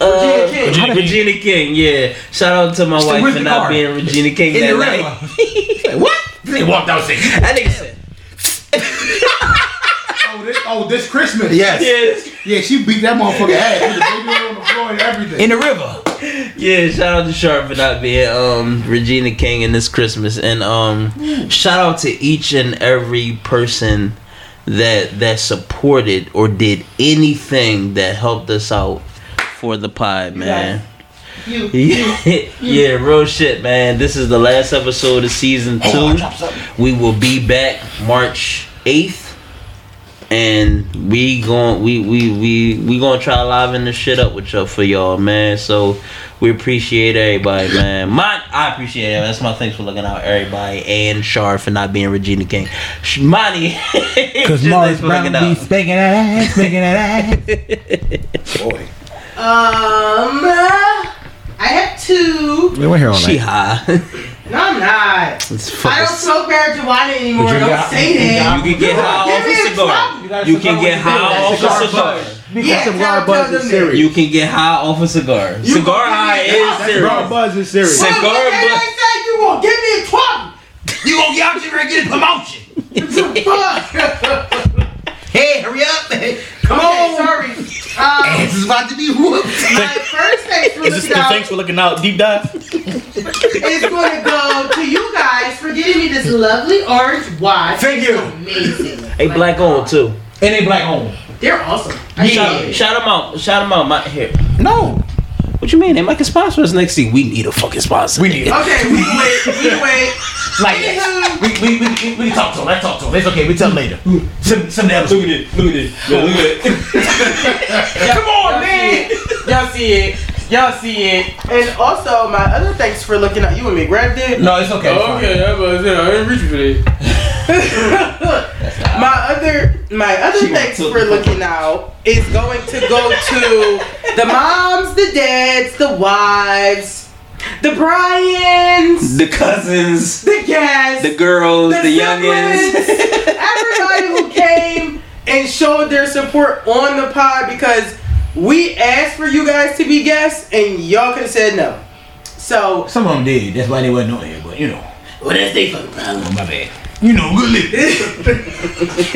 [SPEAKER 9] uh,
[SPEAKER 6] Virginia King.
[SPEAKER 9] Regina, King. Yeah. Shout out to my wife
[SPEAKER 5] where's
[SPEAKER 9] for
[SPEAKER 5] the
[SPEAKER 9] not
[SPEAKER 5] car?
[SPEAKER 9] being Regina King
[SPEAKER 5] In
[SPEAKER 9] that
[SPEAKER 5] the
[SPEAKER 9] night.
[SPEAKER 5] river. what? They walked out saying,
[SPEAKER 9] That nigga said,
[SPEAKER 4] Oh, this, oh, this Christmas.
[SPEAKER 5] Yes.
[SPEAKER 9] "Yes."
[SPEAKER 4] Yeah, she beat that motherfucker ass with the baby on the and everything.
[SPEAKER 9] in the river. Yeah, shout out to Sharp for not being um, Regina King in this Christmas, and um, shout out to each and every person that that supported or did anything that helped us out for the pod, man.
[SPEAKER 6] You.
[SPEAKER 9] Yeah, yeah, real shit, man. This is the last episode of season two. We will be back March eighth, and we going we we we we gonna try liven this shit up with y'all for y'all, man. So we appreciate everybody, man. My I appreciate it. That's my thanks for looking out, everybody, and Char for not being Regina King. Sh- Monty,
[SPEAKER 10] Because
[SPEAKER 9] because
[SPEAKER 10] Morris Brown be spanking that ass, spanking that ass.
[SPEAKER 6] Um, I have two.
[SPEAKER 5] We were here all
[SPEAKER 9] She
[SPEAKER 5] night.
[SPEAKER 9] high.
[SPEAKER 6] No, I'm not.
[SPEAKER 9] It's
[SPEAKER 6] I don't
[SPEAKER 9] fucking
[SPEAKER 6] smoke marijuana anymore. Don't say that.
[SPEAKER 9] You can get high
[SPEAKER 6] Give
[SPEAKER 9] off
[SPEAKER 6] me
[SPEAKER 9] a
[SPEAKER 6] a
[SPEAKER 9] cigar.
[SPEAKER 6] problem.
[SPEAKER 9] You can get high off a cigar.
[SPEAKER 6] Yeah,
[SPEAKER 10] Because of
[SPEAKER 6] tell-
[SPEAKER 10] Rob
[SPEAKER 6] tell
[SPEAKER 10] Buzz
[SPEAKER 6] them
[SPEAKER 10] is
[SPEAKER 6] that.
[SPEAKER 10] serious.
[SPEAKER 9] You can get high off a cigar.
[SPEAKER 6] You
[SPEAKER 9] cigar
[SPEAKER 6] gonna
[SPEAKER 9] high
[SPEAKER 6] give me
[SPEAKER 9] is
[SPEAKER 6] a-
[SPEAKER 9] serious.
[SPEAKER 5] Buzz is serious.
[SPEAKER 6] Well,
[SPEAKER 9] Cigar
[SPEAKER 6] look,
[SPEAKER 9] butt.
[SPEAKER 6] They said you won't give me a twat.
[SPEAKER 10] You gonna get out there and get a promotion.
[SPEAKER 6] Fuck.
[SPEAKER 10] Hey, hurry up.
[SPEAKER 6] Come on. Sorry. Um,
[SPEAKER 10] This is about to be whooped.
[SPEAKER 6] my first thanks for
[SPEAKER 3] Is this
[SPEAKER 6] looking
[SPEAKER 3] the
[SPEAKER 6] out
[SPEAKER 3] thanks for looking out deep dive?
[SPEAKER 6] is going to go to you guys for getting me this lovely orange watch.
[SPEAKER 10] Thank
[SPEAKER 6] It's
[SPEAKER 10] you.
[SPEAKER 6] Amazing.
[SPEAKER 9] Hey, black on too.
[SPEAKER 10] And they black home.
[SPEAKER 6] They're awesome.
[SPEAKER 9] Shout,
[SPEAKER 6] Yeah.
[SPEAKER 9] shout them out. Shout them out. My, here.
[SPEAKER 10] No.
[SPEAKER 9] What you mean? They might can sponsor us next week. We need a fucking sponsor. We need.
[SPEAKER 6] Okay, we wait. We wait.
[SPEAKER 10] Like that. We, we, we, we, we can talk to him. Let's talk to him. It's okay. We tell him later. Some, some of the episodes.
[SPEAKER 6] Come on, man. Y'all see it. Y'all see it. And also, my other thanks for looking at you and me. Grab it.
[SPEAKER 10] No, it's okay.
[SPEAKER 6] that was it. I didn't reach for this. my other, my other thanks for looking out is going to go to the moms, the dads, the wives, the Bryans,
[SPEAKER 9] The cousins,
[SPEAKER 6] the guests,
[SPEAKER 9] the girls, the,
[SPEAKER 6] siblings,
[SPEAKER 9] youngins.
[SPEAKER 6] everybody who came and showed their support on the pod because we asked for you guys to be guests and y'all could have said no. So
[SPEAKER 10] Some of them did. That's why they wasn't on here. But you know. Well, that's they fucking problem. My bad. You know, good living.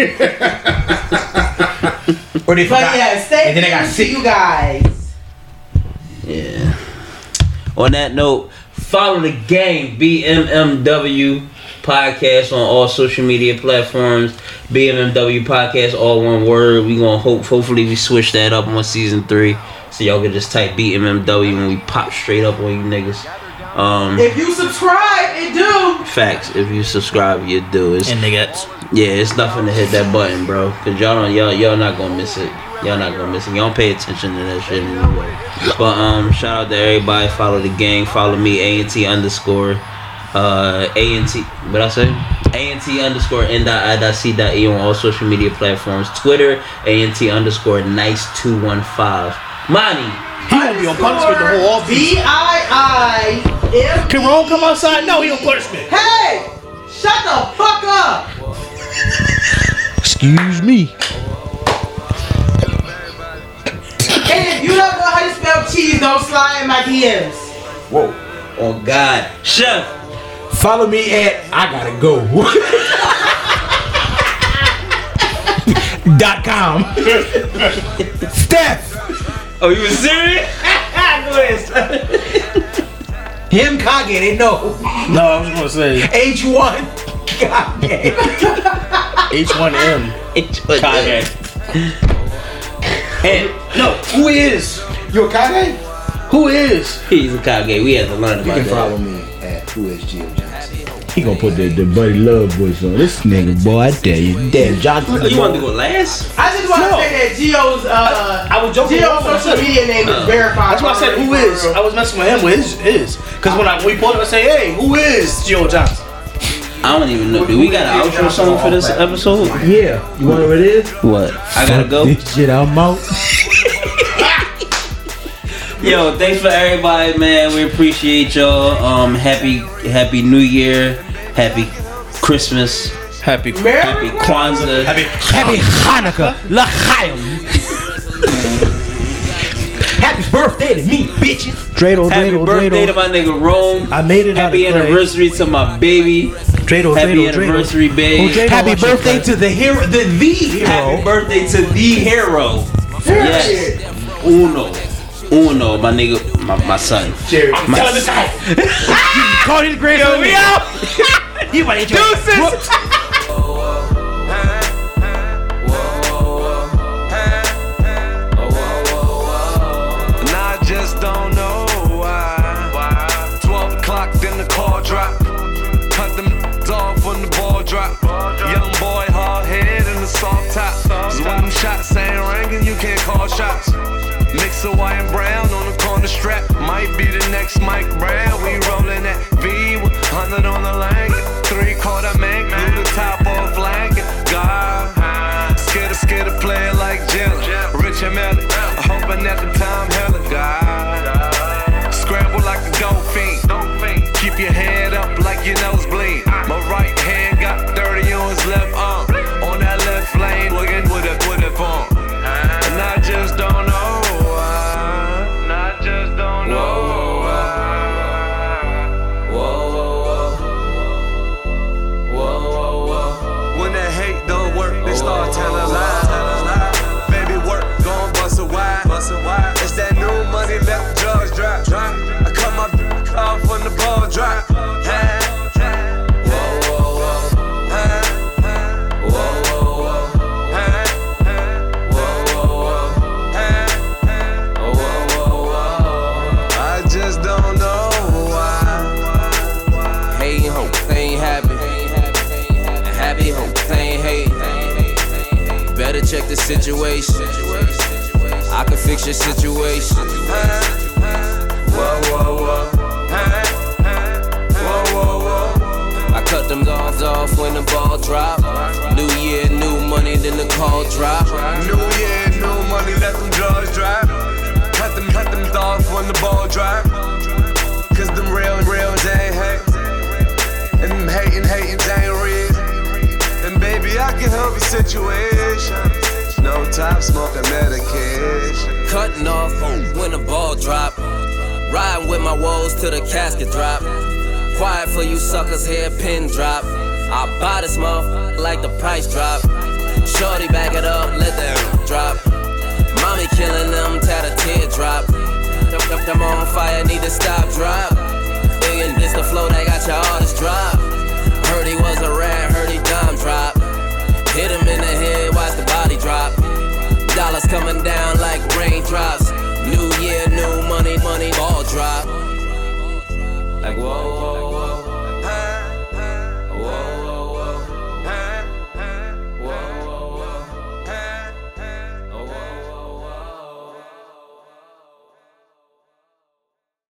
[SPEAKER 10] or they
[SPEAKER 6] But
[SPEAKER 10] forgot.
[SPEAKER 6] yeah, stay
[SPEAKER 10] And then I got
[SPEAKER 6] tuned to you guys.
[SPEAKER 9] Yeah. On that note, follow the gang BMMW podcast on all social media platforms. BMMW podcast, all one word. We gonna hope, hopefully, we switch that up on season three, so y'all can just type BMMW and we pop straight up on you niggas. Um,
[SPEAKER 6] If you subscribe and do,
[SPEAKER 9] facts. If you subscribe, you do. It's,
[SPEAKER 3] And they got
[SPEAKER 9] yeah, it's nothing to hit that button, bro. Cause y'all don't, y'all, y'all not gonna miss it. Y'all not gonna miss it. Y'all don't pay attention to that shit anyway. But um, shout out to everybody. Follow the gang. Follow me. A and T underscore. Uh, A and T. What I say? A and T underscore N dot I dot C dot E on all social media platforms. Twitter. A and T underscore nice two one five. Money.
[SPEAKER 3] He gonna be on punishment the whole off.
[SPEAKER 6] V I I M.
[SPEAKER 3] Can Rome come outside? No, he on punishment.
[SPEAKER 6] Hey, shut the fuck up.
[SPEAKER 5] Excuse me.
[SPEAKER 6] And if you don't know how to spell cheese, don't slide in my DMs.
[SPEAKER 9] Oh God. Chef.
[SPEAKER 10] Follow me at I gotta go. dot com. Steph.
[SPEAKER 9] Oh, you serious?
[SPEAKER 10] Him Kage, they know.
[SPEAKER 3] No, I was gonna say
[SPEAKER 10] H1 Kage.
[SPEAKER 3] H1M.
[SPEAKER 9] Kanye.
[SPEAKER 3] No, who is?
[SPEAKER 4] You a Kanye?
[SPEAKER 3] Who is?
[SPEAKER 9] He's a Kanye. We had to learn about
[SPEAKER 4] You can
[SPEAKER 9] that.
[SPEAKER 4] follow me at Who Is Gio Johnson.
[SPEAKER 5] He gonna put the, the buddy love voice on. This nigga, boy, I tell you, damn Johnson.
[SPEAKER 9] Oh, you want to go last?
[SPEAKER 6] I just want to say that Geo's uh,
[SPEAKER 3] I was joking.
[SPEAKER 6] Geo's
[SPEAKER 3] That's what I
[SPEAKER 6] social
[SPEAKER 3] said.
[SPEAKER 6] media name is
[SPEAKER 9] Uh,
[SPEAKER 6] verified.
[SPEAKER 3] That's why I said who is. I was messing with him with his is. Cause when I we pulled up, I say, hey, who is Gio Johnson?
[SPEAKER 9] I don't even know. Do we got an outro song for this episode?
[SPEAKER 10] Yeah. You wanna know what it is?
[SPEAKER 9] What? I gotta go.
[SPEAKER 5] This shit, I'm out.
[SPEAKER 9] Yo, thanks for everybody, man. We appreciate y'all. Um, happy Happy New Year. Happy Christmas. Happy Happy Kwanzaa. Happy
[SPEAKER 10] Happy Hanukkah. L'chaim. Happy birthday to me, bitches.
[SPEAKER 5] Dreidel, dreidel, dreidel.
[SPEAKER 9] birthday to my nigga Rome.
[SPEAKER 5] I made it
[SPEAKER 9] Happy
[SPEAKER 5] out of clay.
[SPEAKER 9] anniversary to my baby.
[SPEAKER 5] Dreidel,
[SPEAKER 9] Happy
[SPEAKER 5] dreidel, dreidel.
[SPEAKER 9] anniversary, babe.
[SPEAKER 10] Happy birthday to the hero, the the hero.
[SPEAKER 9] Happy birthday to the hero. Yes. Uno.
[SPEAKER 16] Uno, my nigga, my, my son.
[SPEAKER 17] Jerry.
[SPEAKER 16] My-
[SPEAKER 18] Call his grandson.
[SPEAKER 19] we out.
[SPEAKER 18] You might enjoy.
[SPEAKER 19] Deuces.
[SPEAKER 9] And I just don't know why. 12 o'clock, then the call drop. Cut them off when the ball drop. Young boy, hard head and the soft top. So when them shots ain't ringing, you can't call shots. Mix white and brown on the corner strap. Might be the next Mike Brown. We rolling that V with 100 on the line. Three quarter man, do the top off flag. God, scared to scared to play it like Jim. Rich and Melly, hoping at the time, hella God. Scramble like a dolphin. Keep your head up like your nose bleed. My right hand got dirty on his left arm. On that left lane, looking with a with a phone. And I just don't know why. And I just don't know why. When that hate don't work, they start telling lies. Baby work, gon' bust a wide. It's that new money left drugs drop. I cut my off when the ball drop. Hey, hey. Whoa, whoa, whoa. Hey, hey. Whoa, whoa, whoa. Hey, hey. Whoa, whoa, whoa. Hey, hey. Whoa, whoa, whoa. I just don't know why. Hating hope, they ain't happy. And happy hope, they ain't hate. Better check the situation. I can fix your situation. Whoa, whoa, whoa. Whoa, whoa, whoa. I cut them dogs off when the ball drop. New year, new money, then the call drop. New year, new money, let them drugs drop. Cut them, cut them dogs when the ball drop. Cause them real, real ain't hate. And them hating, hating ain't real. And baby, I can help your situation. No top smoking medication. Cutting off when the ball drop. Riding with my woes till the casket drop. Quiet for you suckers, hair pin drop. I buy this month like the price drop. Shorty back it up, let the drop. Mommy killing them, tat a teardrop. Them, them, them on fire, need to stop, drop.